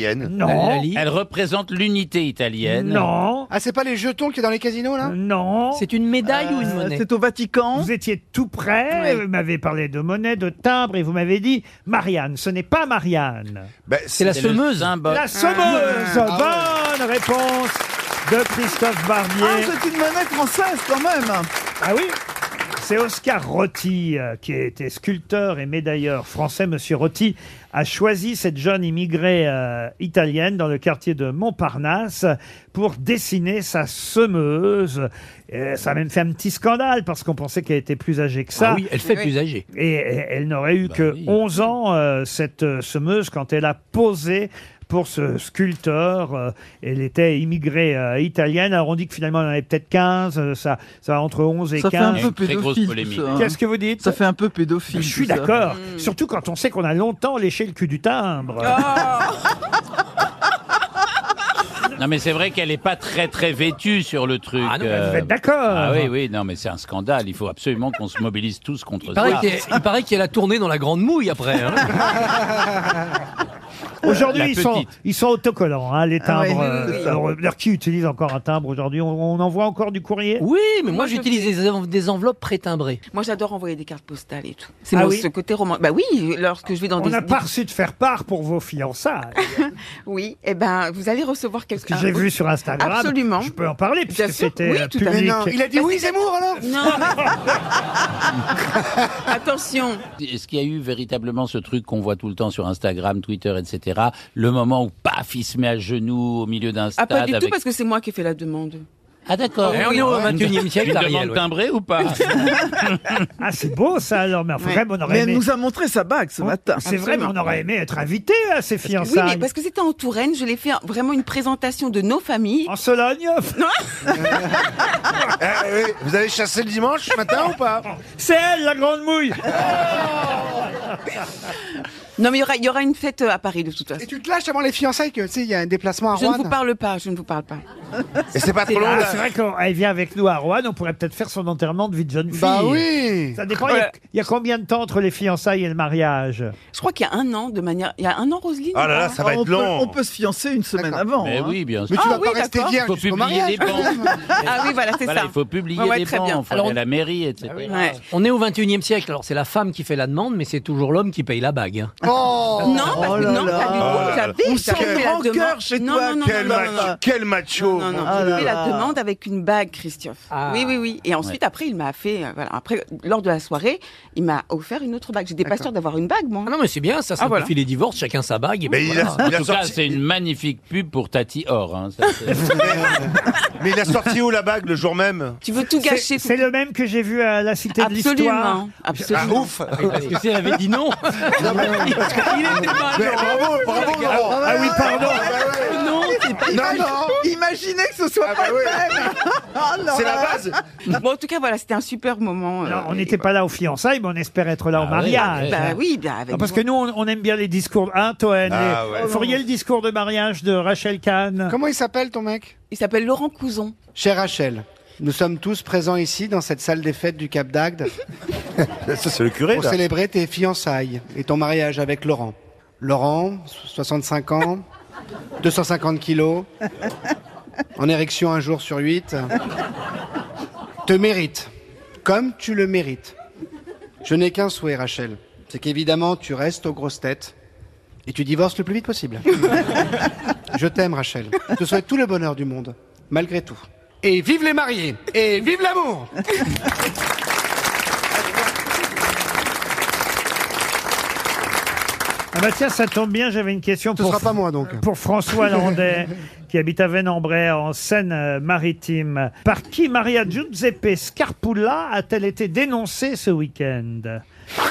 Speaker 3: Elle représente l'unité italienne.
Speaker 2: Non. Euh,
Speaker 5: Ah, c'est pas les jetons qui est dans les casinos, là Euh,
Speaker 2: Non.
Speaker 8: C'est une médaille ou une monnaie
Speaker 4: Ah, C'est au Vatican.
Speaker 2: Vous étiez tout près, vous m'avez parlé de monnaie, de timbre, et vous m'avez dit Marianne. Ce n'est pas Marianne.
Speaker 7: Bah,
Speaker 8: C'est la semeuse.
Speaker 2: La semeuse
Speaker 8: Ah
Speaker 5: Ah,
Speaker 2: Bonne réponse de Christophe Barbier.
Speaker 4: Ah, c'est une monnaie française quand même.
Speaker 2: Ah oui c'est Oscar Rotti, euh, qui était sculpteur et médailleur français. Monsieur Rotti a choisi cette jeune immigrée euh, italienne dans le quartier de Montparnasse pour dessiner sa semeuse. Euh, ça a même fait un petit scandale parce qu'on pensait qu'elle était plus âgée que ça.
Speaker 8: Ah oui, elle fait Oui. plus âgée.
Speaker 2: Et elle, elle n'aurait
Speaker 8: Bah
Speaker 2: eu que 11 ans, euh, cette euh, semeuse, quand elle a posé pour ce sculpteur. Euh, elle était immigrée euh, italienne. Alors on dit que finalement, elle en avait peut-être 15. euh, ça, ça va entre 11 et
Speaker 4: Ça fait
Speaker 2: 15.
Speaker 4: un peu pédophile. tout ça, hein.
Speaker 2: Qu'est-ce que vous dites
Speaker 4: Ça fait un peu pédophile.
Speaker 2: Je suis
Speaker 4: tout ça.
Speaker 2: d'accord.
Speaker 8: Hmm.
Speaker 2: Surtout quand on sait qu'on a longtemps léché le cul du timbre.
Speaker 8: Ah.
Speaker 3: Non mais c'est vrai qu'elle n'est pas très très vêtue sur le truc.
Speaker 2: Ah non, mais
Speaker 3: euh,
Speaker 2: vous êtes d'accord.
Speaker 3: Ah oui oui non mais c'est un scandale. Il faut absolument qu'on se mobilise tous contre
Speaker 8: Il
Speaker 3: ça.
Speaker 8: paraît qu'il- il paraît qu'elle a tourné dans la grande mouille après. hein.
Speaker 2: Aujourd'hui,
Speaker 3: La
Speaker 2: ils sont,
Speaker 3: petite.
Speaker 2: ils sont autocollants, hein, les
Speaker 8: Ah ouais,
Speaker 2: timbres.
Speaker 8: oui, oui,
Speaker 2: euh,
Speaker 8: oui.
Speaker 2: alors, alors, qui utilise encore un timbre aujourd'hui on, on envoie encore du courrier
Speaker 8: Oui, mais moi j'utilise des, env- des enveloppes prétimbrées.
Speaker 6: Moi, j'adore envoyer des cartes postales et tout. C'est
Speaker 2: Ah
Speaker 6: mon-
Speaker 2: oui
Speaker 6: ce côté roman. Bah oui, lorsque je vais dans
Speaker 2: On
Speaker 6: des. Ah,
Speaker 2: n'a
Speaker 6: des-
Speaker 2: pas reçu de faire part pour vos fiançailles.
Speaker 6: Oui, eh ben, vous allez recevoir quelque
Speaker 2: que j'ai vu sur Instagram.
Speaker 6: Absolument.
Speaker 2: Je peux en parler
Speaker 6: Bien
Speaker 2: puisque
Speaker 6: sûr,
Speaker 2: c'était
Speaker 6: oui,
Speaker 2: euh,
Speaker 6: tout à fait.
Speaker 2: public.
Speaker 5: Il a dit oui, Zemmour, alors
Speaker 6: Attention.
Speaker 3: Est-ce qu'il y a eu véritablement ce truc qu'on voit tout le temps sur Instagram, Twitter, etc. Le moment où paf, il se met à genoux au milieu d'un
Speaker 6: Ah,
Speaker 3: stade.
Speaker 6: pas du tout,
Speaker 3: avec-
Speaker 6: parce que c'est moi qui ai fait la demande.
Speaker 3: Ah, d'accord.
Speaker 8: Et on est au
Speaker 3: Une-
Speaker 8: 21e siècle,
Speaker 3: Une
Speaker 8: Ariel,
Speaker 3: demande
Speaker 8: ouais.
Speaker 3: timbrée ou pas
Speaker 2: Ah, c'est beau ça alors, mais enfin,
Speaker 6: Ouais.
Speaker 2: quand même, on aurait
Speaker 4: Mais
Speaker 2: aimé.
Speaker 4: elle nous a montré sa bague ce matin.
Speaker 2: C'est vrai, mais on aurait aimé être invité à ces
Speaker 6: Oui,
Speaker 2: fiançailles.
Speaker 6: mais parce que c'était en Touraine, je l'ai fait vraiment une présentation de nos familles.
Speaker 2: En Sologne
Speaker 7: Eh, eh, vous avez chassé le dimanche ce matin ou pas
Speaker 2: C'est elle, la grande mouille
Speaker 6: Non, mais il y aura, il y aura une fête euh, à Paris de toute façon.
Speaker 5: Et tu te lâches avant les fiançailles que, tu sais, il y a un déplacement à
Speaker 6: Je ne
Speaker 5: Rouen.
Speaker 6: vous parle pas, je ne vous parle pas.
Speaker 7: Et c'est pas trop long,
Speaker 2: Ah,
Speaker 7: là.
Speaker 2: C'est vrai qu'elle vient avec nous à Rouen, on pourrait peut-être faire son enterrement de vie de jeune fille.
Speaker 5: Bah oui
Speaker 2: Ça dépend, il y a- il y, a combien de temps entre les fiançailles et le mariage
Speaker 6: Je crois qu'il y a un an, de manière. Il y a un an, Roselyne
Speaker 7: Ah là
Speaker 6: ou
Speaker 7: là,
Speaker 6: pas
Speaker 7: ça va
Speaker 4: on
Speaker 7: être
Speaker 4: peut-
Speaker 7: long.
Speaker 4: on peut se fiancer une semaine avant.
Speaker 3: Mais
Speaker 4: hein.
Speaker 3: oui, bien sûr.
Speaker 5: Mais tu
Speaker 6: Ah
Speaker 5: vas
Speaker 6: oui,
Speaker 5: pas rester
Speaker 6: d'accord.
Speaker 5: vierge
Speaker 3: Faut
Speaker 5: jusqu'au
Speaker 3: publier
Speaker 5: mariage.
Speaker 3: des
Speaker 5: quand
Speaker 3: banques.
Speaker 5: même.
Speaker 6: Ah oui, voilà, c'est
Speaker 3: Voilà,
Speaker 6: ça.
Speaker 3: il faut publier
Speaker 6: Ouais, ouais,
Speaker 3: des
Speaker 6: très bien.
Speaker 3: bancs, il faut
Speaker 8: Alors,
Speaker 3: aller à la mairie, etc.
Speaker 6: Ouais.
Speaker 8: On est au 21e siècle, alors c'est la femme qui fait la demande, mais c'est toujours l'homme qui paye la bague. hein.
Speaker 5: Oh
Speaker 6: Non, parce que
Speaker 4: là
Speaker 6: non,
Speaker 4: là.
Speaker 6: pas du tout.
Speaker 7: Oh là là.
Speaker 6: J'avais-
Speaker 4: On sent
Speaker 6: j'avais
Speaker 4: le
Speaker 6: la
Speaker 4: rancœur
Speaker 6: demande.
Speaker 4: chez
Speaker 6: non,
Speaker 4: toi,
Speaker 6: Non, non,
Speaker 7: Quel,
Speaker 6: non, non,
Speaker 7: macho-
Speaker 6: non.
Speaker 7: quel macho
Speaker 6: non, non.
Speaker 2: Ah
Speaker 6: J'ai
Speaker 2: là
Speaker 6: fait
Speaker 2: là.
Speaker 6: la demande avec une bague, Christophe.
Speaker 2: Ah.
Speaker 6: Oui, oui, oui. Et ensuite,
Speaker 2: Ouais.
Speaker 6: après, il m'a fait. euh, voilà. Après, lors de la soirée, il m'a offert une autre bague. J'étais pas sûre d'avoir une bague, moi.
Speaker 8: non, mais c'est bien, ça
Speaker 6: Ah, voilà.
Speaker 8: simplifie les divorces, chacun sa bague. et
Speaker 6: Mais
Speaker 8: puis
Speaker 6: il
Speaker 8: voilà.
Speaker 3: En tout cas, c'est une magnifique pub pour Tati Or. hein. Ça, c'est-
Speaker 7: Mais il a sorti où la bague le jour même
Speaker 6: Tu veux tout
Speaker 2: gâcher. C'est le même que j'ai vu à la Cité de
Speaker 7: Absolument,
Speaker 2: l'Histoire.
Speaker 7: absolument. Ah, ouf.
Speaker 8: Parce que si elle avait dit non.
Speaker 7: Il était pas Mais bravo, bravo, Laurent.
Speaker 2: Ah oui, pardon.
Speaker 4: Non, c'est pas
Speaker 7: Non, non.
Speaker 4: Imaginez que ce soit
Speaker 6: bah
Speaker 4: pas le même. Ah, non.
Speaker 6: Oh bon, en tout cas, voilà, c'était un super moment. euh,
Speaker 2: Non, on n'était pas là aux fiançailles, mais on espère être
Speaker 8: Ah
Speaker 2: là au mariage.
Speaker 6: Bah oui, bah avec
Speaker 2: Ah, parce que nous, on, on aime bien les discours. Hein, Toen
Speaker 7: Ah
Speaker 2: les-
Speaker 7: ouais.
Speaker 2: Vous feriez le discours de mariage de Rachel Kahn
Speaker 5: Comment il s'appelle ton mec
Speaker 6: Il s'appelle Laurent Couzon.
Speaker 5: Cher Rachel, nous sommes tous présents ici dans cette salle des fêtes du Cap d'Agde
Speaker 7: Ça, c'est le curé,
Speaker 5: pour
Speaker 7: là.
Speaker 5: célébrer tes fiançailles et ton mariage avec Laurent. Laurent, 65 ans, 250 kilos, en érection un jour sur huit, te mérite, comme tu le mérites. Je n'ai qu'un souhait, Rachel, c'est qu'évidemment tu restes aux grosses têtes et tu divorces le plus vite possible. Je t'aime, Rachel. Je te souhaite tout le bonheur du monde, malgré tout. Et vive les mariés Et vive l'amour
Speaker 2: Ah bah tiens, ça tombe bien, j'avais une question
Speaker 5: Ce
Speaker 2: pour,
Speaker 5: sera pas moi, donc.
Speaker 2: pour François Landais, qui habite à Venembray, en Seine-Maritime. Par qui Maria Giuseppe Scarpulla a-t-elle été dénoncée ce week-end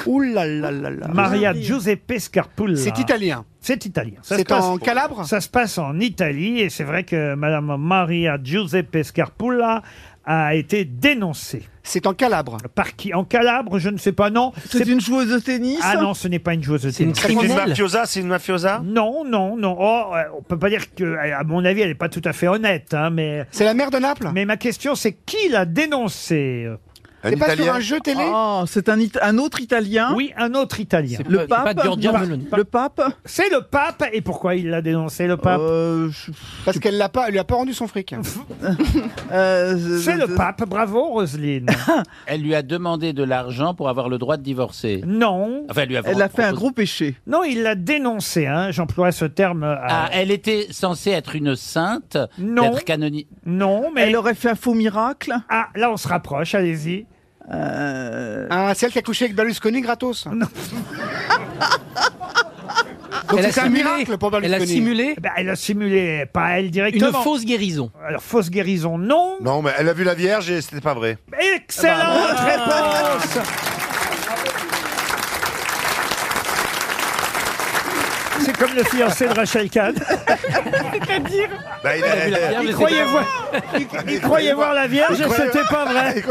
Speaker 5: Ouh là là là là
Speaker 2: Maria Giuseppe Scarpulla.
Speaker 5: C'est italien.
Speaker 2: C'est italien. Ça
Speaker 5: C'est
Speaker 2: se passe-
Speaker 5: en Calabre
Speaker 2: Ça se passe en Italie et c'est vrai que Madame Maria Giuseppe Scarpulla a été dénoncée.
Speaker 5: C'est en Calabre.
Speaker 2: Par qui En Calabre, je ne sais pas, non.
Speaker 4: C'est une joueuse de tennis
Speaker 2: Ah non, ce n'est pas une joueuse de tennis.
Speaker 7: C'est une mafiosa, c'est une mafiosa
Speaker 2: Non, non, non. Oh, euh, on peut pas dire que, à mon avis, elle n'est pas tout à fait honnête, hein, mais.
Speaker 5: C'est la mère de Naples.
Speaker 2: Mais ma question, c'est qui l'a dénoncée
Speaker 7: Un Italien
Speaker 5: télé
Speaker 4: Oh, c'est un, It- un autre Italien.
Speaker 2: Oui, un autre Italien.
Speaker 4: Le pape.
Speaker 2: Giorgia
Speaker 4: Non,
Speaker 2: Meloni.
Speaker 4: Le pape.
Speaker 2: C'est le pape. Et pourquoi il l'a dénoncé, le pape
Speaker 4: Euh,
Speaker 5: Parce qu'elle l'a pas, elle lui a pas rendu son fric.
Speaker 4: Euh,
Speaker 2: C'est le pape. Bravo, Roselyne.
Speaker 3: Elle lui a demandé de l'argent pour avoir le droit de divorcer.
Speaker 2: non.
Speaker 3: Enfin, elle lui a
Speaker 4: Elle a fait un
Speaker 3: proposé-
Speaker 4: gros péché.
Speaker 2: Non, il l'a dénoncé. Hein. J'emploie ce terme. à-
Speaker 3: Ah, elle était censée être une sainte,
Speaker 2: Non.
Speaker 3: être canonisée.
Speaker 2: Non, mais.
Speaker 4: Elle aurait fait un faux miracle.
Speaker 2: Ah, là, on se rapproche. Allez-y.
Speaker 4: Euh,
Speaker 5: Ah, celle qui a couché avec Berlusconi gratos. Donc
Speaker 8: Elle a
Speaker 5: c'est un
Speaker 8: simulé.
Speaker 5: miracle pour
Speaker 8: Elle
Speaker 5: Berlusconi.
Speaker 8: a simulé
Speaker 2: Eh ben, elle a simulé, pas elle directement.
Speaker 8: une fausse guérison.
Speaker 2: Alors, fausse guérison, non.
Speaker 7: Non, mais elle a vu la Vierge et c'était pas vrai.
Speaker 2: Excellente réponse C'est comme le fiancé de Rachel Kahn.
Speaker 7: Bah, il
Speaker 8: Elle
Speaker 7: a-
Speaker 8: a vu la
Speaker 7: elle-
Speaker 8: Vierge.
Speaker 2: Il
Speaker 8: c'était
Speaker 2: croyait,
Speaker 8: pas-
Speaker 2: voir, il, il croyait voir la Vierge
Speaker 7: Il
Speaker 2: et
Speaker 7: croyait-
Speaker 2: c'était pas vrai.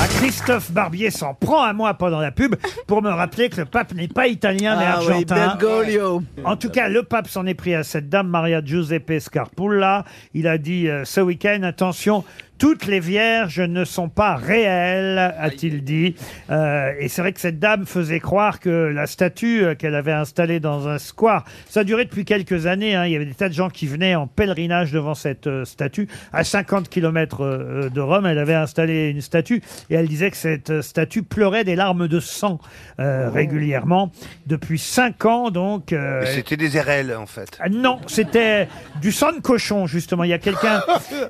Speaker 2: Ah, Christophe Barbier s'en prend à moi pendant la pub pour me rappeler que le pape n'est pas italien mais
Speaker 4: Ah oui,
Speaker 2: argentin.
Speaker 4: Bergoglio.
Speaker 2: En tout cas, le pape s'en est pris à cette dame, Maria Giuseppe Scarpulla. Il a dit euh, ce week-end, attention, toutes les vierges ne sont pas réelles, a-t-il dit. Euh, et c'est vrai que cette dame faisait croire que la statue euh, qu'elle avait installée dans un square, ça durait depuis quelques années. hein. Il y avait des tas de gens qui venaient en pèlerinage devant cette euh, statue. À 50 km euh, de Rome, elle avait installé une statue et elle disait que cette euh, statue pleurait des larmes de sang euh, régulièrement. Depuis 5 ans, donc... euh,
Speaker 7: Mais C'était des RL, en fait.
Speaker 2: ah Non, c'était du sang de cochon justement. Il y a quelqu'un,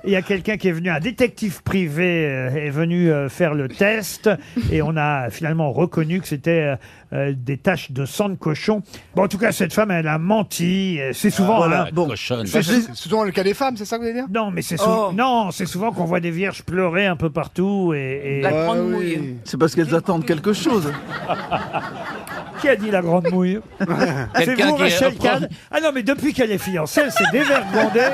Speaker 2: il y a quelqu'un qui est venu, un détective privé euh, est venu euh, faire le test et on a finalement reconnu que c'était euh, euh, des taches de sang de cochon. Bon, en tout cas, cette femme, elle a menti. euh,
Speaker 5: Ah,
Speaker 2: C'est souvent.
Speaker 4: voilà.
Speaker 2: hein.
Speaker 4: Bon.
Speaker 3: Cochonne.
Speaker 5: Bah, C'est c'est souvent le cas des femmes, c'est ça que vous voulez dire
Speaker 2: Non, mais c'est souvent.
Speaker 4: Oh.
Speaker 2: Non, c'est souvent qu'on voit des vierges pleurer un peu partout et. et-
Speaker 6: La
Speaker 5: Ah
Speaker 6: grande
Speaker 5: oui.
Speaker 6: mouille.
Speaker 4: C'est parce qu'elles attendent quelque chose.
Speaker 2: Qui a dit la grande mouille C'est
Speaker 3: Quelqu'un
Speaker 2: vous,
Speaker 3: qui
Speaker 2: Rachel
Speaker 3: reprend-
Speaker 2: Kahn Ah non, mais depuis qu'elle est fiancée, elle s'est dévergondée.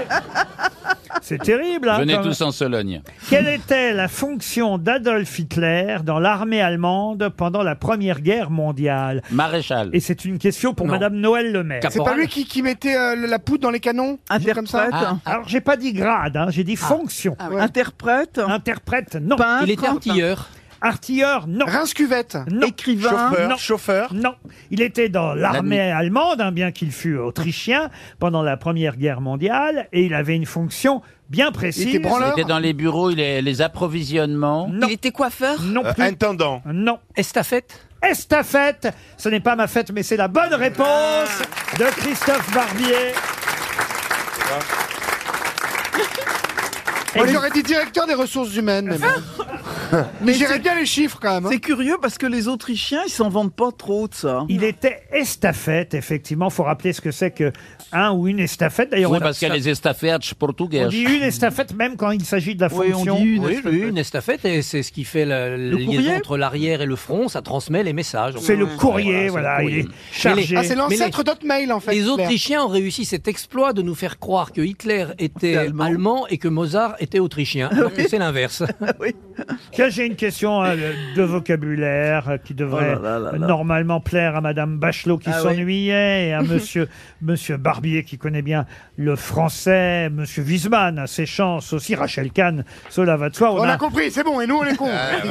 Speaker 2: C'est terrible. Hein,
Speaker 3: Venez
Speaker 2: quand même.
Speaker 3: tous en Sologne.
Speaker 2: Quelle était la fonction d'Adolf Hitler dans l'armée allemande pendant la Première Guerre mondiale
Speaker 3: Maréchal.
Speaker 2: Et c'est une question pour
Speaker 8: Non.
Speaker 2: Madame Noël Lemaire.
Speaker 8: Cap-
Speaker 5: C'est pas
Speaker 8: Moral.
Speaker 5: lui qui, qui mettait euh, le- la poudre dans les canons Un truc comme ça
Speaker 4: Interprète.
Speaker 3: Ah.
Speaker 2: Alors, j'ai pas dit grade, hein, j'ai dit fonction.
Speaker 6: Ah ouais.
Speaker 4: Interprète.
Speaker 2: Interprète, non.
Speaker 4: Peintre.
Speaker 8: Il était artilleur.
Speaker 2: Artilleur, non.
Speaker 5: Rince-cuvette
Speaker 2: Non.
Speaker 5: Écrivain Chauffeur,
Speaker 2: Non. Chauffeur Non. Il était dans l'armée
Speaker 5: nuit.
Speaker 2: allemande, hein, bien qu'il fût autrichien, pendant la Première Guerre mondiale, et il avait une fonction bien précise.
Speaker 3: Il était dans les bureaux, il est- les approvisionnements.
Speaker 2: Il était coiffeur Non
Speaker 3: Euh,
Speaker 2: plus.
Speaker 3: intendant.
Speaker 2: Non. Estafette Estafette Ce n'est pas ma fête, mais c'est la bonne réponse de Christophe Barbier.
Speaker 5: Ah. Moi, j'aurais dit directeur des ressources humaines. Mais, bon. mais j'irais bien les chiffres quand même. hein.
Speaker 4: C'est curieux parce que les Autrichiens, ils s'en vendent pas trop de ça.
Speaker 2: Il était estafette, effectivement. faut rappeler ce que c'est que un ou une estafette. D'ailleurs,
Speaker 3: Oui,
Speaker 2: on-
Speaker 3: parce qu'il y a les estafettes
Speaker 2: on
Speaker 3: portugaises.
Speaker 2: dit une estafette même quand il s'agit de la
Speaker 8: Oui,
Speaker 2: fonction.
Speaker 8: on dit une, estafette. une estafette, et c'est ce qui fait la, la liaison
Speaker 2: courrier
Speaker 8: entre l'arrière et le front, ça transmet les messages.
Speaker 2: C'est le courrier, voilà,
Speaker 8: c'est le
Speaker 2: il est
Speaker 8: courrier.
Speaker 2: chargé.
Speaker 8: Mais les-
Speaker 2: Ah, c'est
Speaker 8: mais les-
Speaker 5: l'ancêtre d'Hotmail, en fait,
Speaker 8: Les
Speaker 5: Hitler.
Speaker 8: Autrichiens ont réussi cet exploit de nous faire croire que Hitler était allemand, et que Mozart était autrichien. Alors que c'est l'inverse.
Speaker 2: Tiens, j'ai une question euh, de vocabulaire euh, qui devrait
Speaker 8: Oh là là là là.
Speaker 2: normalement plaire à Madame Bachelot qui
Speaker 8: Ah oui.
Speaker 2: s'ennuyait et à Monsieur Monsieur Barbier qui connaît bien le français, Monsieur Wiesmann a ses chances aussi, Rachel Kahn, cela va de soi.
Speaker 5: On, a... compris, c'est bon, et nous on est cons.
Speaker 7: Ah, Les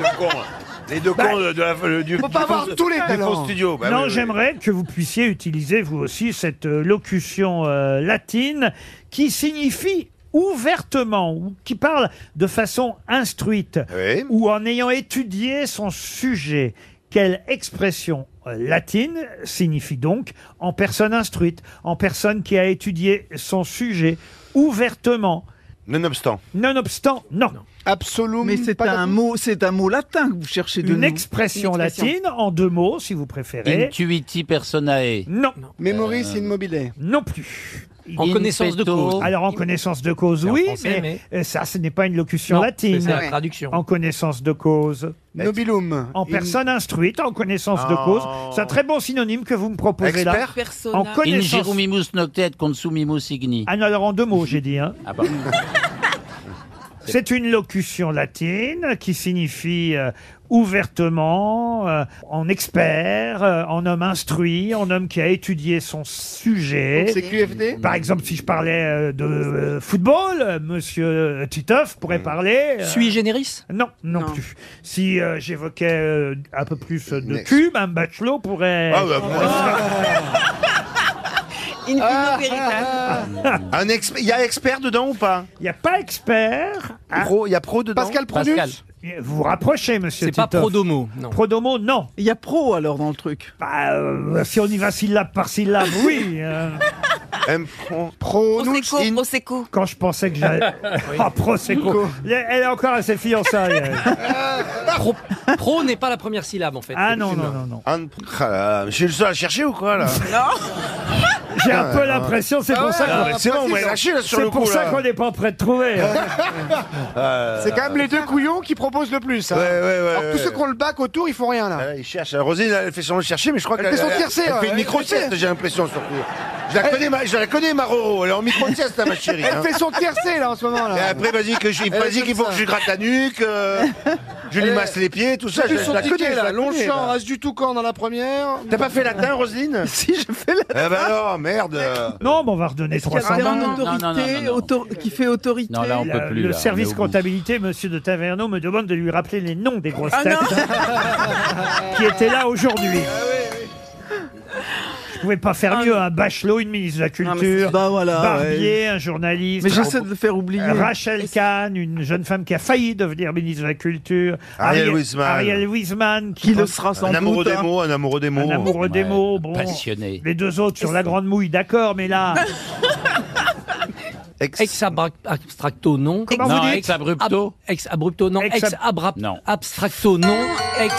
Speaker 7: deux cons, hein. les deux cons de, de la, le- du,
Speaker 5: Bah, Faut pas
Speaker 7: du
Speaker 5: avoir
Speaker 7: faux-
Speaker 5: tous les
Speaker 7: du
Speaker 5: talents.
Speaker 7: faux studio. Bah
Speaker 2: non,
Speaker 7: oui, oui.
Speaker 2: j'aimerais que vous puissiez utiliser vous aussi cette euh, locution euh, latine qui signifie ouvertement ou qui parle de façon instruite ou en ayant étudié son sujet. Quelle expression euh, latine signifie donc en personne instruite, en personne qui a étudié son sujet ouvertement
Speaker 7: Nonobstant.
Speaker 2: Nonobstant, non.
Speaker 5: Absolument.
Speaker 4: Mais c'est un mot, c'est un mot latin que vous cherchez de
Speaker 2: Une
Speaker 4: nous.
Speaker 2: expression, latine en deux mots, si vous préférez.
Speaker 3: Intuiti personae.
Speaker 2: Non.
Speaker 5: Memoris
Speaker 3: Euh,
Speaker 5: immobilier.
Speaker 2: Non plus.
Speaker 3: En In connaissance de petto. cause.
Speaker 2: Alors en connaissance de cause,
Speaker 3: en
Speaker 2: oui,
Speaker 3: français,
Speaker 2: mais, euh, ça, ce n'est pas une locution
Speaker 8: Non,
Speaker 2: latine.
Speaker 8: c'est la Ouais. traduction.
Speaker 2: En connaissance de cause.
Speaker 5: Nobilum.
Speaker 2: En
Speaker 5: In-
Speaker 2: personne instruite, en connaissance de
Speaker 3: Oh.
Speaker 2: cause. C'est un très bon synonyme que vous me proposez là.
Speaker 3: Expert
Speaker 2: Persona. En connaissance.
Speaker 3: Ingirumimus noctet consumimus igni.
Speaker 2: Ah non, alors en deux mots, j'ai dit. hein.
Speaker 3: Ah, pardon.
Speaker 2: C'est une locution latine qui signifie euh, ouvertement, euh, en expert, euh, en homme instruit, en homme qui a étudié son sujet.
Speaker 5: C'est QFD
Speaker 2: Par exemple, si je parlais euh, de euh, football, euh, Monsieur Titoff pourrait parler. euh,
Speaker 8: Suis généris
Speaker 2: Non, non, plus. Si euh, j'évoquais euh, un peu plus euh, de cube, un bachelot pourrait.
Speaker 7: Ah, bah,
Speaker 6: In
Speaker 5: ah,
Speaker 7: Un ex- Il y a expert dedans ou pas
Speaker 2: Il n'y a pas expert. hein
Speaker 7: Pro, il y a pro dedans.
Speaker 5: Pascal Pronus
Speaker 2: Vous vous rapprochez, monsieur.
Speaker 8: C'est pas
Speaker 2: Titoff.
Speaker 8: prodomo, non.
Speaker 2: Prodomo, non.
Speaker 4: Il y a pro alors dans le truc.
Speaker 2: Bah, euh, si on y va syllabe par syllabe, oui. euh.
Speaker 7: M pro.
Speaker 2: Prosecco, Quand je pensais que j'allais. Ah, Prosecco. Elle elle est encore à ses fiançailles. elle.
Speaker 8: Pro, pro n'est pas la première syllabe en fait.
Speaker 2: Ah non, non, non, non.
Speaker 7: Un... Ah, là, je suis le seul à chercher ou quoi là
Speaker 2: J'ai un peu l'impression, c'est
Speaker 7: Ah
Speaker 2: pour
Speaker 7: ouais,
Speaker 2: ça
Speaker 7: non,
Speaker 2: qu'on.
Speaker 7: mais c'est bon, on va lâcher, là, sur
Speaker 2: C'est
Speaker 7: le
Speaker 2: pour
Speaker 7: coup,
Speaker 2: ça
Speaker 7: là.
Speaker 2: qu'on n'est pas prêt de trouver. hein.
Speaker 7: Euh,
Speaker 5: C'est quand même les deux couillons qui proposent le plus. hein.
Speaker 7: Ouais, ouais, ouais,
Speaker 5: Alors,
Speaker 7: ouais. Euh,
Speaker 5: tous ceux qui ont le bac autour, ils font rien là.
Speaker 7: Là, il cherche. Rosine, elle fait semblant de chercher, mais je crois
Speaker 5: Elle
Speaker 7: qu'elle
Speaker 5: fait son tiercé,
Speaker 7: elle
Speaker 5: ouais,
Speaker 7: fait une
Speaker 5: elle
Speaker 7: micro sieste,
Speaker 5: fait-
Speaker 7: j'ai l'impression surtout. Je la connais, ma, je la connais, ma Roro. Elle est en micro sieste, ma chérie.
Speaker 5: Elle
Speaker 7: hein.
Speaker 5: fait son tiercé là en ce
Speaker 2: Ah.
Speaker 5: moment là.
Speaker 7: Et après, vas-y que je-
Speaker 5: Elle
Speaker 7: vas-y
Speaker 5: est
Speaker 7: qu'il
Speaker 5: comme
Speaker 7: faut
Speaker 5: ça.
Speaker 7: que je gratte la nuque, euh, je lui
Speaker 5: Elle est-
Speaker 7: masse les pieds, tout ça. Je,
Speaker 5: Plus
Speaker 7: je
Speaker 5: son
Speaker 7: la
Speaker 5: ticket,
Speaker 7: connais, je
Speaker 5: là,
Speaker 7: la connais,
Speaker 5: Longchamp,
Speaker 7: là.
Speaker 5: As du Toucan dans la première.
Speaker 7: T'as pas fait latin, Roselyne
Speaker 4: Si, j'ai fait
Speaker 7: Eh ben non, merde.
Speaker 2: Non, mais on va redonner
Speaker 4: Est-ce qu'il y a
Speaker 2: 300
Speaker 4: un
Speaker 2: balles.
Speaker 4: terme d'autorité, autor- qui fait autorité.
Speaker 3: Non, là, on peut
Speaker 2: Euh, Le-
Speaker 3: plus.
Speaker 2: le
Speaker 3: là, on
Speaker 2: service
Speaker 3: est au bout.
Speaker 2: comptabilité, monsieur de Taverneau, me demande de lui rappeler les noms des grosses
Speaker 4: Ah
Speaker 2: têtes qui étaient là aujourd'hui. Je pouvais pas faire mieux. Un bachelot, une ministre de la
Speaker 4: Ah, mais c'est-
Speaker 2: Culture,
Speaker 4: Bah voilà,
Speaker 2: Barbier,
Speaker 4: ouais.
Speaker 2: un journaliste.
Speaker 4: Mais j'essaie de le faire oublier.
Speaker 2: Rachel Kahn, une jeune femme qui a failli devenir ministre de la Culture.
Speaker 7: Ariel Wiesmann.
Speaker 2: Ariel Wiesmann,
Speaker 4: Qui le sera sans
Speaker 7: Un amoureux
Speaker 4: doute.
Speaker 7: des
Speaker 4: hein.
Speaker 7: mots, un amoureux des mots.
Speaker 2: Un amoureux des
Speaker 3: Ouais,
Speaker 2: mots, bon.
Speaker 3: Passionné.
Speaker 2: Les deux autres sur la grande mouille, d'accord, mais là,
Speaker 8: Ex abra- abstracto non.
Speaker 2: Comment
Speaker 8: non,
Speaker 2: vous dites
Speaker 8: ex abrupto. ex abrupto non.
Speaker 2: Ex
Speaker 8: Ex,
Speaker 2: ab-
Speaker 8: abra-
Speaker 3: Non.
Speaker 8: abstracto non. Ex.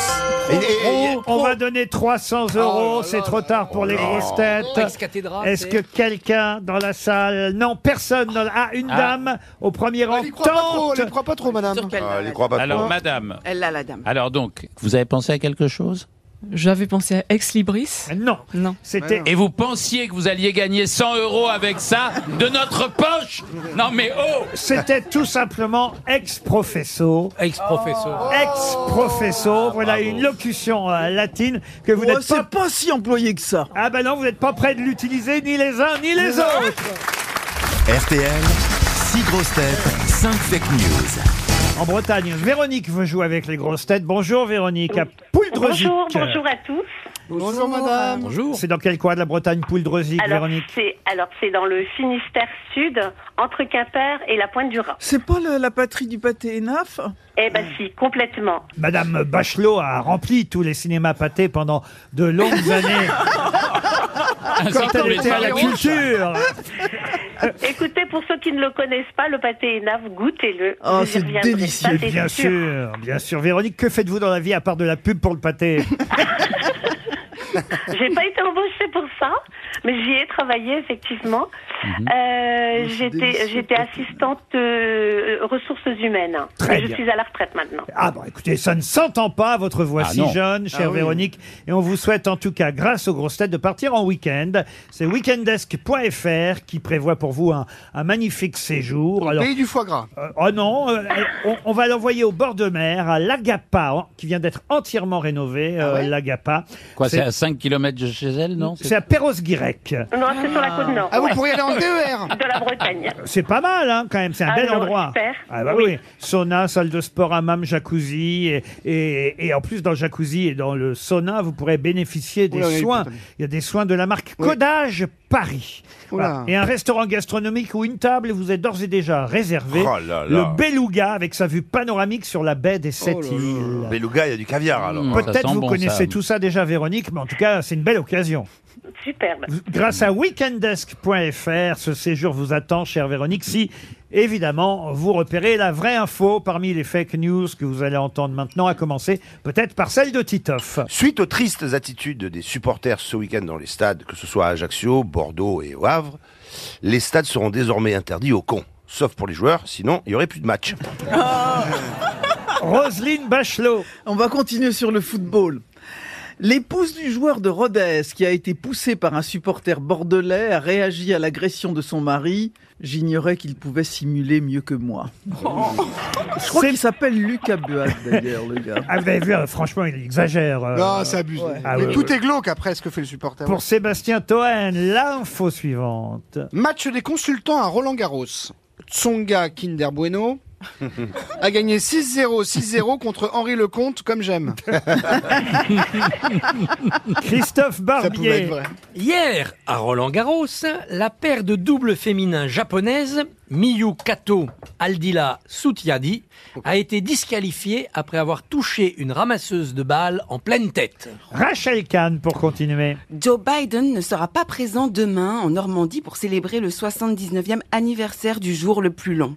Speaker 7: Et- et-
Speaker 2: on va donner 300 euros, c'est trop tard pour les grosses
Speaker 8: Ex
Speaker 2: têtes.
Speaker 8: cathédrale.
Speaker 2: Est-ce que quelqu'un dans la salle Non, personne. Dans la... Ah, une
Speaker 3: Ah.
Speaker 2: dame au premier rang.
Speaker 5: Elle y croit pas trop, elle y
Speaker 2: tente.
Speaker 5: croit pas trop madame.
Speaker 7: Ah, elle y croit pas trop.
Speaker 3: Alors, madame.
Speaker 6: Elle l'a, la dame.
Speaker 3: Alors donc, vous avez pensé à quelque chose
Speaker 16: J'avais pensé à Ex Libris.
Speaker 2: Non,
Speaker 16: Non.
Speaker 2: c'était.
Speaker 3: Et vous pensiez que vous alliez gagner 100 euros avec ça de notre poche Non mais oh
Speaker 2: C'était tout simplement ex-professo. Oh.
Speaker 8: Ex professeur.
Speaker 2: Ex-professo. Voilà une locution euh, latine que vous
Speaker 4: Oh,
Speaker 2: n'êtes pas.
Speaker 4: c'est pas si employé que ça.
Speaker 2: Ah ben non, vous n'êtes pas près de l'utiliser ni les uns ni les autres.
Speaker 1: RTL, 6 grosses têtes, 5 fake news.
Speaker 2: En Bretagne, Véronique veut jouer avec les grosses têtes. Bonjour Véronique, à Pouldreuzic.
Speaker 20: Bonjour, bonjour à tous.
Speaker 2: Bonjour, madame. Bonjour. C'est dans quel coin de la Bretagne, Pouldreuzic,
Speaker 20: Alors
Speaker 2: Véronique
Speaker 20: c'est alors c'est dans le Finistère Sud, entre Quimper et la Pointe du Rhin.
Speaker 4: C'est pas la, la patrie du pâté Enaf
Speaker 20: Eh ben si, complètement.
Speaker 2: Madame Bachelot a rempli tous les cinémas pâtés pendant de longues années.
Speaker 20: Ah,
Speaker 2: Quand elle était à la culture.
Speaker 20: Écoutez, pour ceux qui ne le connaissent pas, le pâté Enaf, goûtez-le.
Speaker 2: Oh,
Speaker 20: Vous y
Speaker 2: c'est
Speaker 20: reviendrez, ça,
Speaker 2: délicieux,
Speaker 20: c'est
Speaker 2: bien sûr, bien sûr. Véronique, que faites-vous dans la vie à part de la pub pour le pâté
Speaker 20: J'ai pas été embauchée pour ça, mais j'y ai travaillé effectivement.
Speaker 5: Mhm.
Speaker 20: Euh, j'étais j'étais assistante euh, ressources humaines.
Speaker 2: Très
Speaker 20: Et je
Speaker 2: bien.
Speaker 20: suis à la retraite maintenant.
Speaker 2: Ah bon, écoutez, ça ne s'entend pas, votre voix
Speaker 19: Ah
Speaker 2: si
Speaker 19: non.
Speaker 2: jeune, chère
Speaker 19: Ah oui.
Speaker 2: Véronique. Et on vous souhaite en tout cas, grâce aux grosses têtes, de partir en week-end. C'est weekendesk.fr qui prévoit pour vous un, un magnifique séjour. Alors,
Speaker 5: Pays du foie gras.
Speaker 2: euh, oh non, euh, on, on va l'envoyer au bord de mer, à l'Agapa, hein, qui vient d'être entièrement rénové,
Speaker 5: Ah
Speaker 2: euh, l'Agapa.
Speaker 3: Quoi, c'est à 5 km de chez elle, non
Speaker 2: C'est à Perros-Guirec.
Speaker 20: Non, c'est sur la côte nord.
Speaker 5: Ah, vous
Speaker 20: ouais.
Speaker 5: pourriez aller en TER.
Speaker 20: De la Bretagne.
Speaker 2: C'est pas mal, hein, quand même. C'est un
Speaker 20: Ah
Speaker 2: bel
Speaker 20: non,
Speaker 2: endroit.
Speaker 20: super.
Speaker 2: Ah bah oui.
Speaker 20: Oui.
Speaker 2: Sauna, salle de sport, hammam, jacuzzi. Et, et, et en plus, dans le jacuzzi et dans le sauna, vous pourrez bénéficier des
Speaker 5: Oula, oui,
Speaker 2: soins.
Speaker 5: putain.
Speaker 2: Il y a des soins de la marque Codage Paris.
Speaker 5: Oula.
Speaker 2: Voilà. Et un restaurant gastronomique ou une table vous est d'ores et déjà réservé.
Speaker 7: Oh là là.
Speaker 2: Le Beluga, avec sa vue panoramique sur la baie
Speaker 5: Oh
Speaker 2: des Sept îles.
Speaker 7: Beluga, il y a du caviar alors.
Speaker 2: Peut-être vous connaissez tout ça déjà, Véronique, mais en tout cas, c'est une belle occasion.
Speaker 20: Superbe.
Speaker 2: Grâce à weekendesk.fr, ce séjour vous attend, chère Véronique, si, évidemment, vous repérez la vraie info parmi les fake news que vous allez entendre maintenant, à commencer peut-être par celle de Titoff.
Speaker 7: Suite aux tristes attitudes des supporters ce week-end dans les stades, que ce soit à Ajaccio, Bordeaux et au Havre, les stades seront désormais interdits aux cons. Sauf pour les joueurs, sinon il y aurait plus de match.
Speaker 2: Roselyne Bachelot.
Speaker 4: On va continuer sur le football. L'épouse du joueur de Rodez, qui a été poussée par un supporter bordelais, a réagi à l'agression de son mari. J'ignorais qu'il pouvait simuler mieux que moi. Je crois qu'il s'appelle Lucas Buat, d'ailleurs, le gars.
Speaker 2: Ah, vous avez vu, euh, franchement, il exagère. euh.
Speaker 5: Non, c'est abusé.
Speaker 2: Ah
Speaker 5: Mais
Speaker 2: oui.
Speaker 5: tout est glauque après ce que fait le supporter.
Speaker 2: Pour Sébastien Toen, l'info suivante.
Speaker 5: Match des consultants à Roland Garros. Tsonga Kinder Bueno a gagné 6-0, 6-0 contre Henri Lecomte, comme j'aime.
Speaker 2: Christophe
Speaker 5: pouvait
Speaker 8: Barbier.
Speaker 5: être vrai.
Speaker 8: Hier, à Roland-Garros, la paire de double féminin japonaise, Miyu Kato Aldila Sutiadi, a été disqualifiée après avoir touché une ramasseuse de balles en pleine tête.
Speaker 2: Rachel Kahn pour continuer.
Speaker 6: Joe Biden ne sera pas présent demain en Normandie pour célébrer le 79e anniversaire du jour le plus long.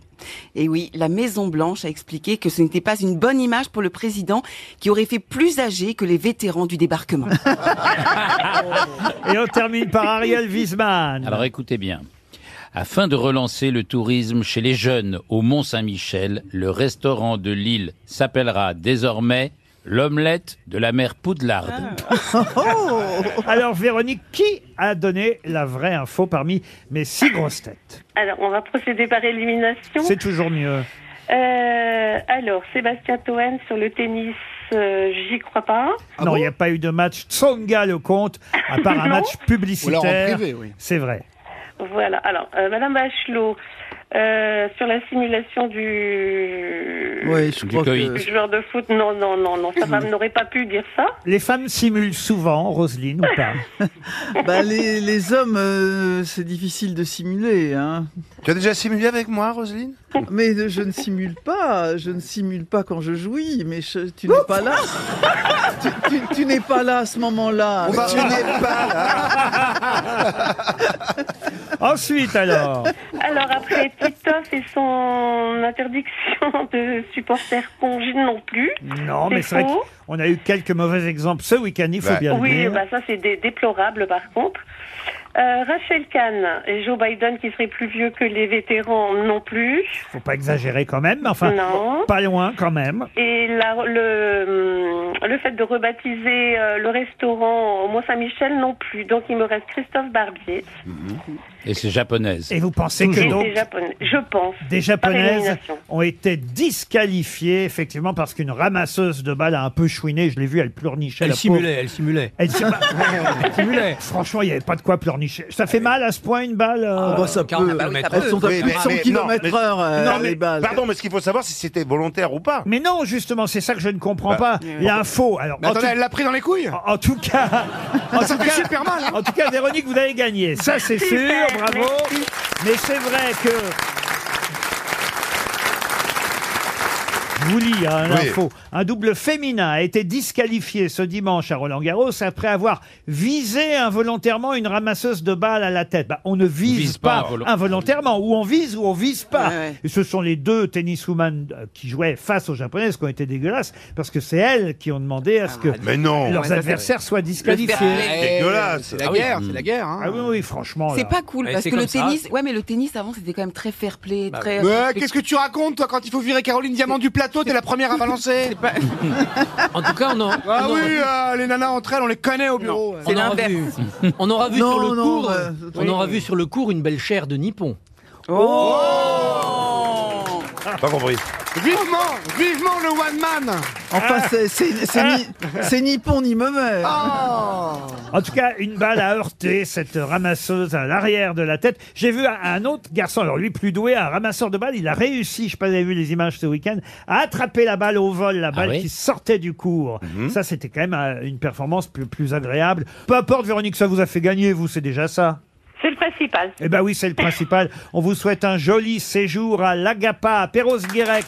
Speaker 6: Et oui, la Maison Blanche a expliqué que ce n'était pas une bonne image pour le président qui aurait fait plus âgé que les vétérans du débarquement.
Speaker 2: Oh Et on termine par Ariel Wiesman.
Speaker 3: Alors écoutez bien. Afin de relancer le tourisme chez les jeunes au Mont-Saint-Michel, le restaurant de Lille s'appellera désormais l'omelette de la mère
Speaker 2: Ah.
Speaker 3: Poudlard.
Speaker 2: Alors, Véronique, qui a donné la vraie info parmi mes six grosses têtes
Speaker 20: Alors, on va procéder par élimination.
Speaker 2: C'est toujours mieux.
Speaker 20: Euh, alors, Sébastien Toen sur le tennis, euh, j'y crois pas.
Speaker 2: non, il n'y a pas eu de match Tsonga le compte, à part un
Speaker 20: Ah Non.
Speaker 2: match publicitaire.
Speaker 20: Ou alors en privé, oui.
Speaker 2: C'est vrai.
Speaker 20: Voilà. Alors, euh, Madame Bachelot, euh, sur la simulation du...
Speaker 4: Oui, je crois
Speaker 20: du
Speaker 4: que... Mm.
Speaker 20: joueur de foot, non, non, non, non, ça va, vous n'aurez pas pu dire ça.
Speaker 2: Les femmes simulent souvent, Roselyne, ou pas
Speaker 4: Bah, les, les hommes, euh, c'est difficile de simuler. Hein.
Speaker 7: Tu as déjà simulé avec moi, Roselyne
Speaker 4: Mais euh, je ne simule pas. Je ne simule pas quand je jouis. Mais je- tu n'es pas là. tu tu- tu n'es pas là à ce moment-là.
Speaker 7: Tu n'es pas
Speaker 2: Ensuite, alors.
Speaker 20: Alors après Titoff et son interdiction de supporters congés non plus.
Speaker 2: Non, mais c'est vrai
Speaker 20: faux.
Speaker 2: qu'on a eu quelques mauvais exemples ce week-end, il faut
Speaker 7: Ouais.
Speaker 2: bien le
Speaker 20: Oui,
Speaker 2: dire.
Speaker 20: bah ça c'est dé- déplorable par contre. Euh, Rachel Kahn et Joe Biden qui serait plus vieux que les vétérans non plus.
Speaker 2: Faut pas exagérer quand même, mais enfin,
Speaker 20: Non.
Speaker 2: pas loin quand même.
Speaker 20: Et la- le, hum, le fait de rebaptiser euh, le restaurant au Mont-Saint-Michel non plus. Donc il me reste Christophe Barbier.
Speaker 3: Et c'est japonaise.
Speaker 2: Et vous pensez que
Speaker 20: Et
Speaker 2: donc,
Speaker 20: des Japonais, je pense.
Speaker 2: des
Speaker 20: Par
Speaker 2: japonaises
Speaker 20: élimination.
Speaker 2: ont été disqualifiées, effectivement, parce qu'une ramasseuse de balles a un peu chouiné. Je l'ai vu, elle pleurnichait.
Speaker 8: Elle
Speaker 2: la pauvre.
Speaker 8: simulait, elle simulait.
Speaker 2: Elle s'est pas- Franchement, il n'y avait pas de quoi cornichés. Ça fait mal à ce point une balle euh
Speaker 7: Ah bah, ça peut.
Speaker 2: Elles sont à plus de 100 kilomètres heure, euh,
Speaker 7: non, mais-
Speaker 2: les balles.
Speaker 7: Pardon, Ah mais ce qu'il faut savoir, c'est si c'était volontaire ou pas.
Speaker 2: Mais non, justement, c'est ça que je ne comprends
Speaker 7: Bah,
Speaker 2: pas. Il y a un faux. Alors,
Speaker 7: Mais attendez, elle l'a
Speaker 2: pris dans les couilles En, en tout cas, en
Speaker 5: Ça
Speaker 2: tout
Speaker 5: fait
Speaker 2: cas-
Speaker 5: super mal, hein.
Speaker 2: En tout cas, Véronique, vous avez gagné. Ça, c'est sûr.
Speaker 5: Super,
Speaker 2: Bravo. Mais c'est vrai que. Je vous lis hein,
Speaker 5: Oui.
Speaker 2: l'info. Un double féminin a été disqualifié ce dimanche à Roland-Garros après avoir visé involontairement une ramasseuse de balles à la tête. Bah, on ne vise,
Speaker 3: Vise pas
Speaker 2: pas,
Speaker 3: involo-
Speaker 2: involontairement. Ou on vise ou on vise pas.
Speaker 3: Ouais, ouais.
Speaker 2: Et ce sont les deux tenniswomen euh, qui jouaient face aux japonaises qui ont été dégueulasses parce que c'est elles qui ont demandé à ce que
Speaker 7: Mais non. Ouais,
Speaker 2: leurs
Speaker 7: ça,
Speaker 2: adversaires
Speaker 7: c'est-
Speaker 2: soient disqualifiés.
Speaker 7: Le fair play. Dégueulasse.
Speaker 5: C'est la guerre, c'est la guerre. hein.
Speaker 2: Ah oui, oui, franchement.
Speaker 6: C'est
Speaker 2: là.
Speaker 6: pas cool parce que le tennis, ouais, mais le tennis avant c'était quand même très fair play,
Speaker 2: Bah
Speaker 6: très.
Speaker 5: Ouais, Qu'est-ce que tu racontes, toi, quand il faut virer Caroline Diamant du plateau, t'es la première à balancer
Speaker 8: En tout cas, on en.
Speaker 5: Ah
Speaker 8: on en-
Speaker 5: oui, euh, les nanas entre elles, on les connaît au bureau.
Speaker 8: on aura vu, on aura vu
Speaker 5: Non,
Speaker 8: sur le
Speaker 5: non,
Speaker 8: cours,
Speaker 5: euh,
Speaker 8: on
Speaker 5: oui.
Speaker 8: aura vu sur le cours une belle chair de Nippon. Oh.
Speaker 7: Pas compris.
Speaker 5: Oh. Vivement, vivement le one man Ah.
Speaker 4: Enfin, c'est- c'est c'est ni, c'est ni pont ni meumeur.
Speaker 7: Ah
Speaker 2: En tout cas, une balle a heurté cette ramasseuse à l'arrière de la tête. J'ai vu un, un autre garçon, alors lui plus doué, un ramasseur de balles, il a réussi, je sais pas si vous avez vu les images ce week-end, à attraper la balle au vol, la balle
Speaker 3: oui
Speaker 2: qui sortait du cours. Ça, c'était quand même euh, une performance plus, plus agréable. Peu importe, Véronique, ça vous a fait gagner, vous, c'est déjà ça.
Speaker 21: C'est le principal.
Speaker 2: Eh ben oui, c'est le principal. On vous souhaite un joli séjour à l'Agapa, à Perros-Guirec.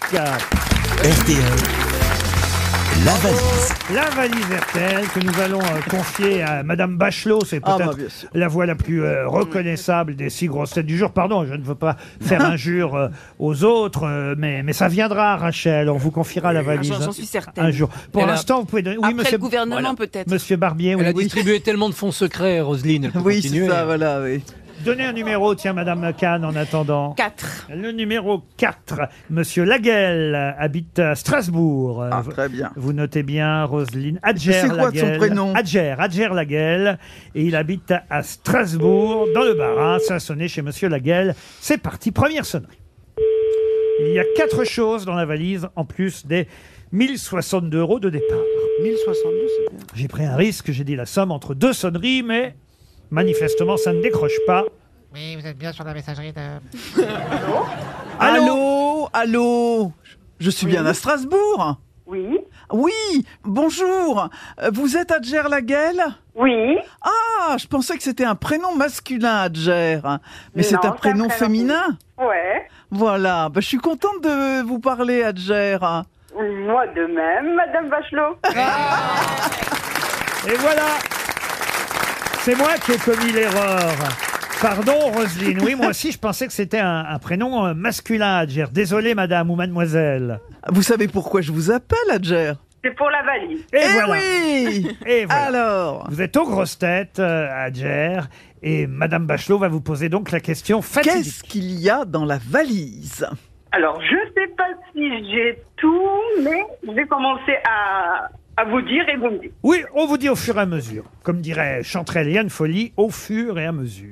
Speaker 22: La valise.
Speaker 2: La valise RTL que nous allons euh, confier à Madame Bachelot, c'est
Speaker 4: Ah,
Speaker 2: peut-être
Speaker 4: bah, bien sûr.
Speaker 2: la voix la plus euh, reconnaissable des six grosses têtes du jour. Pardon, je ne veux pas faire injure euh, aux autres, euh, mais, mais ça viendra, Rachel. On vous confiera la valise.
Speaker 6: Ah,
Speaker 2: hein,
Speaker 6: j'en- j'en suis certaine.
Speaker 2: Un jour. Pour
Speaker 8: Elle a-
Speaker 2: l'instant, vous pouvez donner.
Speaker 6: Après le gouvernement, peut-être.
Speaker 2: Monsieur Barbier,
Speaker 8: Elle
Speaker 2: oui.
Speaker 8: a
Speaker 2: Oui.
Speaker 8: distribué tellement de fonds secrets, Roselyne. Elle hein.
Speaker 2: Oui, c'est ça,
Speaker 8: voilà, oui.
Speaker 2: Donnez un numéro, tiens, Madame Kahn, en attendant.
Speaker 6: 4.
Speaker 2: Le numéro 4. Monsieur Laguel euh, habite à Strasbourg. Euh,
Speaker 4: Ah, Très bien.
Speaker 2: Vous notez bien Roselyne Adger.
Speaker 4: C'est quoi de son
Speaker 2: Laguel.
Speaker 4: prénom
Speaker 2: Adger, Adger Laguel. Et il habite à- à Strasbourg, dans le Bas-Rhin. Ça a sonné chez Monsieur Laguel. C'est parti, première sonnerie. Il y a quatre choses dans la valise, en plus des 1062 euros de départ.
Speaker 5: 1062, c'est bien.
Speaker 2: J'ai pris un risque, j'ai dit la somme entre deux sonneries, mais manifestement, ça ne décroche pas.
Speaker 23: Oui, vous êtes bien sur la messagerie de...
Speaker 4: Allô, allô, je suis bien à Strasbourg.
Speaker 21: Oui.
Speaker 4: Oui, bonjour. Euh, Vous êtes Adger Laguel
Speaker 21: Oui.
Speaker 4: Ah, je pensais que c'était un prénom masculin, Adger. Mais
Speaker 21: Non,
Speaker 4: c'est
Speaker 21: c'est
Speaker 4: un
Speaker 21: un prénom
Speaker 4: prénom féminin
Speaker 21: Ouais.
Speaker 4: Voilà, Bah, je suis contente de vous parler, Adger.
Speaker 5: Ah,
Speaker 21: Moi de même, Madame Bachelot.
Speaker 2: Ah. Et voilà C'est moi qui ai commis l'erreur. Pardon, Roselyne. Oui, moi aussi, je pensais que c'était un, un prénom euh, masculin, Adger. Désolé, madame ou mademoiselle.
Speaker 4: Vous savez pourquoi je vous appelle, Adger
Speaker 21: C'est pour la valise.
Speaker 2: Et
Speaker 5: Eh
Speaker 2: voilà.
Speaker 4: oui
Speaker 2: Et voilà.
Speaker 4: Alors
Speaker 2: Vous êtes aux grosses têtes, euh, Adger. Et madame Bachelot va vous poser donc la question fatidique.
Speaker 4: Qu'est-ce qu'il y a dans la valise
Speaker 21: Alors, je sais pas si j'ai tout, mais je vais commencer à, à vous dire et vous me dites.
Speaker 2: Oui, on vous dit au fur et à mesure. Comme dirait Chanterelle Yann Folie, au fur et à mesure.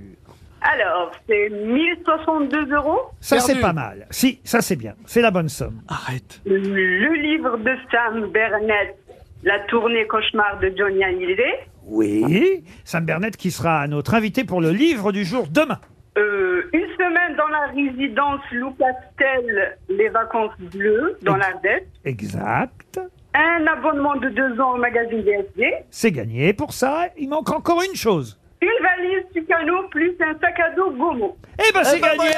Speaker 21: Alors, c'est 1062 euros.
Speaker 2: Ça, c'est pas mal. Si, ça, c'est bien. C'est la bonne somme.
Speaker 4: Arrête.
Speaker 21: Le livre de Sam Bernett, La tournée cauchemar de Johnny Hallyday.
Speaker 2: Oui. Sam Bernet qui sera notre invité pour le livre du jour demain.
Speaker 21: Euh, une semaine dans la résidence Loucastel, les vacances bleues, dans l'Ardèche.
Speaker 2: Exact.
Speaker 21: Un abonnement de deux ans au magazine DSD.
Speaker 2: C'est gagné. Pour ça, il manque encore une chose.
Speaker 21: Une valise Tucano plus un sac à dos Gomo.
Speaker 2: Eh ben, c'est
Speaker 21: Eh ben,
Speaker 2: gagné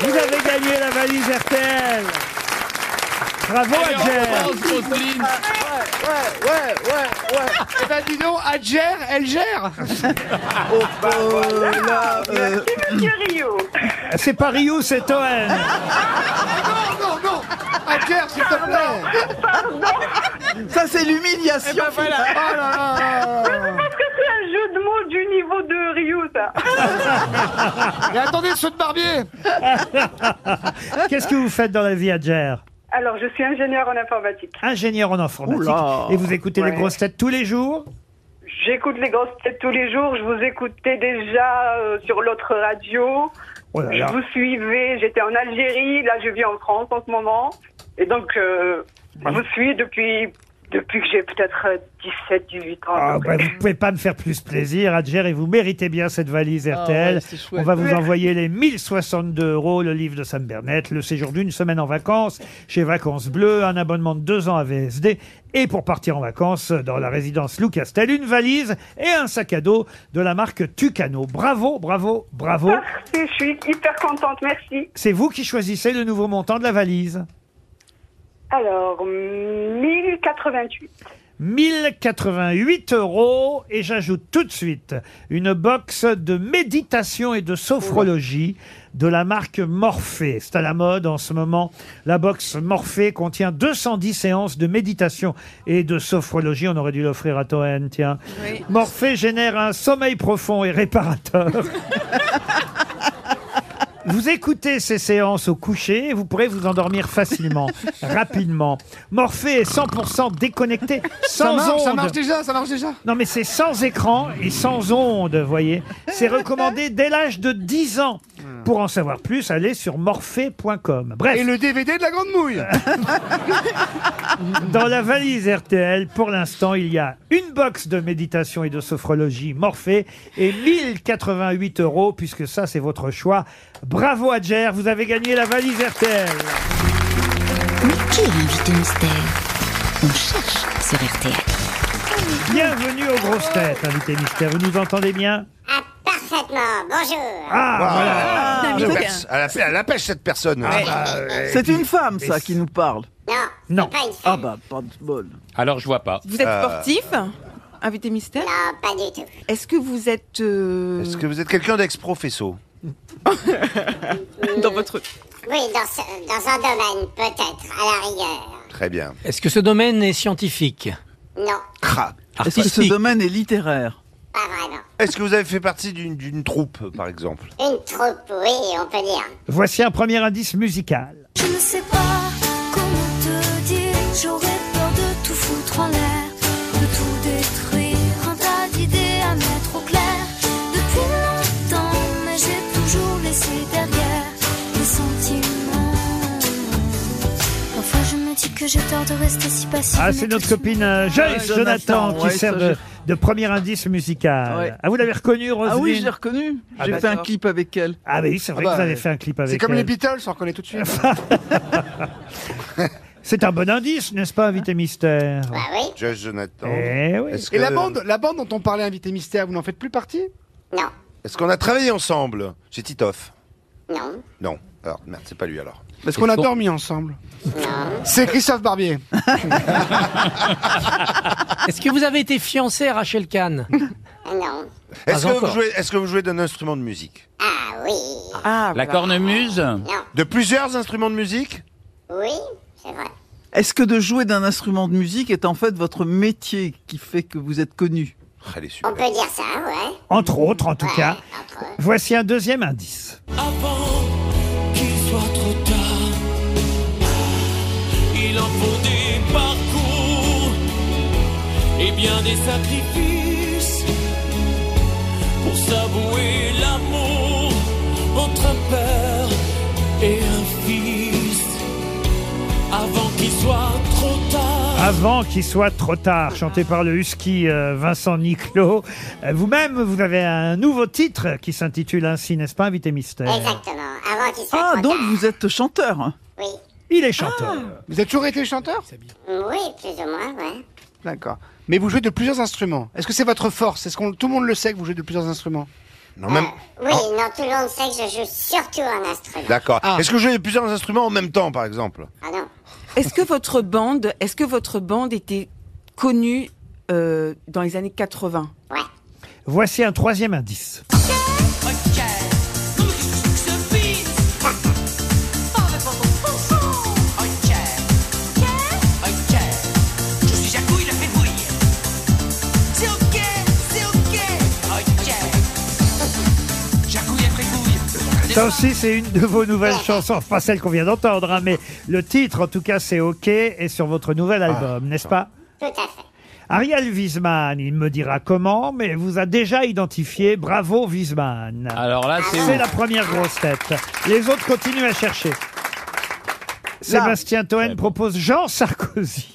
Speaker 2: Vous avez gagné la valise RTL Bravo,
Speaker 5: Allez, on
Speaker 2: Adger
Speaker 5: reprend. Ouais, ouais, ouais, ouais. Eh ben, dis donc, Adger, elle gère.
Speaker 4: Oh, là, euh,
Speaker 21: Monsieur Rio.
Speaker 2: Euh, C'est pas Rio, c'est Toen
Speaker 5: Non, non, non. Adger, s'il te plaît.
Speaker 4: Ça, c'est
Speaker 2: Eh
Speaker 4: l'humiliation.
Speaker 2: ben,
Speaker 5: Oh là là.
Speaker 21: Parce que c'est un jeu de mots du niveau de Rio, ça.
Speaker 5: Et attendez, ceux de Barbier.
Speaker 2: Qu'est-ce que vous faites dans la vie, Adger
Speaker 21: Alors, je suis ingénieur en informatique.
Speaker 2: Ingénieur en informatique.
Speaker 4: Oula.
Speaker 2: Et vous écoutez les
Speaker 21: Ouais.
Speaker 2: grosses têtes tous les jours
Speaker 21: J'écoute les grosses têtes tous les jours. Je vous écoutais déjà euh, sur l'autre radio.
Speaker 2: Oh là là.
Speaker 21: Je vous suivais. J'étais en Algérie. Là, je vis en France en ce moment. Et donc, euh, je vous suis depuis depuis que j'ai peut-être euh, 17, 18 ans. à
Speaker 2: Ah,
Speaker 21: peu
Speaker 2: bah,
Speaker 21: près.
Speaker 2: vous pouvez pas me faire plus plaisir, Adger, et vous méritez bien cette valise
Speaker 21: Ah
Speaker 2: RTL.
Speaker 21: ouais, c'est chouette.
Speaker 2: On va vous
Speaker 21: Merci.
Speaker 2: envoyer les 1062 euros, le livre de Sam Bernet, le séjour d'une semaine en vacances chez Vacances Bleues, un abonnement de deux ans à VSD, et pour partir en vacances dans la résidence Lou Castel, une valise et un sac à dos de la marque Tucano. Bravo, bravo, bravo.
Speaker 21: Merci, je suis hyper contente, merci.
Speaker 2: C'est vous qui choisissez le nouveau montant de la valise.
Speaker 21: Alors, 1088.
Speaker 2: 1088 euros et j'ajoute tout de suite une box de méditation et de sophrologie de la marque Morphée. C'est à la mode en ce moment. La box Morphée contient 210 séances de méditation et de sophrologie. On aurait dû l'offrir à Toen, tiens. Morphée génère un sommeil profond et réparateur. Vous écoutez ces séances au coucher et vous pourrez vous endormir facilement, rapidement. Morphée est 100% déconnecté,
Speaker 5: ça
Speaker 2: sans
Speaker 5: marche, ça
Speaker 2: ondes.
Speaker 5: marche déjà, ça marche déjà.
Speaker 2: Non mais c'est sans écran et sans ondes, vous voyez. C'est recommandé dès l'âge de 10 ans. Pour en savoir plus, allez sur morphée.com. Bref.
Speaker 5: Ah. Et le DVD de la grande mouille.
Speaker 2: Dans la valise RTL, pour l'instant, il y a une box de méditation et de sophrologie Morphée et 1088 euros, puisque ça, c'est votre choix. Bravo, Adger, vous avez gagné la valise RTL. Mais qui est l'invité mystère On cherche sur RTL. Bienvenue aux grosses têtes, invité mystère. Vous nous entendez bien
Speaker 24: Parfaitement, bonjour.
Speaker 2: Ah,
Speaker 7: Ah,
Speaker 2: voilà.
Speaker 7: la pers- à, la, à la pêche, cette personne.
Speaker 4: Ah,
Speaker 2: bah,
Speaker 4: C'est une femme, ça, qui nous parle.
Speaker 2: Non.
Speaker 4: Ah bah, pas de bol.
Speaker 3: Alors, je vois pas.
Speaker 6: Vous êtes
Speaker 7: Euh,
Speaker 6: sportif Invité mystère
Speaker 24: Non, pas du tout.
Speaker 6: Est-ce que vous êtes... euh,
Speaker 7: Est-ce que vous êtes quelqu'un d'ex-professo
Speaker 6: Dans votre...
Speaker 24: Oui, dans, ce- dans un domaine, peut-être, à la rigueur.
Speaker 7: Très bien.
Speaker 8: Est-ce que ce domaine est scientifique
Speaker 24: Non,
Speaker 4: Est-ce que ce
Speaker 8: Artistique.
Speaker 4: domaine est littéraire
Speaker 24: pas vraiment.
Speaker 7: Est-ce que vous avez fait partie d'une- d'une troupe, par exemple
Speaker 24: Une troupe, oui, on peut dire.
Speaker 2: Voici un premier indice musical.
Speaker 24: Je ne sais pas comment te dire, j'aurais peur de tout foutre en l'air, de tout détruire, un tas d'idées à mettre au clair. Depuis longtemps, mais j'ai toujours laissé derrière les sentiments. Parfois je me dis que j'ai tort de rester si patient.
Speaker 2: Ah, c'est notre copine euh, Joyce Jonathan,
Speaker 4: Ouais, Jonathan,
Speaker 2: qui
Speaker 4: ouais,
Speaker 2: sert
Speaker 4: ça,
Speaker 2: de,
Speaker 4: je-
Speaker 2: de premier indice musical.
Speaker 4: Ouais.
Speaker 2: Ah, vous l'avez reconnu, Roselyne
Speaker 4: Ah oui, je l'ai reconnue.
Speaker 2: Ah
Speaker 4: J'ai
Speaker 2: bah,
Speaker 4: fait un
Speaker 2: d'accord.
Speaker 4: clip avec elle.
Speaker 2: Ah oui, c'est vrai
Speaker 5: Ah bah,
Speaker 2: que vous avez fait un clip avec
Speaker 5: C'est comme
Speaker 2: elle. Bah
Speaker 5: les Beatles, on reconnaît tout de suite.
Speaker 2: C'est un bon indice, n'est-ce pas, invité mystère
Speaker 5: Bah
Speaker 7: Bah Joyce Jonathan.
Speaker 2: Eh oui.
Speaker 7: Est-ce
Speaker 5: Et la
Speaker 7: que-
Speaker 5: bande, la bande dont on parlait, Invité Mystère, vous n'en faites plus partie
Speaker 7: Est-ce qu'on a travaillé ensemble Chez Titoff
Speaker 24: Non.
Speaker 7: Non. Alors, merde, c'est pas lui alors.
Speaker 5: Parce qu'on a dormi ensemble. C'est Christophe Barbier.
Speaker 8: Est-ce que vous avez été fiancé à Rachel Kahn
Speaker 24: Non.
Speaker 3: Ah,
Speaker 7: Est-ce
Speaker 8: Pas
Speaker 7: que, vous
Speaker 8: encore.
Speaker 7: jouez, est-ce que vous jouez d'un instrument de musique
Speaker 24: Ah oui,
Speaker 4: Ah,
Speaker 3: La cornemuse
Speaker 7: De plusieurs instruments de musique
Speaker 24: oui, c'est vrai.
Speaker 4: Est-ce que de jouer d'un instrument de musique est en fait votre métier qui fait que vous êtes connu
Speaker 24: On peut dire ça, ouais.
Speaker 2: Entre autres, en tout cas.
Speaker 24: entre autres.
Speaker 2: Voici un deuxième indice.
Speaker 24: Avant qu'il soit trop tard,
Speaker 25: Il en faut des parcours et bien des sacrifices pour s'avouer l'amour entre un père et un fils avant qu'il soit trop tard.
Speaker 2: Avant qu'il soit trop tard, chanté par le husky euh, Vincent Niclot. Euh, Vous-même, vous avez un nouveau titre qui s'intitule ainsi, n'est-ce pas, invité mystère
Speaker 24: Exactement, avant qu'il soit
Speaker 4: Ah,
Speaker 24: trop
Speaker 4: donc
Speaker 24: tard.
Speaker 4: vous êtes chanteur
Speaker 24: Oui.
Speaker 2: Il est chanteur.
Speaker 5: Ah. Vous avez toujours été chanteur
Speaker 24: Oui, plus ou moins, ouais.
Speaker 5: D'accord. Mais vous jouez de plusieurs instruments. Est-ce que c'est votre force Est-ce qu'on tout le monde le sait que vous jouez de plusieurs instruments
Speaker 7: Non, même.
Speaker 24: Oui, non, tout le monde sait que je joue surtout en instrument.
Speaker 7: D'accord. Est-ce que vous jouez de plusieurs instruments en même temps, par exemple
Speaker 24: Ah non.
Speaker 6: Est-ce que votre bande, est-ce que votre bande était connue euh, dans les années 80
Speaker 2: Voici un troisième indice. Ça aussi, c'est une de vos nouvelles chansons, pas celle qu'on vient d'entendre, hein, mais le titre, en tout cas, c'est OK, et sur votre nouvel album, n'est-ce pas
Speaker 24: Tout à fait.
Speaker 2: Ariel Wiesman, il me dira comment, mais vous a déjà identifié. Bravo Wiesman.
Speaker 3: Alors là, Ah, c'est
Speaker 2: C'est
Speaker 3: où
Speaker 2: la première grosse tête. Les autres continuent à chercher. Sébastien Toen propose Jean Sarkozy.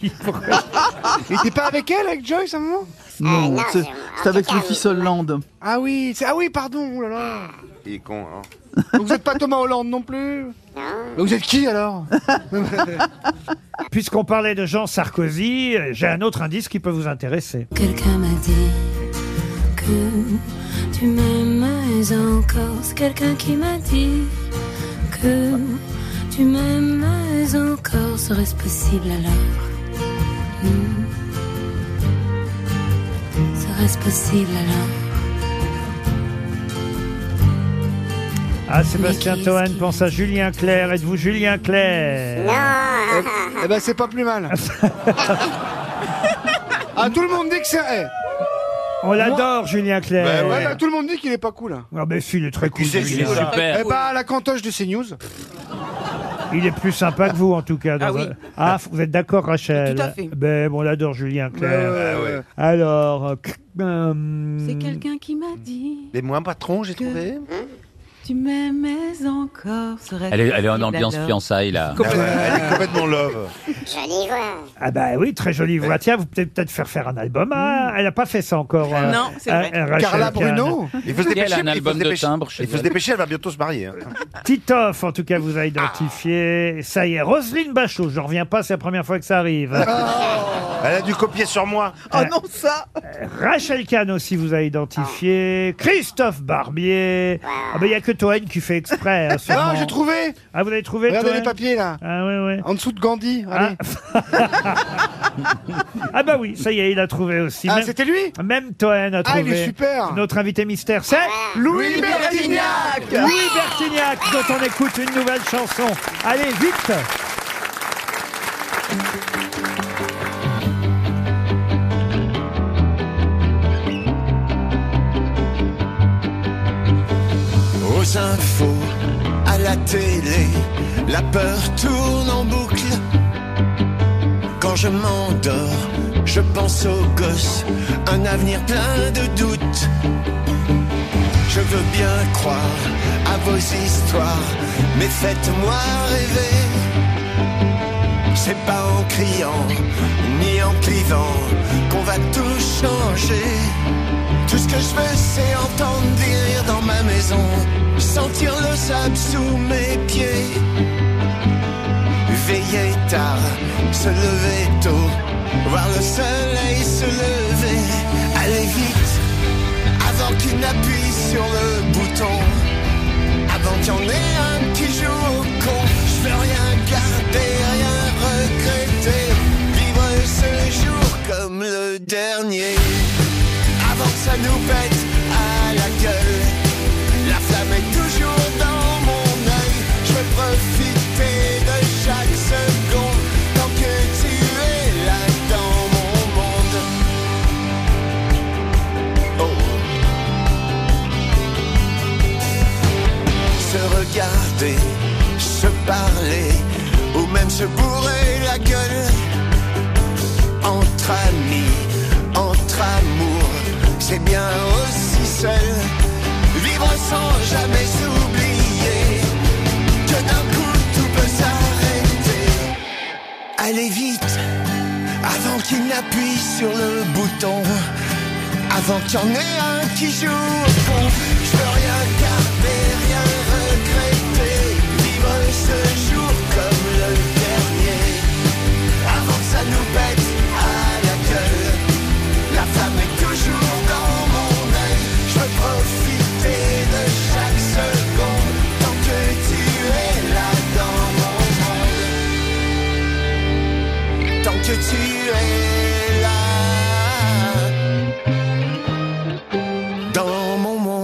Speaker 5: Il était pas avec elle, avec Joyce, à un moment
Speaker 2: Eh,
Speaker 4: Non,
Speaker 5: non,
Speaker 4: c'est
Speaker 5: c'est-
Speaker 4: c'est avec
Speaker 5: en tout cas,
Speaker 4: Sophie Hollande.
Speaker 5: Ah oui, c'est- ah oui, pardon, oh là là.
Speaker 7: Il est con, hein.
Speaker 5: Donc vous êtes pas Thomas Hollande non plus Mais Vous êtes qui alors
Speaker 2: Puisqu'on parlait de Jean Sarkozy, euh, j'ai un autre indice qui peut vous intéresser.
Speaker 24: Quelqu'un m'a dit que tu m'aimes encore. C'est quelqu'un qui m'a dit que tu m'aimes encore. Serait-ce possible alors Hmm. Serait-ce possible alors
Speaker 2: Ah, Sébastien Toen pense à Julien Clerc. Êtes-vous Julien Clerc
Speaker 5: Eh, eh ben c'est pas plus mal. ah tout le monde dit que c'est. eh,
Speaker 2: On l'adore, Julien Clerc.
Speaker 5: ouais, bah, tout le monde dit qu'il est pas cool. hein.
Speaker 2: Ah, mais si, il est très cool. Julien.
Speaker 5: Eh bah la cantoche de CNews.
Speaker 2: Il est plus sympa que vous, en tout cas. dans
Speaker 5: Ah oui.
Speaker 2: un- Ah, vous êtes d'accord, Rachel
Speaker 5: Tout à fait.
Speaker 2: Ben, bon, on adore Julien Clerc.
Speaker 7: Ouais, ouais, ouais.
Speaker 2: Alors, euh, euh,
Speaker 12: C'est quelqu'un qui m'a dit
Speaker 7: Les moins patrons, j'ai trouvé.
Speaker 12: Tu m'aimais encore. serait-ce
Speaker 3: Elle est, elle est en
Speaker 12: possible
Speaker 3: ambiance
Speaker 12: alors
Speaker 3: fiançailles, là.
Speaker 7: Ah Elle est complètement love.
Speaker 24: Jolie voix.
Speaker 2: Ah bah oui, très jolie voix. Tiens, vous pouvez peut-être faire faire un album. Ah, elle n'a pas fait ça encore. euh,
Speaker 24: Non, c'est
Speaker 2: euh,
Speaker 24: vrai.
Speaker 2: euh, Rachel
Speaker 7: Mmh. Carla
Speaker 2: Kahn.
Speaker 7: Bruno Il faut se dépêcher.
Speaker 3: un
Speaker 7: il faut se
Speaker 3: album de
Speaker 7: dépêcher.
Speaker 3: timbre chez
Speaker 7: Il Ah. faut se
Speaker 3: elle.
Speaker 7: dépêcher, elle va bientôt se marier. hein.
Speaker 2: Titoff, en tout cas, vous a identifié. Ça y est, Roselyne Bachelot. Je reviens pas, c'est la première fois que ça arrive.
Speaker 7: Elle a dû copier sur moi.
Speaker 2: Oh
Speaker 4: Ah non, ça
Speaker 2: Euh, Rachel Kahn aussi vous a identifié.
Speaker 5: Ah.
Speaker 2: Christophe Barbier. Ah ben, il n'y a que Toen qui fait exprès. hein, sûrement.
Speaker 5: Ah j'ai trouvé.
Speaker 2: Ah, vous l'avez trouvé
Speaker 5: Regardez
Speaker 2: Toen
Speaker 5: les papiers là.
Speaker 2: Ah ouais ouais.
Speaker 5: En dessous de Gandhi. Allez.
Speaker 2: Ah bah oui, ça y est, il a trouvé aussi.
Speaker 5: Ah,
Speaker 2: Même-
Speaker 5: c'était lui
Speaker 2: Même Toen a
Speaker 5: Ah,
Speaker 2: trouvé.
Speaker 5: il est super. Ah.
Speaker 2: Notre invité mystère, c'est
Speaker 5: Louis Louis Bertignac. Bertignac.
Speaker 2: Louis Bertignac, dont on écoute une nouvelle chanson. Allez, vite
Speaker 11: Aux infos, à la télé, la peur tourne en boucle. Quand je m'endors, je pense aux gosses, un avenir plein de doutes. Je veux bien croire à vos histoires, mais faites-moi rêver. C'est pas en criant, ni en clivant, qu'on va tout changer. Tout ce que je veux, c'est entendre des rires dans ma maison, sentir le sable sous mes pieds. Veiller tard, se lever tôt, voir le soleil se lever. Allez vite, avant qu'il n'appuie sur le bouton, avant qu'il y en ait un qui joue au con. Je veux rien garder, rien regretter, vivre ce jour comme le dernier avant que ça nous pète à la gueule. La flamme est toujours dans mon œil. Je veux profiter de chaque seconde tant que tu es là dans mon monde. Oh. Se regarder, se parler ou même se bourrer la gueule entre amis, entre amour, c'est bien aussi seul. Vivre sans jamais s'oublier, que d'un coup tout peut s'arrêter. Allez vite, avant qu'il n'appuie sur le bouton, avant qu'il y en ait un qui joue au fond. Je veux rien garder, rien regretter, vivre ce jour comme le dernier. Avant que ça nous bête à la gueule La femme est toujours dans mon œil Je veux profiter de chaque seconde Tant que tu es là dans mon monde Tant que tu es là Dans mon monde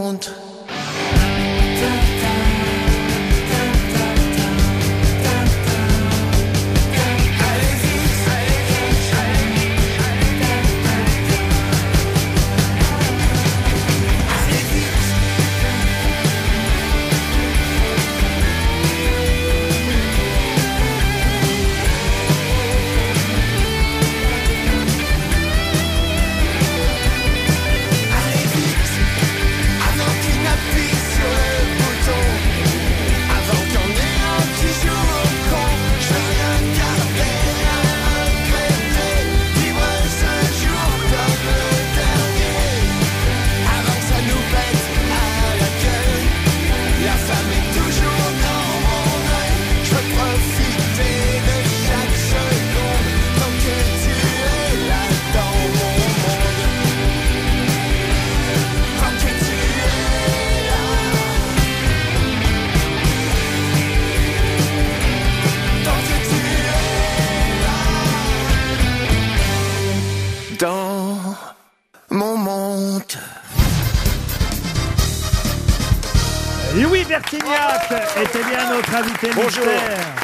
Speaker 2: Louis Bertignac était bien notre invité
Speaker 7: Bonjour.
Speaker 2: mystère.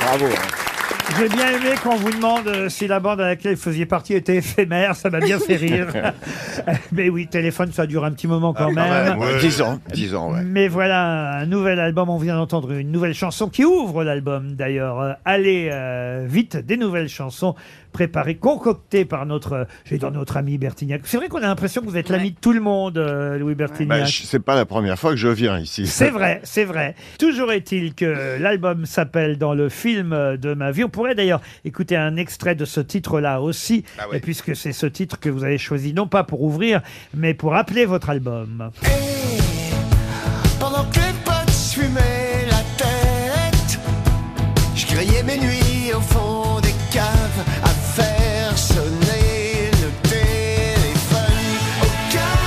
Speaker 7: Bravo.
Speaker 10: hein.
Speaker 2: J'ai bien aimé qu'on vous demande euh, si la bande à laquelle vous faisiez partie était éphémère, ça m'a bien fait rire. Mais oui, téléphone, ça dure un petit moment
Speaker 10: Ah,
Speaker 2: quand même.
Speaker 10: Dix ans, dix ans, ouais.
Speaker 2: Mais voilà un nouvel album, on vient d'entendre une nouvelle chanson qui ouvre l'album d'ailleurs. Euh, Allez euh, vite, des nouvelles chansons préparées, concoctées par notre, euh, j'ai dans notre ami Bertignac. C'est vrai qu'on a l'impression que vous êtes l'ami de tout le monde, euh, Louis Bertignac.
Speaker 10: Bah, je- c'est pas la première fois que je viens ici.
Speaker 2: C'est vrai, c'est vrai. Toujours est-il que l'album s'appelle Dans le film de ma vie. On pourrait d'ailleurs écouter un extrait de ce titre-là aussi,
Speaker 10: Ah
Speaker 2: et puisque c'est ce titre que vous avez choisi, non pas pour ouvrir, mais pour appeler votre album.
Speaker 11: Pendant que les potes se fumaient la tête, je grillais mes nuits au fond des caves à faire sonner le téléphone. Aucun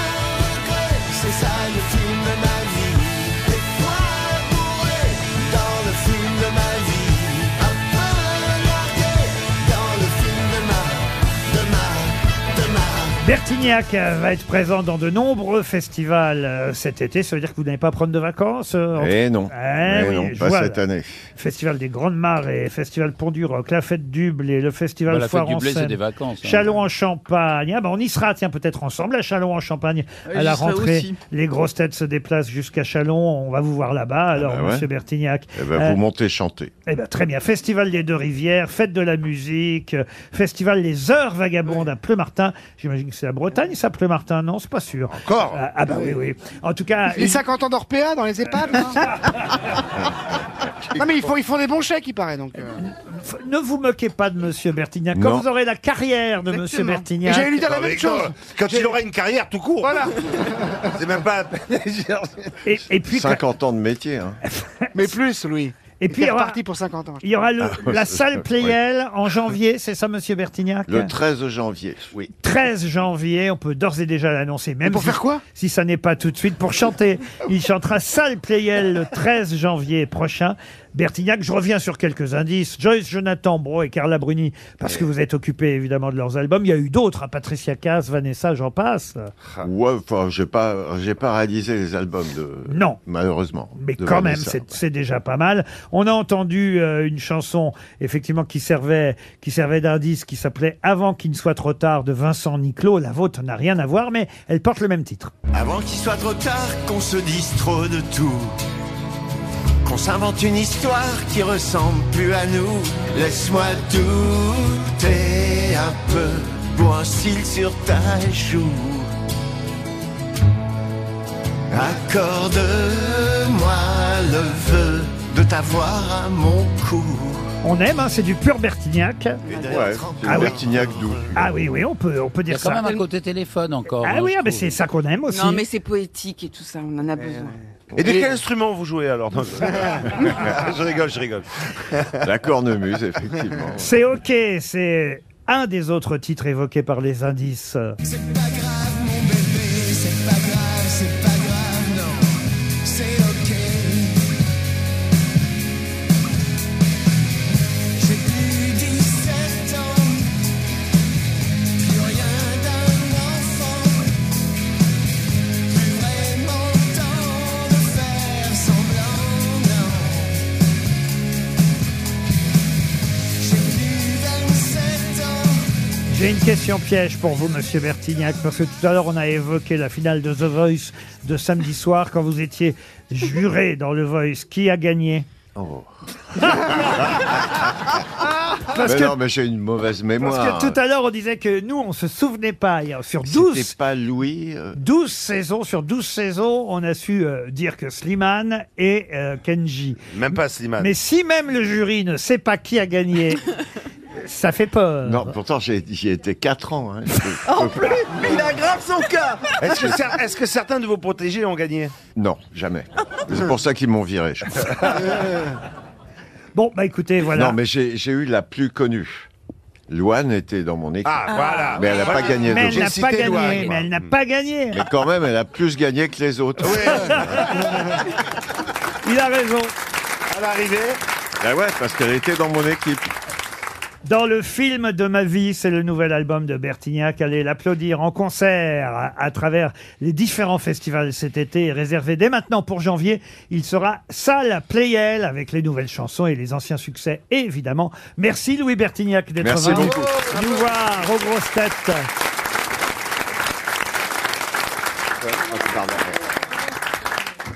Speaker 11: regret, c'est ça le film de ma vie. Des fois bourré dans le film de ma vie. Un peu largué dans le film de ma, de ma, de ma.
Speaker 2: Bertignac euh, va être présent dans de nombreux festivals euh, cet été. Ça veut dire que vous n'allez pas prendre de vacances euh, en-
Speaker 10: Eh non.
Speaker 2: Eh
Speaker 10: Eh
Speaker 2: oui,
Speaker 10: non,
Speaker 2: je
Speaker 10: pas
Speaker 2: vois,
Speaker 10: cette
Speaker 2: là.
Speaker 10: année.
Speaker 2: Festival des Grandes Marées, Festival Pont du Roc, la Fête du Blé, le Festival
Speaker 3: Bah, la Fête
Speaker 2: Foire
Speaker 3: du
Speaker 2: en
Speaker 3: Blé, c'est
Speaker 2: Seine,
Speaker 3: des vacances, hein.
Speaker 2: Châlons-en-Champagne. Ah, bah, on y sera, tiens, peut-être ensemble à Châlons-en-Champagne.
Speaker 3: Ouais,
Speaker 2: à la
Speaker 3: j'y serai
Speaker 2: rentrée,
Speaker 3: aussi.
Speaker 2: les grosses têtes se déplacent jusqu'à Châlons. On va vous voir
Speaker 3: Ah,
Speaker 2: là-bas, alors,
Speaker 3: bah,
Speaker 10: ouais.
Speaker 2: monsieur Bertignac.
Speaker 10: Eh ben,
Speaker 2: Euh,
Speaker 10: vous montez chanter.
Speaker 2: eh ben, très bien. Festival des Deux Rivières, Fête de la Musique, euh, Festival Les Heures Vagabondes à Pleumartin. J'imagine que c'est la Bretagne, ça, Pleumartin. Non, c'est pas sûr. Encore Ah, ah bah oui, oui. En tout cas...
Speaker 5: Les
Speaker 2: une-
Speaker 5: 50 ans d'Orpea dans les EHPAD non Non mais ils font, ils font des bons chèques, il paraît donc. euh.
Speaker 2: F- Ne vous moquez pas de Monsieur Bertignac. Quand
Speaker 5: Non.
Speaker 2: vous aurez la carrière de Monsieur Bertignac.
Speaker 5: Et j'allais lui dire la même chose.
Speaker 7: Quand il aura une carrière tout court.
Speaker 5: Voilà.
Speaker 7: C'est même pas.
Speaker 2: et, et puis Ah,
Speaker 10: 50 ans de métier. hein.
Speaker 5: Mais plus, Louis.
Speaker 2: Et
Speaker 5: puis
Speaker 2: puis, il y aura-
Speaker 5: parti pour 50 ans.
Speaker 2: Il y aura le-
Speaker 10: Ah,
Speaker 2: la
Speaker 10: ouais,
Speaker 2: salle
Speaker 10: ouais.
Speaker 2: Playel en janvier, c'est ça, Monsieur Bertignac
Speaker 10: Le 13 janvier, oui.
Speaker 2: 13 janvier, on peut d'ores et déjà l'annoncer. Même
Speaker 10: pour
Speaker 2: faire quoi Si ça n'est pas tout de suite, pour chanter. Il chantera Salle Playel le 13 janvier prochain. Bertignac, je reviens sur quelques indices. Joyce Jonathan Bro et Carla Bruni, parce que vous êtes occupés évidemment de leurs albums. Il y a eu d'autres, hein, Patricia Cass, Vanessa, j'en passe.
Speaker 10: Ah. Ouais, enfin, j'ai pas, j'ai pas réalisé les albums de.
Speaker 2: Non.
Speaker 10: Malheureusement.
Speaker 2: Mais
Speaker 10: de
Speaker 2: quand même,
Speaker 10: Vanessa.
Speaker 2: c'est c'est déjà pas mal. On a entendu euh, une chanson, effectivement, qui servait, qui servait d'indice, qui s'appelait Avant qu'il ne soit trop tard de Vincent Niclot. La vôtre n'a rien à voir, mais elle porte le même titre.
Speaker 11: Avant qu'il soit trop tard, qu'on se dise trop de tout. Qu'on s'invente une histoire qui ressemble plus à nous. Laisse-moi douter un peu pour un cil sur ta joue. Accorde-moi le vœu de t'avoir à mon cou.
Speaker 2: On aime, hein, c'est du pur Bertignac.
Speaker 10: Ouais, c'est
Speaker 2: Ah oui.
Speaker 10: Bertignac doux.
Speaker 2: Ah oui, oui, on peut, on peut
Speaker 3: Il y
Speaker 2: dire
Speaker 3: a quand
Speaker 2: ça.
Speaker 3: même un côté téléphone encore.
Speaker 2: Ah
Speaker 3: hein,
Speaker 2: oui,
Speaker 3: je
Speaker 2: ah, mais
Speaker 3: trouve.
Speaker 2: c'est ça qu'on aime aussi.
Speaker 6: Non, mais c'est poétique et tout ça, on en a besoin.
Speaker 7: Et de quel instrument vous jouez alors dans- Je rigole, je rigole.
Speaker 10: La cornemuse, effectivement.
Speaker 2: C'est OK, c'est un des autres titres évoqués par les indices.
Speaker 11: C'est pas grave, c'est pas grave, non, c'est ok. J'ai plus 17 ans, plus rien d'un enfant, plus vraiment le temps de faire semblant, non. J'ai plus 27 ans.
Speaker 2: J'ai une question piège pour vous, monsieur Bertignac, parce que tout à l'heure, on a évoqué la finale de The Voice de samedi soir quand vous étiez juré dans le Voice. Qui a gagné
Speaker 10: Oh.
Speaker 2: Parce
Speaker 10: mais
Speaker 2: que-
Speaker 10: non, mais j'ai une mauvaise
Speaker 2: Parce
Speaker 10: mémoire.
Speaker 2: que tout à l'heure, on disait que nous, on se souvenait pas. Et Sur 12,
Speaker 10: C'était pas Louis. euh,
Speaker 2: 12 saisons, sur 12 saisons, on a su euh, dire que Slimane et euh, Kenji.
Speaker 7: Même pas Slimane.
Speaker 2: Mais si même le jury ne sait pas qui a gagné, ça fait peur.
Speaker 10: Non, pourtant, j'ai j'y étais 4 ans. hein. Je-
Speaker 4: En plus, il aggrave son cas.
Speaker 7: Est-ce que, cer- est-ce que certains de vos protégés ont gagné
Speaker 10: Non, jamais. C'est pour ça qu'ils m'ont viré, je crois.
Speaker 2: Bon, bah écoutez, voilà.
Speaker 10: Non, mais j'ai j'ai eu la plus connue. Loane était dans mon équipe.
Speaker 7: Ah, voilà.
Speaker 10: Mais elle n'a pas gagné.
Speaker 2: Mais
Speaker 10: de
Speaker 2: elle n'a
Speaker 10: Voice.
Speaker 2: pas gagné. Mais elle n'a pas gagné.
Speaker 10: Mais quand même, elle a plus gagné que les autres.
Speaker 2: Il a raison.
Speaker 7: À l'arrivée
Speaker 10: Ben ouais, parce qu'elle était dans mon équipe.
Speaker 2: Dans le film de ma vie, c'est le nouvel album de Bertignac. Allez l'applaudir en concert à, à travers les différents festivals cet été. Réservé dès maintenant pour janvier, il sera salle Playel avec les nouvelles chansons et les anciens succès, évidemment. Merci Louis Bertignac d'être
Speaker 9: Merci
Speaker 2: venu
Speaker 9: beaucoup.
Speaker 2: nous voir aux grosses têtes.
Speaker 9: Ah, c'est pardon.